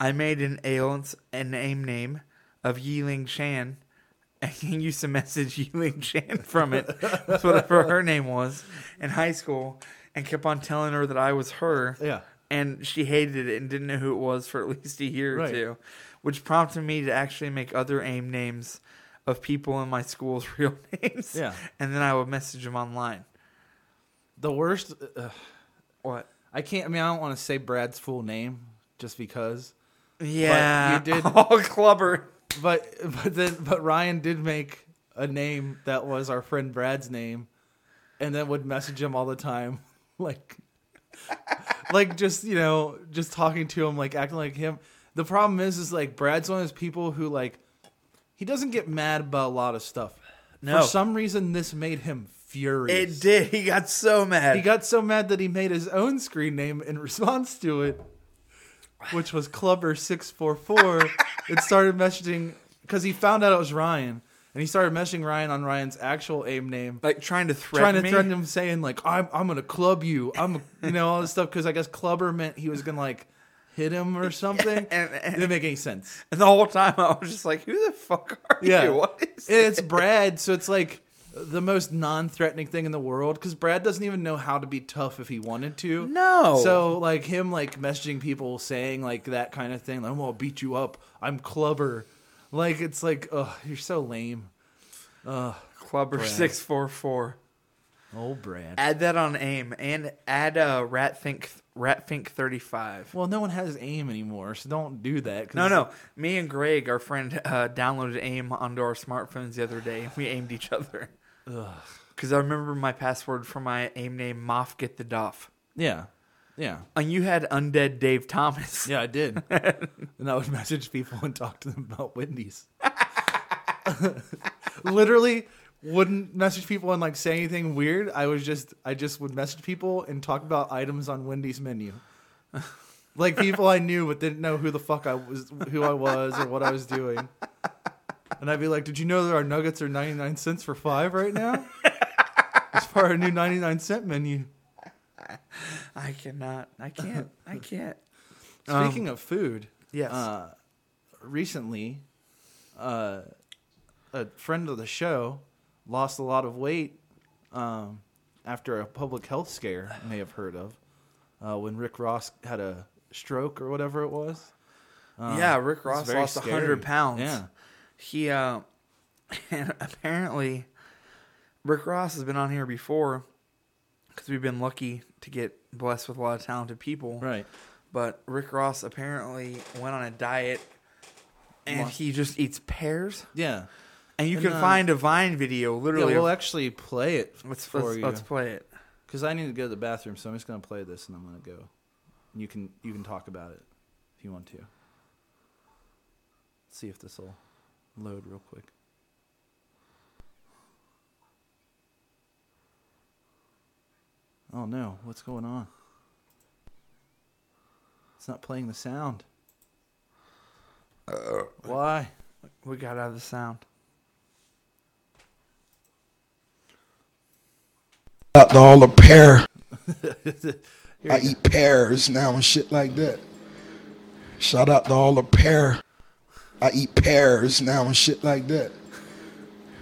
C: I made an AOL and name name of Yiling Shan and used to message Yiling Shan from it. That's whatever her name was in high school and kept on telling her that I was her.
B: Yeah.
C: And she hated it and didn't know who it was for at least a year or
B: Right.
C: two, which prompted me to actually make other AIM names of people in my school's real names.
B: Yeah.
C: And then I would message them online.
B: The worst. Uh,
C: What?
B: I can't. I mean, I don't want to say Brad's full name just because.
C: Yeah.
B: did-
C: All clubber.
B: But but then but Ryan did make a name that was our friend Brad's name, and then would message him all the time, like like just you know just talking to him, like acting like him. The problem is, is like Brad's one of those people who like he doesn't get mad about a lot of stuff.
C: No.
B: For some reason, this made him furious.
C: It did. He got so mad.
B: He got so mad that he made his own screen name in response to it, which was Clubber644. it started messaging because he found out it was Ryan. And he started messaging Ryan on Ryan's actual aim name,
C: like trying to threaten
B: trying to
C: me.
B: threaten him, saying like, "I'm I'm gonna club you," I'm you know all this stuff because I guess clubber meant he was gonna like hit him or something.
C: and- and-
B: didn't make any sense.
C: And the whole time I was just like, "Who the fuck are
B: Yeah.
C: you? What is?"
B: It's Brad, so it's like the most non-threatening thing in the world because Brad doesn't even know how to be tough if he wanted to.
C: No.
B: So like him like messaging people saying like that kind of thing, like I'm gonna beat you up. I'm clubber. Like it's like, ugh, you're so lame.
C: Clubber six four four.
B: Oh Brad.
C: Add that on AIM and add uh, Rat Think Rat Think thirty five.
B: Well, no one has aim anymore, so don't do that. 'cause-
C: No, no. Me and Greg, our friend, uh, downloaded AIM onto our smartphones the other day, and we aimed each other. Because I remember my password for my AIM name, Moff Get the Doff.
B: Yeah. Yeah.
C: And you had Undead Dave Thomas.
B: Yeah, I did. and I would message people and talk to them about Wendy's. Literally wouldn't message people and like say anything weird. I was just I just would message people and talk about items on Wendy's menu. like people I knew but didn't know who the fuck I was who I was or what I was doing. And I'd be like, "Did you know that our nuggets are 99 cents for 5 right now?" It's for our new 99 cent menu.
C: I cannot. I can't. I can't.
B: Speaking of food,
C: Yes.
B: uh, recently, uh, a friend of the show lost a lot of weight um, after a public health scare you may have heard of uh, when Rick Ross had a stroke or whatever it was.
C: yeah, Rick Ross
B: uh, very
C: lost a
B: scary.
C: 100 pounds.
B: Yeah.
C: He, uh, and apparently, Rick Ross has been on here before because we've been lucky to get blessed with a lot of talented people.
B: Right.
C: But Rick Ross apparently went on a diet and he just eats pears.
B: Yeah.
C: And you
B: And,
C: can
B: uh,
C: find a Vine video literally.
B: yeah, we'll
C: of-
B: actually play it
C: let's,
B: for
C: let's,
B: you
C: let's play it.
B: because I need to go to the bathroom, so I'm just gonna play this and I'm gonna go. You can you can talk about it if you want to. See if this will load real quick. Oh no, what's going on? It's not playing the sound. Uh, Why?
C: We got out of the sound.
G: out to all the pear. I eat pears now and shit like that. Shout out to all the pear. I eat pears now and shit like that.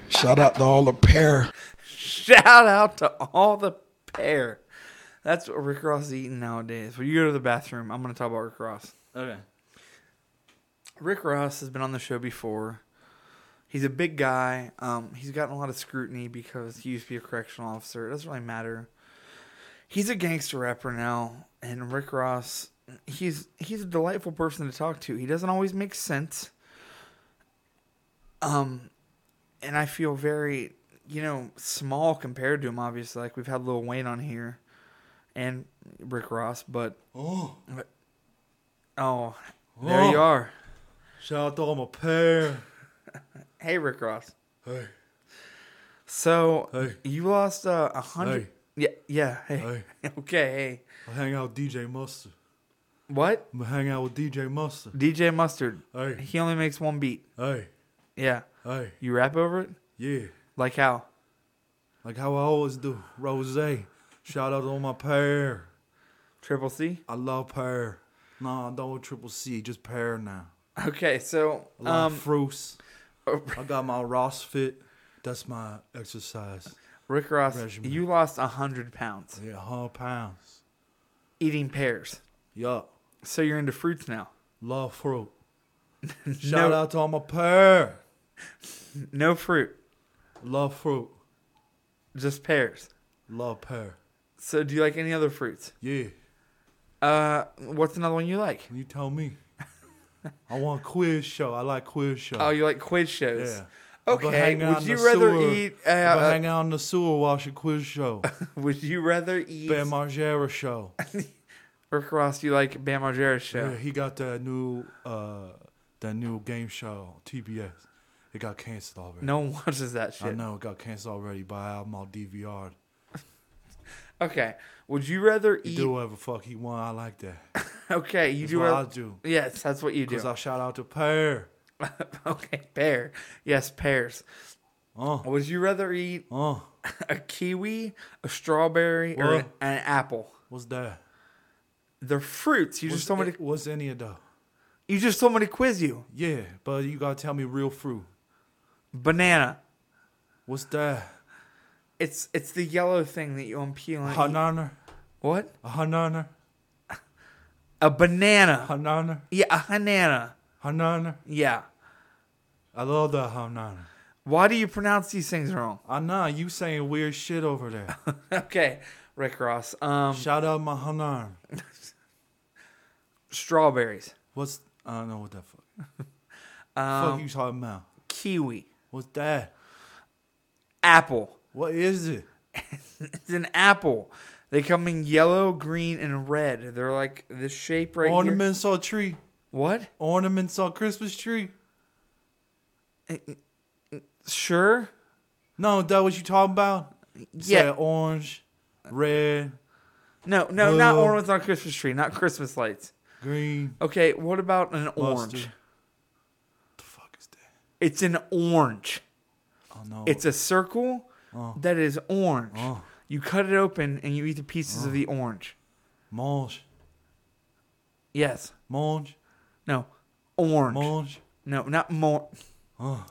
G: Shout out to all the pear.
C: Shout out to all the pear. That's what Rick Ross is eating nowadays. When you go to the bathroom, I'm going to talk about Rick Ross.
B: Okay.
C: Rick Ross has been on the show before. He's a big guy. Um, he's gotten a lot of scrutiny because he used to be a correctional officer. It doesn't really matter. He's a gangster rapper now, and Rick Ross, he's he's a delightful person to talk to. He doesn't always make sense. Um, and I feel very, you know, small compared to him. Obviously, like we've had Lil Wayne on here, and Rick Ross, but but- oh, there you
B: Oh.
C: are.
B: Shout out to all my pear.
C: Hey, Rick Ross.
B: Hey.
C: So
B: Hey.
C: you lost uh, a hundred.
B: Hey.
C: Yeah, yeah. Hey. Okay. Hey.
B: I hang out with DJ Mustard.
C: What?
B: I'm gonna hang out with DJ Mustard.
C: DJ Mustard.
B: Hey.
C: He only makes one beat.
B: Hey,
C: Yeah.
B: hey,
C: You rap over it?
B: yeah.
C: Like how?
B: Like how I always do. Rose. Shout out to all my pair.
C: Triple C?
B: I love pear. No, I don't want triple C, just pear now.
C: Okay, so
B: I love
C: um,
B: fruits.
C: oh,
B: I got my Ross fit. That's my exercise.
C: Rick Ross,
B: regimen.
C: you lost 100 pounds
B: Yeah, hundred pounds.
C: eating pears.
B: Yup.
C: So you're into fruits now.
B: Love fruit. Shout
C: No,
B: out to all my pear.
C: no fruit,
B: Love fruit.
C: just pears.
B: Love pear.
C: So do you like any other fruits?
B: Yeah.
C: Uh, what's another one you like?
B: You tell me. I want quiz show. I like quiz show.
C: Oh, you like quiz shows.
B: yeah. I go
C: Okay.
B: hang out
C: Would
B: in
C: you
B: the
C: rather
B: sewer.
C: eat? Uh,
B: I go hang out in the sewer watch a quiz show.
C: would you rather eat?
B: ben Margera show.
C: Rick Ross, you like Bam Margera's show?
B: Yeah, he got that new uh that new game show TBS. It got canceled already.
C: No one watches that shit.
B: I know it got canceled already, but I have my DVR.
C: Okay. Would you rather
B: He
C: eat?
B: do whatever the fuck he want. I like that.
C: Okay, you
B: That's
C: do.
B: what I
C: rather-
B: do.
C: Yes, that's what you do.
B: Cause I shout out to Pear.
C: okay, pear. Yes, pears.
B: Uh,
C: Would you rather eat
B: uh,
C: a kiwi, a strawberry, or an,
B: Well-
C: an apple?
B: what's that?
C: They're fruits. You
B: What's,
C: just told me. To,
B: what's any of those?
C: you just told me to quiz you.
B: Yeah, but you gotta tell me real fruit.
C: Banana.
B: What's that?
C: It's it's the yellow thing that you unpeel. and eat.
B: Hanana,
C: What?
B: a hanana,
C: A banana.
B: hanana,
C: Yeah, a banana.
B: hanana.
C: Yeah.
B: I love that hanana.
C: Why do you pronounce these things wrong?
B: I know you saying weird shit over there.
C: Okay, Rick Ross. Um,
B: shout out my hanana.
C: strawberries.
B: What's I don't know what that fuck. fuck
C: Um,
B: you talking about?
C: kiwi.
B: What's that?
C: Apple.
B: What is it?
C: It's an apple. They come in yellow, green, and red. They're like this shape right here.
B: Ornaments on tree.
C: What?
B: Ornaments on Christmas tree.
C: Sure.
B: No, that what you talking about? You
C: Yeah.
B: said orange, red,
C: No, no, not
B: Blue.
C: ornaments on Christmas tree, not Christmas lights.
B: green,
C: Okay, what about an orange?
B: mustard. The fuck is that?
C: It's an orange.
B: Oh no.
C: It's a circle that is orange.
B: Oh.
C: You cut it open and you eat the pieces of the orange.
B: mange,
C: Yes.
B: mange,
C: No. Orange.
B: mange.
C: No, not more.
B: Oh.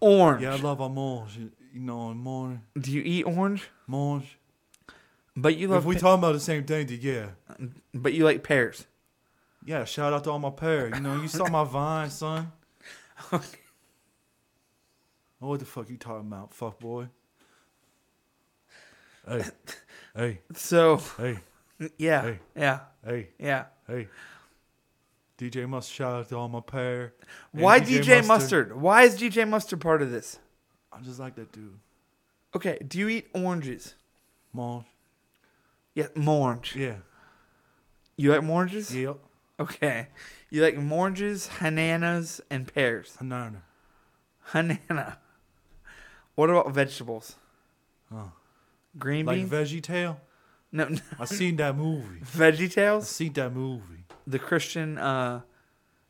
C: Orange.
B: Yeah, I love a mange. You know, in the morning,
C: Do you eat orange?
B: mange.
C: But you
B: If
C: love.
B: we
C: pe-
B: talking about the same thing, then yeah,
C: but you like pears.
B: yeah. Shout out to all my pair. You know, you saw my vine, son.
C: Okay.
B: Oh, what the fuck you talking about, fuck boy? Hey, hey,
C: So
B: hey,
C: yeah,
B: Hey.
C: yeah,
B: hey,
C: yeah.
B: hey. DJ Must shout out to all my pair. And
C: Why DJ, Mustard? Why is DJ Mustard part of this?
B: I just like that dude.
C: Okay. Do you eat oranges?
B: Mom.
C: Yeah, orange.
B: Yeah.
C: You like oranges?
B: Yep.
C: Okay. You like oranges, hananas, and pears.
B: Hanana.
C: Hanana. What about vegetables?
B: Oh.
C: Green
B: Like
C: beans?
B: Veggie Tale.
C: no, no.
B: I seen that movie.
C: Veggie
B: I
C: Tales?
B: seen that movie.
C: The Christian uh,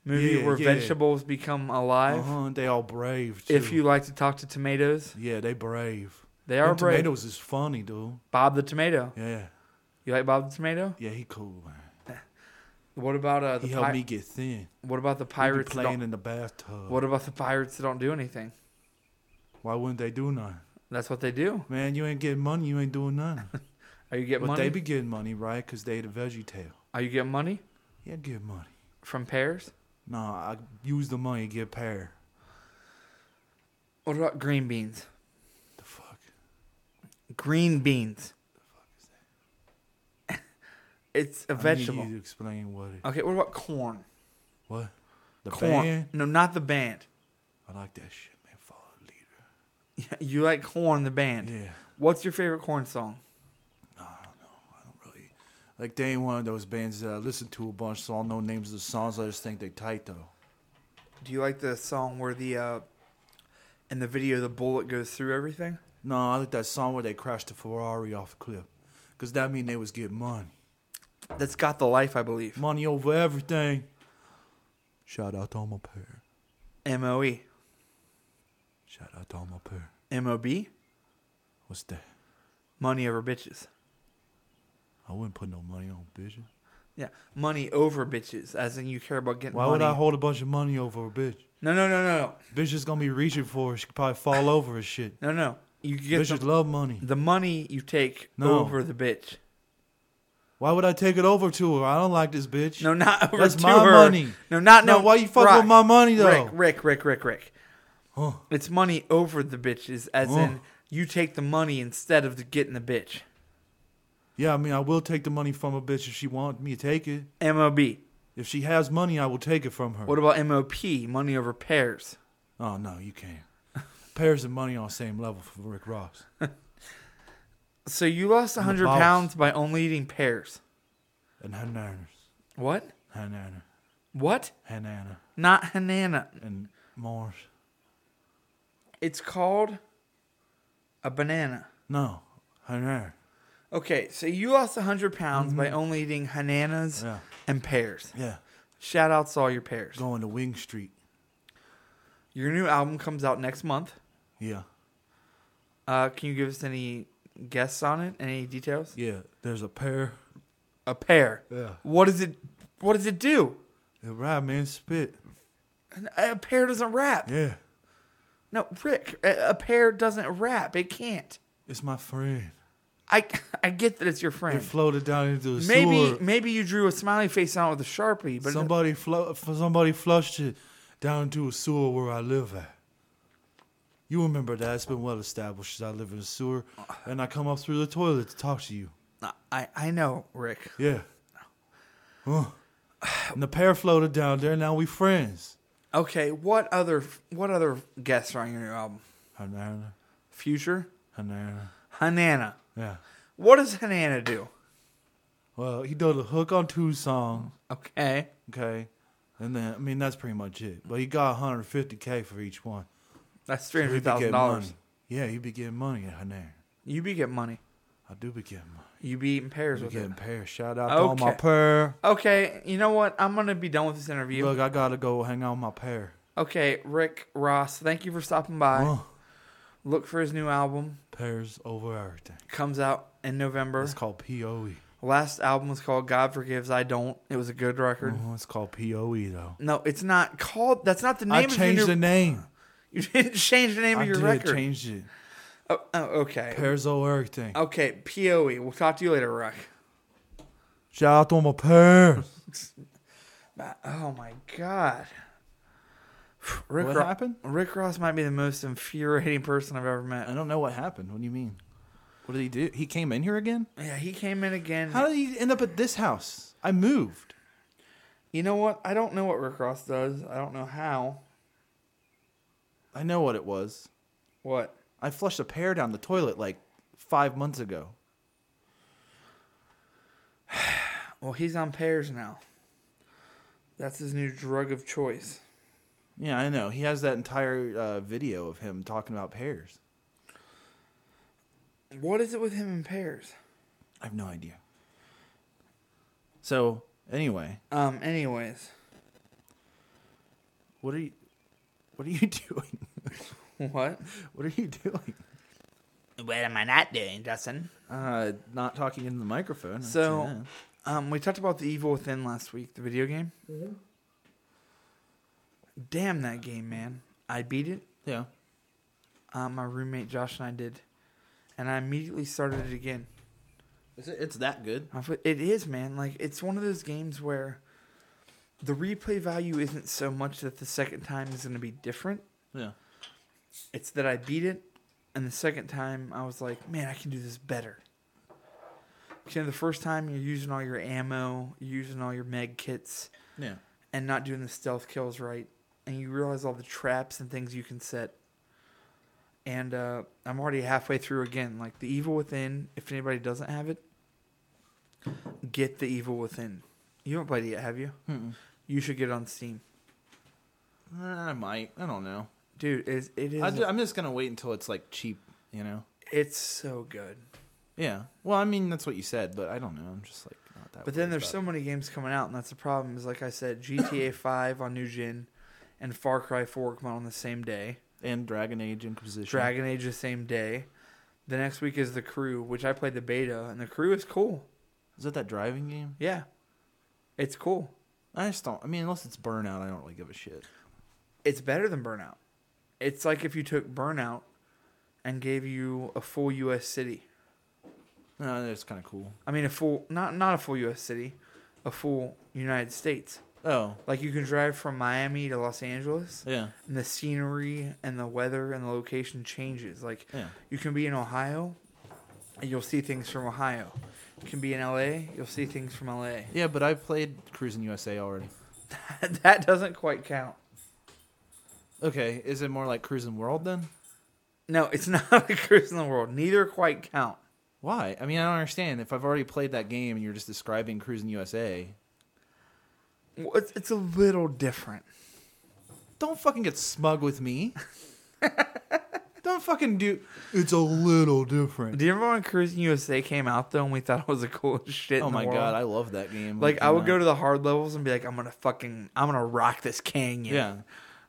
C: movie
B: Yeah,
C: where
B: yeah.
C: vegetables become alive.
B: Uh huh. They all brave. Too.
C: If you like to talk to tomatoes,
B: Yeah, they brave.
C: they are
B: Them
C: brave.
B: Tomatoes is funny, dude.
C: Bob the Tomato.
B: Yeah.
C: You like Bob the Tomato?
B: Yeah, he cool. Man.
C: What about uh, the
B: He helped
C: pi-
B: me get thin.
C: What about the
B: I be
C: pirates? That
B: playing
C: don't-
B: in the bathtub.
C: what about the pirates that don't do anything?
B: Why wouldn't they do nothing?
C: That's what they do.
B: Man, you ain't getting money, you ain't doing nothing.
C: Are you getting
B: but
C: money?
B: they be getting money, right? Because they the veggie tail.
C: Are you getting money
B: Yeah, get money.
C: from pears?
B: No, I use the money to get pair.
C: What about green beans?
B: The fuck?
C: Green beans. it's a
B: I
C: vegetable.
B: need you to explain what it.
C: Okay, what about corn?
B: What? The
C: Corn.
B: band?
C: No, not the band.
B: I like that shit, man. Follow the leader.
C: You like corn, the band.
B: Yeah.
C: What's your favorite corn song?
B: Really. Like they ain't one of those bands that I listen to a bunch, so I don't know names of the songs. I just think they tight though.
C: Do you like the song where the uh in the video the bullet goes through everything?
B: No, I like that song where they crashed the Ferrari off a cliff, cause that mean they was getting money.
C: That's got the life, I believe.
B: Money over everything. Shout out to all my pair.
C: MOE.
B: Shout out to all my pair.
C: MOB.
B: What's that?
C: Money over bitches.
B: I wouldn't put no money on bitches.
C: Yeah. Money over bitches, as in you care about getting
B: Why
C: money.
B: would I hold a bunch of money over a bitch?
C: No, no, no, no, no.
B: Bitch is gonna be reaching for it. She could probably fall over and shit.
C: No, no. You get
B: Bitches
C: the,
B: love money.
C: the money you take
B: No.
C: over the bitch.
B: Why would I take it over to her? I don't like this bitch.
C: No, not over
B: That's
C: to
B: my
C: her.
B: money.
C: No, not
B: No,
C: no.
B: why you fuck with my money, though?
C: Rick, Rick, Rick, Rick, Rick.
B: Huh.
C: It's money over the bitches, as
B: Huh.
C: in you take the money instead of the getting the bitch.
B: Yeah, I mean, I will take the money from a bitch if she wants me to take it.
C: MOB.
B: If she has money, I will take it from her.
C: What about MOP? Money over pairs.
B: Oh no, you can't. Pairs and money on the same level for Rick Ross.
C: So you lost 100
B: boss.
C: pounds by only eating pears.
B: And Hananas.
C: What?
B: Hanana.
C: What?
B: Hanana.
C: Not banana.
B: And Mars.
C: It's called a banana.
B: No. Hanana.
C: Okay, so you lost 100 pounds by only eating bananas
B: Mm-hmm. Yeah.
C: and pears.
B: Yeah.
C: Shout out to all your pears.
B: Going to Wing Street.
C: Your new album comes out next month.
B: Yeah.
C: Uh, can you give us any guests on it? Any details?
B: Yeah. There's a pair.
C: A pear.
B: Yeah.
C: What does it? What does it do?
B: It ride man spit.
C: A pear doesn't rap.
B: Yeah.
C: No, Rick. A, a pear doesn't rap. It can't.
B: It's my friend.
C: I I get that it's your friend.
B: It floated down into the
C: maybe
B: sewer.
C: maybe you drew a smiley face on it with a sharpie, but
B: Somebody flo- somebody flushed it down into a sewer where I live at. You remember that. It's been well established that I live in a sewer and I come up through the toilet to talk to you.
C: I I know, Rick.
B: Yeah. Huh. And the pair floated down there. Now we friends.
C: Okay, what other what other guests are on your new album?
B: Hanana,
C: Future,
B: Hanana.
C: Hanana.
B: Yeah.
C: What does Hanana do?
B: Well, he did a hook on two songs.
C: Okay,
B: Okay. And then, I mean, that's pretty much it. But he got 150K for each one.
C: that's three
B: He
C: hundred
B: be getting
C: thousand dollars.
B: money. Yeah, he be getting money at Hanana.
C: You be getting money.
B: I do be getting money.
C: You be eating pears
B: We
C: with
B: getting
C: it.
B: pair. Shout out to all my
C: Okay.
B: pair.
C: Okay, you know what? I'm gonna be done with this interview.
B: Look, I gotta go hang out with my pair.
C: Okay, Rick Ross, thank you for stopping by.
B: Oh,
C: Look for his new album.
B: pairs over everything.
C: Comes out in November.
B: It's called E. POE.
C: Last album was called God Forgives I Don't. It was a good record.
B: Oh, it's called POE though.
C: No, it's not called. That's not the name.
B: I
C: of
B: changed
C: your
B: the
C: new,
B: name.
C: You didn't change the name
B: I
C: of your
B: did
C: record.
B: change it.
C: Oh, oh, okay.
B: Pairs over everything.
C: Okay. Poe. We'll talk to you later, Rock.
B: Shout out to all my pairs.
C: Oh my God. Rick
B: What
C: Ro-
B: happened?
C: Rick Ross might be the most infuriating person I've ever
B: I
C: met.
B: don't know what happened. What do you mean? What did he do? He came in here again?
C: Yeah, he came in again.
B: How did he end up at this house? I moved.
C: you know what? I don't know what Rick Ross does. I don't know how.
B: I know what it was.
C: What?
B: I flushed a pear down the toilet like five months ago.
C: Well, he's on pears now. That's his new drug of choice.
B: Yeah, I know. He has that entire uh, video of him talking about pears.
C: What is it with him and pears?
B: I have no idea. So anyway,
C: Um. Anyways,
B: what are you? What are you doing?
C: what?
B: What are you doing?
D: What am I not doing, Justin?
B: Uh, not talking into the microphone. I'd say
C: So,
B: that.
C: um, we talked about the Evil Within last week, the video game. Damn that game, man! I beat it.
B: yeah,
C: Uh, my roommate Josh and I did, and I immediately started it again.
B: Is it- it's that good.
C: I put- It is, man. Like it's one of those games where the replay value isn't so much that the second time is going to be different.
B: Yeah,
C: It's that I beat it, and the second time I was like, man, I can do this better. You know, the first time you're using all your ammo, you're using all your med kits,
B: yeah.
C: and not doing the stealth kills right, and you realize all the traps and things you can set. And uh, I'm already halfway through again. Like the Evil Within, if anybody doesn't have it, get the Evil Within. You haven't played it yet, have you? You should get it on Steam,
B: Uh, I might. I don't know.
C: dude. It, it is.
B: I ju- I'm just gonna wait until it's like cheap. You know.
C: it's so good.
B: Yeah. Well, I mean that's what you said, but I don't know. I'm just like not that.
C: But then
B: worried
C: there's
B: about
C: so many games coming out, and that's the problem. Is like I said, GTA 5 on new gen, and Far Cry 4 come out on the same day.
B: it. and Dragon Age Inquisition.
C: Dragon Age the same day. The next week is the Crew, which I played the beta, and the Crew is cool.
B: is that that driving game?
C: Yeah, it's cool.
B: I just don't. I mean, unless it's Burnout, I don't really give a shit.
C: It's better than Burnout. It's like if you took Burnout and gave you a full U.S. city.
B: No, that's kind of cool.
C: I mean, a full not not a full U.S. city, a full United States.
B: Oh
C: Like you can drive from Miami to Los Angeles,
B: yeah,
C: and the scenery and the weather and the location changes. Like
B: Yeah.
C: you can be in Ohio, and you'll see things from Ohio. You can be in L.A., you'll see things from L.A.
B: yeah. But I played Cruising USA already.
C: that doesn't quite count.
B: Okay, is it more like Cruising World then?
C: No, it's not a cruise in the world. Neither quite count.
B: Why? I mean, I don't understand. If I've already played that game and you're just describing Cruising USA,
C: Well, It's, it's a little different.
B: don't fucking get smug with me. don't fucking do. It's a little different.
C: Do you remember when Cruising USA came out though, and we thought it was the coolest shit?
B: Oh
C: in
B: my
C: the world?
B: god, I love that game.
C: like I would go to the hard levels and be like, I'm gonna fucking, I'm gonna rock this canyon.
B: yeah,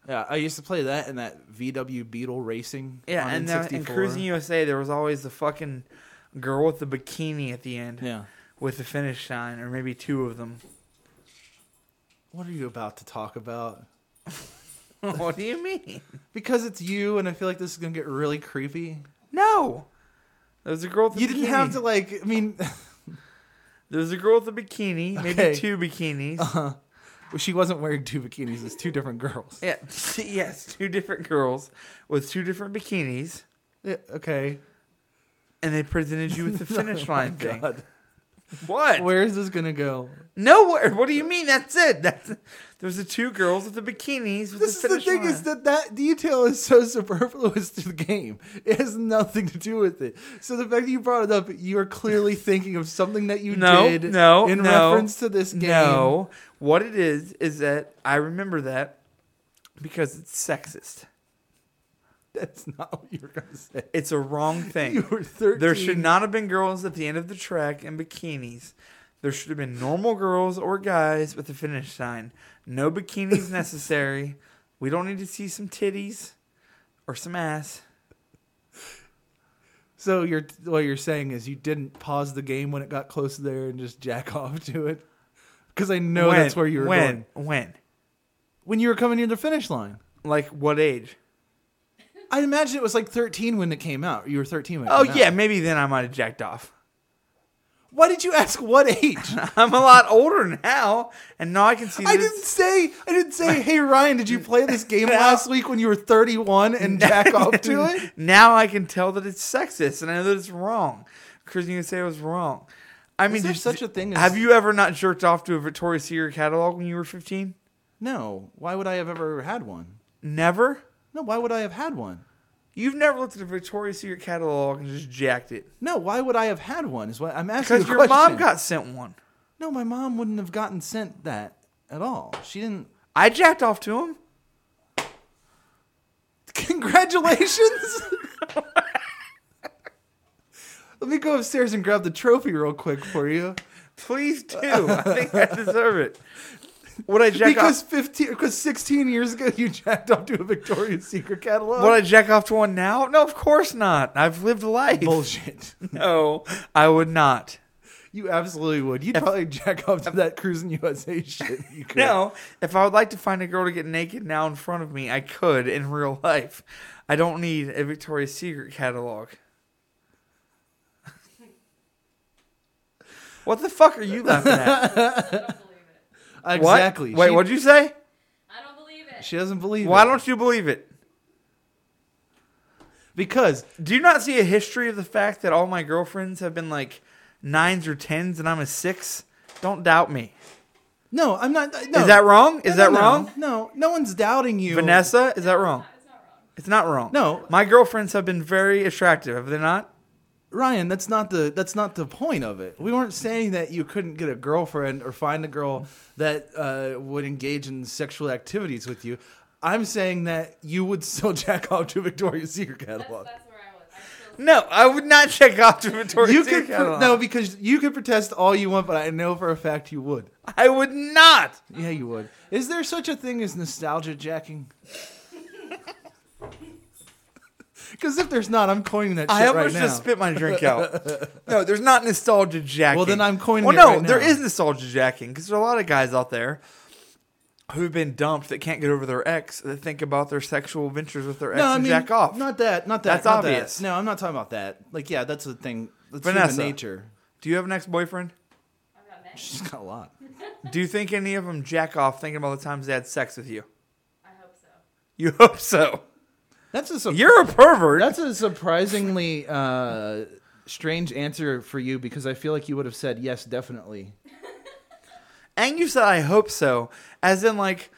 B: yeah. I used to play that and that VW Beetle Racing.
C: yeah.
B: on
C: And then in
B: N64.
C: Cruising USA, there was always the fucking girl with the bikini at the end.
B: Yeah.
C: With the finish sign, or maybe two of them.
B: What are you about to talk about?
C: what do you mean?
B: Because it's you, and I feel like this is gonna get really creepy.
C: No. There was a girl. With the
B: You didn't have
C: bikini.
B: to like. I mean,
C: There was a girl with a bikini,
B: Okay. Uh-huh.
C: maybe two bikinis.
B: she wasn't wearing two bikinis. It's two different girls.
C: Yeah, yes, two different girls with two different bikinis,
B: Yeah, okay.
C: and they presented you with the finish line thing.
B: God.
C: What?
B: Where is this gonna go?
C: Nowhere. What do you mean? That's it. That's there's the two girls with the bikinis.
B: This
C: With the
B: is the
C: finish
B: thing
C: line.
B: is that that detail is so superfluous to the game. It has nothing to do with it. So the fact that you brought it up, you are clearly thinking of something that you
C: no,
B: did
C: no,
B: in
C: no,
B: reference to this game.
C: No, what it is is that I remember that because it's sexist.
B: That's not what you were gonna say.
C: It's a wrong thing.
B: You were 13.
C: There should not have been girls at the end of the track in bikinis. There should have been normal girls or guys with a finish sign. No bikinis necessary. We don't need to see some titties or some ass.
B: So you're what you're saying is you didn't pause the game when it got close there and just jack off to it. Because I know
C: When?
B: that's where you were
C: when?
B: going.
C: When?
B: When you were coming near the finish line.
C: Like what age?
B: I imagine it was like 13 when it came out. You were 13 when it
C: Oh
B: came out.
C: yeah, maybe then I might have jacked off.
B: Why did you ask what age?
C: I'm a lot older now, and now I can see. That
B: I
C: it's-
B: didn't say. I didn't say. Hey Ryan, did you play this game last week when you were 31 and jack off to it?
C: now I can tell that it's sexist, and I know that it's wrong. Christian you say it was wrong. I mean,
B: there
C: did-
B: such a thing as-
C: Have you ever not jerked off to a Victoria's Secret catalog when you were fifteen?
B: No. Why would I have ever had one?
C: Never.
B: No. Why would I have had one?
C: You've never looked at a Victoria's Secret catalog and just jacked it
B: No. Why would I have had one? Is what I'm asking.
C: because
B: the
C: your mom
B: question.
C: got sent one.
B: No, my mom wouldn't have gotten sent that at all. She didn't.
C: I jacked off to him.
B: Congratulations. Let me go upstairs and grab the trophy real quick for you.
C: Please do. I think I deserve it. Would I jack
B: because
C: off?
B: 15 because 16 years ago you jacked off to a Victoria's Secret catalog.
C: Would I jack off to one now? No, of course not. I've lived life.
B: bullshit.
C: No, I would not.
B: You absolutely would. You'd probably jack off to that cruising USA shit. You could.
C: No, if I would like to find a girl to get naked now in front of me, I could in real life. I don't need a Victoria's Secret catalog. what the fuck are you laughing at? What?
B: Uh, exactly.
C: Wait,
B: She-
C: what'd you say?
H: I don't believe it.
B: She doesn't believe.
C: Why
B: it.
C: don't you believe it?
B: Because
C: Do you not see a history of the fact that all my girlfriends have been like nines or tens and I'm a six? Don't doubt me.
B: no, I'm not. No.
C: Is that wrong? Is
B: No,
C: that
B: no, no.
C: wrong?
B: No, no one's doubting you,
C: Vanessa, is that wrong? It's not wrong.
B: No.
C: My girlfriends have been very attractive, have they not?
B: Ryan, that's not the that's not the point of it. We weren't saying that you couldn't get a girlfriend or find a girl that uh, would engage in sexual activities with you. I'm saying that you would still jack off to a Victoria's Secret
H: That's,
B: catalog.
H: that's where I was. I still
C: No, I would not check off the Victoria's
B: You
C: Secret
B: could
C: catalog.
B: no, because you could protest all you want, but I know for a fact you would.
C: I would not.
B: Yeah, you would. Is there such a thing as nostalgia jacking? Because if there's not, I'm coining that shit
C: I
B: right
C: almost
B: now.
C: just spit my drink out. no, there's not nostalgia jacking.
B: Well, then I'm coining
C: Well,
B: it
C: no,
B: right
C: there
B: now.
C: is nostalgia jacking because there's a lot of guys out there who've been dumped that can't get over their ex that think about their sexual ventures with their ex
B: no, I
C: and
B: mean,
C: jack off.
B: Not that. Not that.
C: That's
B: not that.
C: obvious.
B: No, I'm not talking about that. Like, yeah, that's the thing. That's
C: Vanessa.
B: human nature.
C: Do you have an ex boyfriend?
H: I've got many.
B: She's got a lot.
C: Do you think any of them jack off thinking about the times they had sex with you?
H: I hope so.
C: You hope so.
B: That's a. Sur-
C: You're a pervert.
B: that's a surprisingly uh, strange answer for you because I feel like you would have said yes, definitely.
C: And you said, I hope so. As in, like,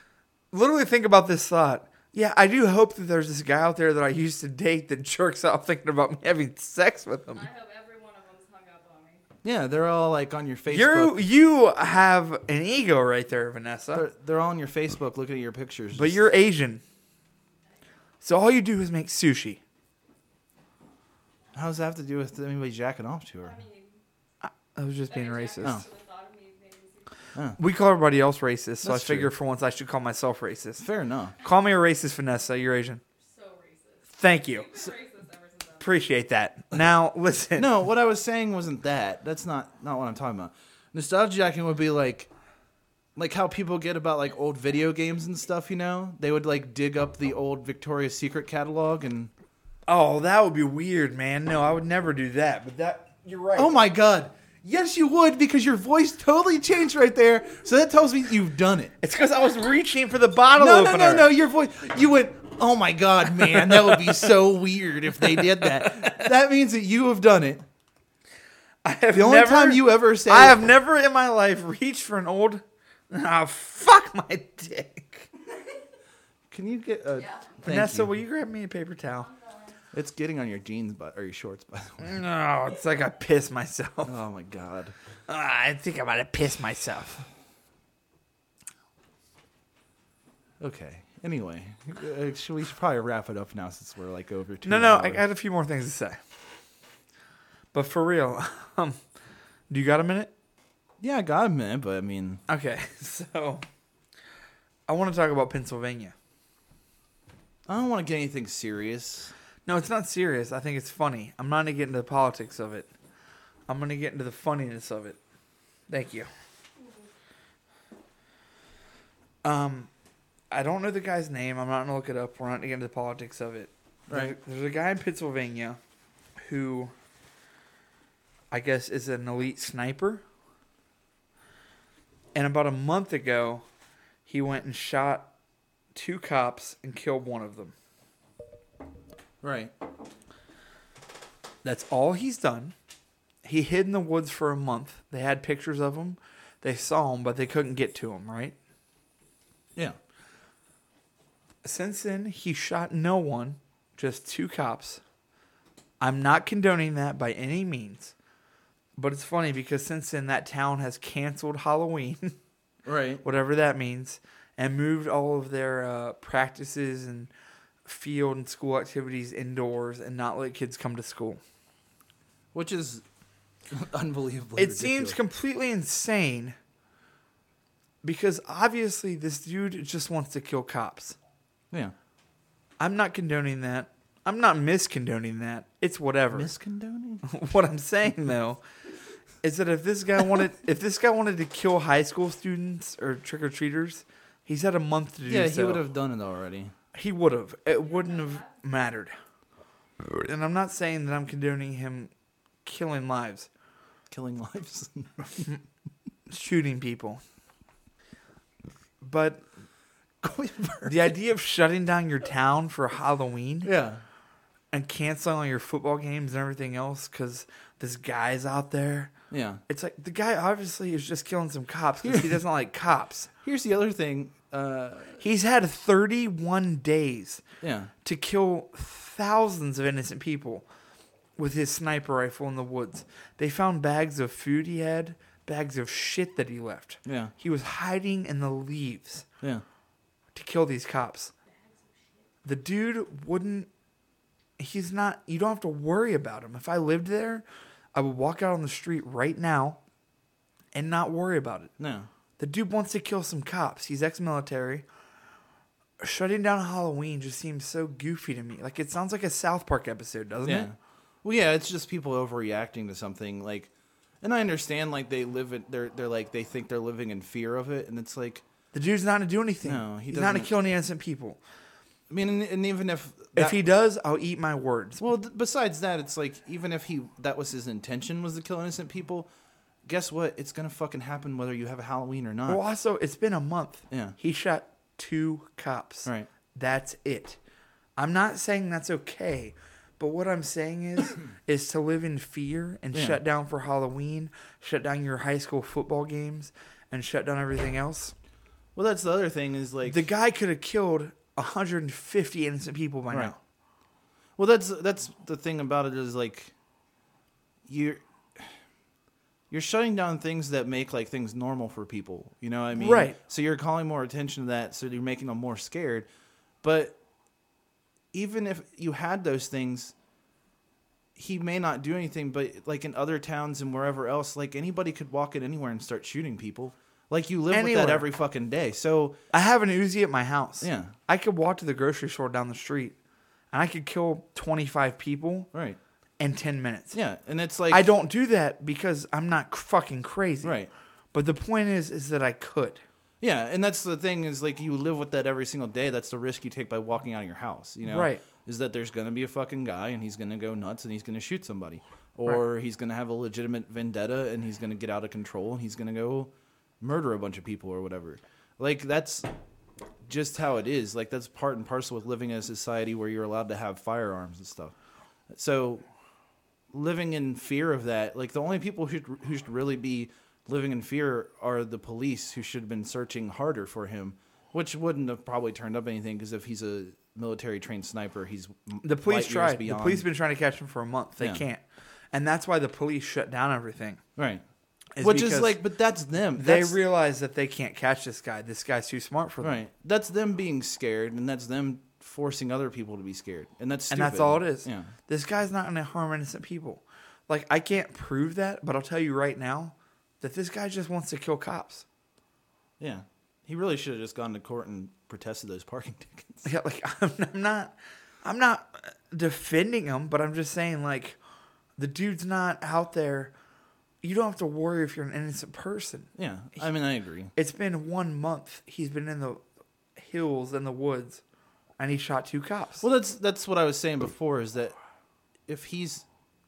C: literally think about this thought. Yeah, I do hope that there's this guy out there that I used to date that jerks off thinking about me having sex with him.
H: I hope every one of them's hung up on me.
B: Yeah, they're all like on your Facebook.
C: You you have an ego right there, Vanessa.
B: They're, they're all on your Facebook looking at your pictures.
C: But you're Asian. So all you do is make sushi.
B: How does that have to do with anybody jacking off to her?
H: I mean,
C: I was just being
H: Jack
C: racist.
H: actually thought of me being super-
C: We call everybody else racist, so
B: Oh. That's
C: I figure
B: true.
C: for once I should call myself racist.
B: Fair enough.
C: Call me a racist, Vanessa. You're Asian.
H: so racist.
C: Thank you.
H: Been racist ever since I
C: Appreciate that. Now, listen.
B: No, what I was saying wasn't that. That's not not what I'm talking about. Nostalgia jacking would be like like how people get about like old video games and stuff, you know? They would like dig up the old Victoria's Secret catalog and
C: Oh, that would be weird, man. No, I would never do that. But that you're right.
B: Oh my god. Yes, you would because your voice totally changed right there. So that tells me you've done it.
C: It's because I was reaching for the bottle
B: No, no,
C: opener.
B: no, no. Your voice. You went. Oh my god, man, that would be so weird if they did that. That means that you have done it.
C: I have
B: The only
C: never-
B: time you ever say,
C: I have never in my life reached for an old. Ah, fuck my dick.
B: Can you get a? Thank
C: Vanessa,
B: you.
C: will you grab me a paper towel?
B: It's getting on your jeans, but or your shorts, by the way.
C: No, it's like I pissed myself.
B: Oh my god.
C: Ah, I think I might have pissed myself.
B: Okay. Anyway, uh, should we should probably wrap it up now since we're like over two.
C: No, no, I
B: hours.
C: had a few more things to say. But for real, um, do you got a minute?
B: yeah, I got a minute, but I mean,
C: Okay, so I want to talk about Pennsylvania.
B: I don't want to get anything serious.
C: No, it's not serious. I think it's funny. I'm not gonna get into the politics of it. I'm gonna get into the funniness of it. Thank you. Um, I don't know the guy's name. I'm not gonna look it up. We're not gonna get into the politics of it.
B: Right.
C: There's a guy in Pennsylvania who I guess is an elite sniper. And about a month ago, he went and shot two cops and killed one of them.
B: Right.
C: That's all he's done. He hid in the woods for a month. They had pictures of him. They saw him, but they couldn't get to him, right?
B: Yeah.
C: Since then, he shot no one, just two cops. I'm not condoning that by any means. But it's funny because since then, that town has canceled Halloween,
B: Right.
C: whatever that means, and moved all of their uh, practices and field and school activities indoors and not let kids come to school.
B: Which is unbelievably.
C: it seems
B: ridiculous.
C: completely insane because obviously this dude just wants to kill cops.
B: yeah.
C: I'm not condoning that. I'm not miscondoning that. It's whatever.
B: Miscondoning.
C: what I'm saying though is that if this guy wanted if this guy wanted to kill high school students or trick or treaters, he's had a month to do
B: Yeah,
C: so.
B: he would have done it already.
C: He would have. It wouldn't have mattered. And I'm not saying that I'm condoning him killing lives.
B: Killing lives.
C: shooting people. But
B: Goldberg.
C: the idea of shutting down your town for Halloween
B: yeah.
C: and canceling all your football games and everything else because this guy's out there.
B: Yeah.
C: It's like the guy obviously is just killing some cops because he doesn't like cops.
B: Here's the other thing. Uh,
C: He's had 31 days
B: yeah.
C: to kill thousands of innocent people with his sniper rifle in the woods. They found bags of food he had, bags of shit that he left.
B: Yeah.
C: He was hiding in the leaves.
B: Yeah.
C: to kill these cops. The dude wouldn't he's not you don't have to worry about him. If I lived there, I would walk out on the street right now and not worry about it.
B: No.
C: The dude wants to kill some cops. He's ex-military. Shutting down Halloween just seems so goofy to me. Like it sounds like a South Park episode, doesn't
B: Yeah.
C: it?
B: Well, yeah, it's just people overreacting to something like, and I understand like they live in they're they're like they think they're living in fear of it, and it's like
C: The dude's not to do anything.
B: No, he
C: he's not to
B: doesn't-
C: kill any innocent people.
B: I mean, and, and even if
C: if
B: that-
C: he does, I'll eat my words.
B: well, th- besides that, it's like even if he that was his intention was to kill innocent people, guess what? It's gonna fucking happen whether you have a Halloween or not.
C: Well, also, it's been a month.
B: Yeah.
C: He shot two cops.
B: Right.
C: That's it. I'm not saying that's okay, but what I'm saying is, is to live in fear and shut down for Halloween, shut down your high school football games, and shut down everything else.
B: Well, that's the other thing is like
C: The guy could have killed 150 innocent people by
B: Right.
C: now.
B: Well, that's that's the thing about it is like you're you're shutting down things that make like things normal for people. You know what I mean?
C: Right.
B: So you're calling more attention to that, so you're making them more scared. But even if you had those things, he may not do anything. But like in other towns and wherever else, like anybody could walk in anywhere and start shooting people. Like you live with that
C: Anywhere.
B: every fucking day. So
C: I have an Uzi at my house.
B: Yeah.
C: I could walk to the grocery store down the street and I could kill 25 people
B: right.
C: in 10 minutes.
B: Yeah, and it's like
C: I don't do that because I'm not c- fucking crazy.
B: Right.
C: But the point is, is that I could.
B: Yeah, and that's the thing is like you live with that every single day. That's the risk you take by walking out of your house. You know,
C: Right.
B: Is that there's going to be a fucking guy and he's going to go nuts and he's going to shoot somebody, or he's going to have a legitimate vendetta and he's going to get out of control and he's going to go murder a bunch of people or whatever. Like that's just how it is. Like that's part and parcel with living in a society where you're allowed to have firearms and stuff. So living in fear of that, like the only people who should, who should really be living in fear are the police who should have been searching harder for him, which wouldn't have probably turned up anything because if he's a military trained sniper, he's m-
C: The
B: light
C: police
B: years
C: tried. The
B: beyond-
C: police been trying to catch him for a month. They
B: Yeah.
C: can't. And that's why the police shut down everything.
B: right,
C: is
B: which is
C: because
B: like, but that's them.
C: They
B: That's-
C: realize that they can't catch this guy. This guy's too smart for them.
B: right. That's them being scared, and that's them forcing other people to be scared, and that's
C: And
B: stupid.
C: that's all it is.
B: Yeah,
C: This guy's not going to harm innocent people. Like, I can't prove that, but I'll tell you right now that this guy just wants to kill cops.
B: yeah. He really should have just gone to court and protested those parking tickets.
C: Yeah, like I'm, I'm not, I'm not defending him, but I'm just saying like, the dude's not out there. You don't have to worry if you're an innocent person.
B: Yeah, I mean, I agree.
C: It's been one month. He's been in the hills and the woods, and he shot two cops.
B: Well, that's that's what I was saying before is that if he's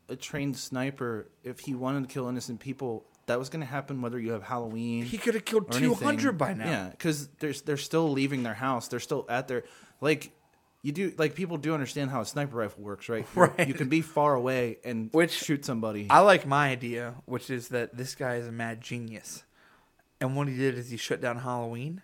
B: a trained sniper, if he wanted to kill innocent people, that was going to happen whether you have Halloween.
C: he could have killed
B: or anything.
C: two hundred by now.
B: Yeah, because they're they're still leaving their house. They're still at their like you do like people do understand how a sniper rifle works, right? You're-
C: Right.
B: You can be far away and
C: Which-
B: shoot somebody.
C: I like my idea, which is that this guy is a mad genius, and what he did is he shut down Halloween.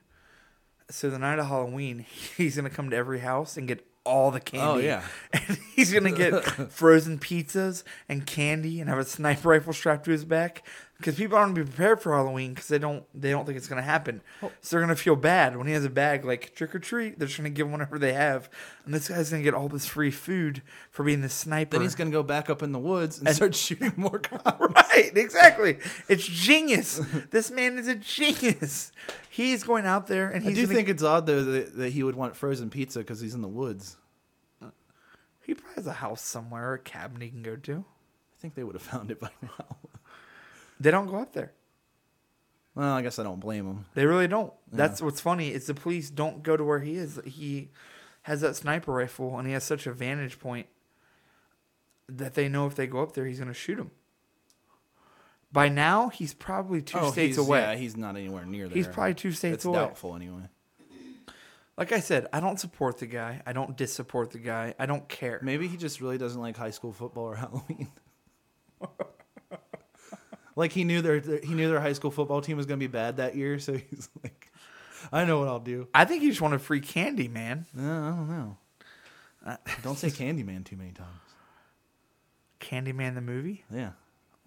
C: So the night of Halloween, he's gonna come to every house and get all the candy.
B: Oh, yeah.
C: and he's gonna get frozen pizzas and candy, and have a sniper rifle strapped to his back because people aren't gonna be prepared for Halloween because they don't they don't think it's gonna happen.
B: Oh.
C: So they're gonna feel bad when he has a bag like trick or treat. They're just gonna give him whatever they have, and this guy's gonna get all this free food for being the sniper.
B: then he's going to go back up in the woods and, start shooting more cops.
C: Right, exactly. It's genius. this man is a genius. He's going out there and
B: I
C: he's
B: do
C: gonna-
B: think it's odd though that, that he would want frozen pizza because he's in the woods.
C: he probably has a house somewhere, or a cabin he can go to.
B: I think they would have found it by now.
C: They don't go up there.
B: Well, I guess I don't blame him.
C: They really don't. That's what's funny is the police don't go to where he is. He has that sniper rifle and he has such a vantage point that they know if they go up there, he's going to shoot him. By now, he's probably two states
B: Oh, he's,
C: away.
B: Yeah, he's not anywhere near there.
C: He's probably two states
B: it's
C: away.
B: Doubtful anyway.
C: Like I said, I don't support the guy. I don't dissupport the guy. I don't care.
B: Maybe he just really doesn't like high school football or Halloween. like he knew their he knew their high school football team was going to be bad that year, so he's like, I know what I'll do.
C: I think he just wanted free candy, man.
B: No, Uh, I don't know. don't say Candyman too many times.
C: Candyman the movie,
B: Yeah.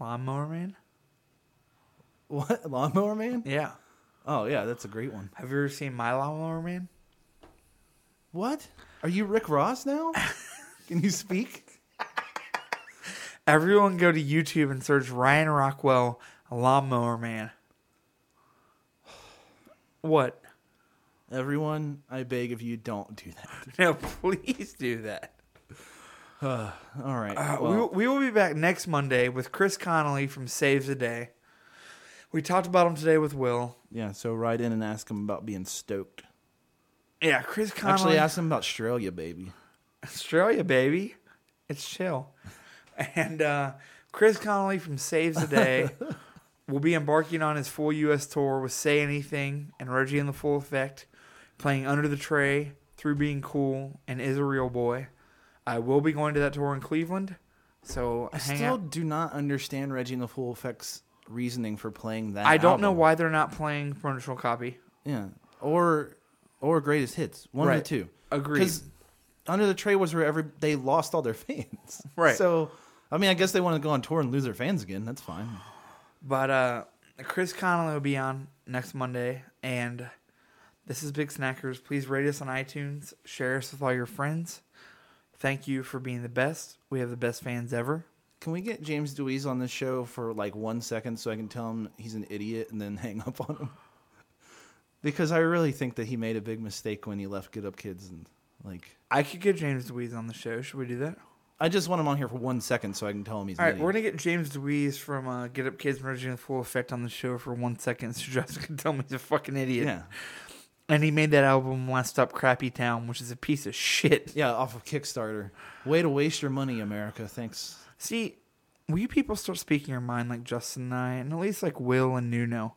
C: Lawnmower Man.
B: What lawnmower man?
C: Yeah.
B: Oh yeah, that's a great one.
C: Have you ever seen My Lawnmower Man?
B: What? Are you Rick Ross now? Can you speak?
C: Everyone go to YouTube and search Ryan Rockwell Lawnmower Man. What?
B: Everyone, I beg of you, don't do that.
C: No, please do that.
B: All right.
C: Uh,
B: well,
C: we, will- we will be back next Monday with Chris Connolly from Saves the Day. We talked about him today with Will.
B: yeah, so write in and ask him about being stoked.
C: Yeah, Chris Connolly.
B: Actually, ask him about Australia, baby.
C: Australia, baby. It's chill. And uh, Chris Connolly from Saves the Day will be embarking on his full U.S. tour with Say Anything and Reggie in the Full Effect, playing Under the Tray, Through Being Cool, and Is a Real Boy. I will be going to that tour in Cleveland. So
B: I
C: hang
B: still
C: out.
B: do not understand Reggie and the Full Effect's reasoning for playing that.
C: I don't know
B: album.
C: why they're not playing Furniture Copy.
B: Yeah, or or greatest hits, one of
C: Right.
B: the two.
C: Agreed.
B: Under the Tray was where every they lost all their fans.
C: Right.
B: So, I mean, I guess they want to go on tour and lose their fans again. That's fine.
C: But uh, Chris Connolly will be on next Monday, and this is Big Snackers. Please rate us on iTunes, share us with all your friends. Thank you for being the best. We have the best fans ever.
B: Can we get James Deweese on this show for like one second so I can tell him he's an idiot and then hang up on him? Because I really think that he made a big mistake when he left Get Up Kids and like
C: I could get James Deweese on the show. Should we do that?
B: I just want him on here for one second so I can tell him he's
C: All
B: an
C: right,
B: idiot.
C: we're gonna get James Deweese from uh, Get Up Kids Merging in Full Effect on the show for one second, so Jessica can tell me he's a fucking idiot.
B: yeah.
C: And he made that album Last Up Crappy Town, which is a piece of shit.
B: Yeah, off of Kickstarter. Way to waste your money, America. Thanks.
C: See, we people start speaking your mind like Justin and I, and at least like Will and Nuno.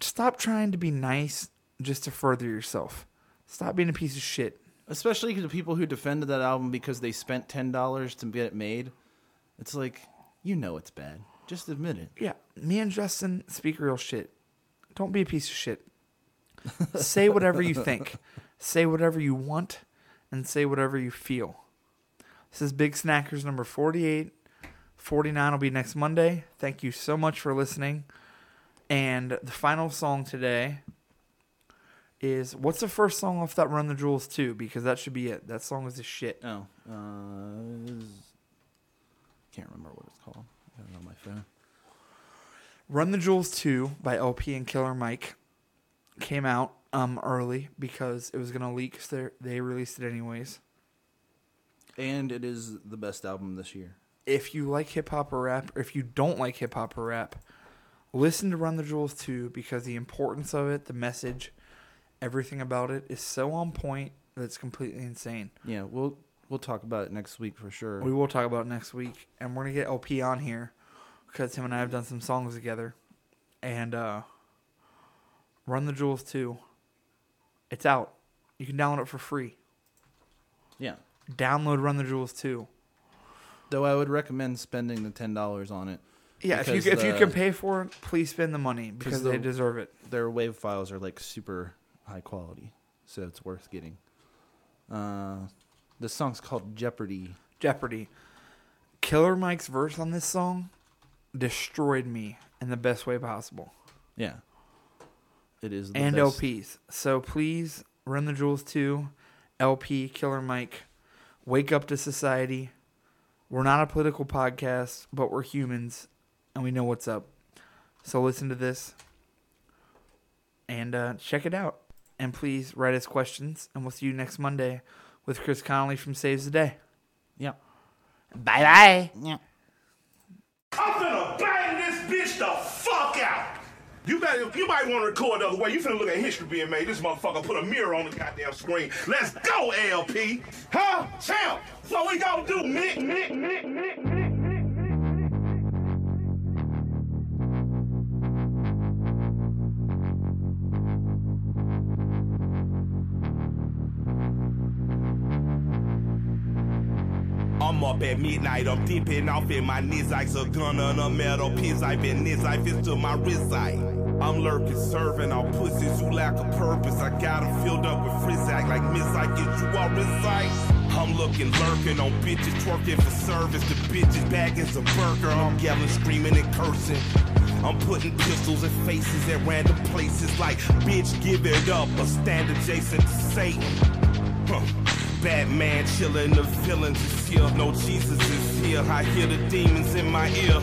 C: Stop trying to be nice just to further yourself. Stop being a piece of shit.
B: Especially to the people who defended that album because they spent ten dollars to get it made. It's like you know it's bad. Just admit it.
C: Yeah, me and Justin speak real shit. Don't be a piece of shit. say whatever you think, say whatever you want, and say whatever you feel. This is Big Snackers number 48. 49 will be next Monday. Thank you so much for listening. And the final song today is what's the first song off that Run the Jewels 2? Because that should be it. That song is a shit.
B: Oh, uh, can't remember what it's called. I don't know my phone.
C: Run the Jewels 2 by LP and Killer Mike came out um, early because it was going to leak, so they- they released it anyways.
B: And it is the best album this year.
C: If you like hip hop or rap, or if you don't like hip hop or rap, listen to Run the Jewels 2 because the importance of it, the message, everything about it is so on point that it's completely insane.
B: Yeah, we'll we'll talk about it next week for sure.
C: We will talk about it next week, and we're gonna get LP on here because him and I have done some songs together, and uh, Run the Jewels too. It's out. You can download it for free.
B: yeah.
C: Download Run the Jewels too.
B: Though I would recommend spending the ten dollars on it.
C: Yeah, if you
B: Because
C: if you
B: the-
C: can pay for it, please spend the money because
B: the-
C: they deserve it.
B: Their wave files are like super high quality, so it's worth getting. Uh, the song's called Jeopardy.
C: Jeopardy. Killer Mike's verse on this song destroyed me in the best way possible.
B: Yeah, it is. The
C: and
B: best.
C: LPs. So please run the jewels too. LP Killer Mike, wake up to society. We're not a political podcast, but we're humans, and we know what's up. So listen to this, and uh, check it out. And please write us questions, and we'll see you next Monday with Chris Connolly from Saves the Day.
B: Yeah.
C: Bye bye.
B: Yeah.
I: I'm finna bang this bitch the fuck out. You better, you might want to record the other way. You finna look at history being made. This motherfucker put a mirror on the goddamn screen. Let's go, LP. Huh? Champ, what we gonna do, Nick, Nick, Nick, Nick, Nick, Nick?
E: I'm up at midnight, I'm dipping off in my knees like a gun on a metal piece. I've been this, I fist to my wrist side. I'm lurking, serving all pussies who lack a purpose. I got 'em filled up with frizz act like miss, I get you all recite. I'm looking, lurking on bitches, twerking for service. The bitches back is a burger. I'm yelling, screaming, and cursing. I'm putting pistols in faces at random places like, bitch, give it up or stand adjacent to Satan. Huh. Batman chilling, the villains is here. No Jesus is here. I hear the demons in my ear.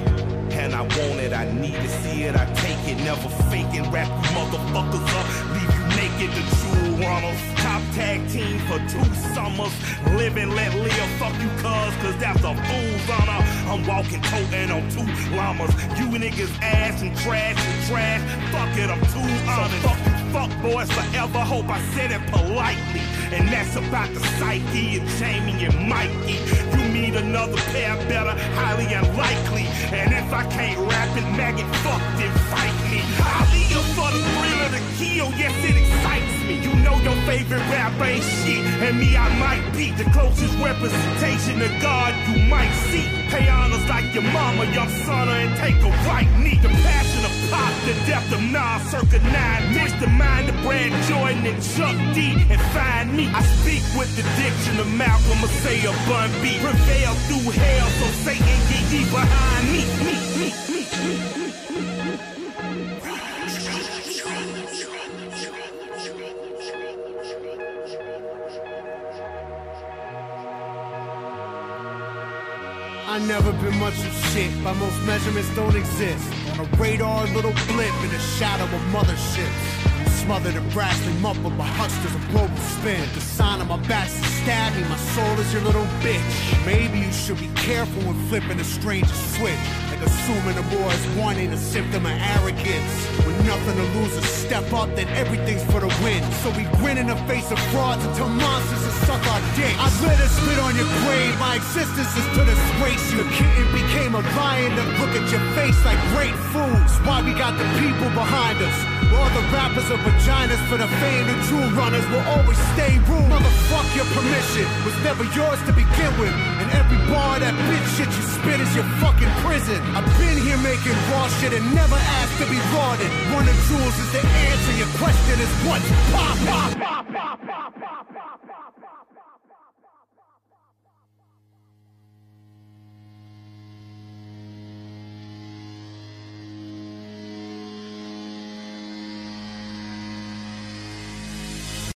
E: And I want it, I need to see it, I take it, never fake it. Wrap you motherfuckers up, leave you naked, the true runners. Top tag team for two summers. Live and let live, fuck you cuz, cuz that's a fool's honor. I'm walking toting on two llamas. You niggas ass and trash and trash. Fuck it, I'm too honest. So fuck you fuck boys forever. Hope I said it politely. And that's about the psyche and Jamie and Mikey. You need another pair better, highly unlikely. And if I can't rap it, maggot, fuck then fight me. I live for the thrill of the kill. Yes, it excites me. You know your favorite rap ain't shit. And me, I might be the closest representation of God you might see. Pay honors like your mama, your son, and take a right knee. The passion of pop, the depth of Nas, circa nine. Mastermind the Brad Jordan and Chuck D. And find me. I speak with the diction of Malcolm, Messiah, Bun B. Prevail through hell, so Satan, ye ye behind me. me, me, me, me, me.
J: I never been much of shit, by most measurements don't exist. On a radar, little blip in the shadow of mothership. Smothered and wrestling up with my hucksters of global spin. The sign on my back's to stab me, my soul is your little bitch. Maybe you should be careful when flipping a stranger's switch. Like assuming a boy is one ain't a symptom of arrogance. With nothing to lose, a step up, then everything's for the win. So we grin in the face of frauds until monsters and suck our dick. I lit a spit on your grave, my existence is to disgrace you. A kitten became a lion to look at your face like great fools. Why we got the people behind us? All the rappers are vaginas for the fame, the true runners will always stay rude. Motherfuck your permission, was never yours to begin with. And every bar of that bitch shit you spit is your fucking prison. I've been here making raw shit and never asked to be lauded. One of jewels is the answer, your question is what's pop, pop, pop, pop, pop, pop.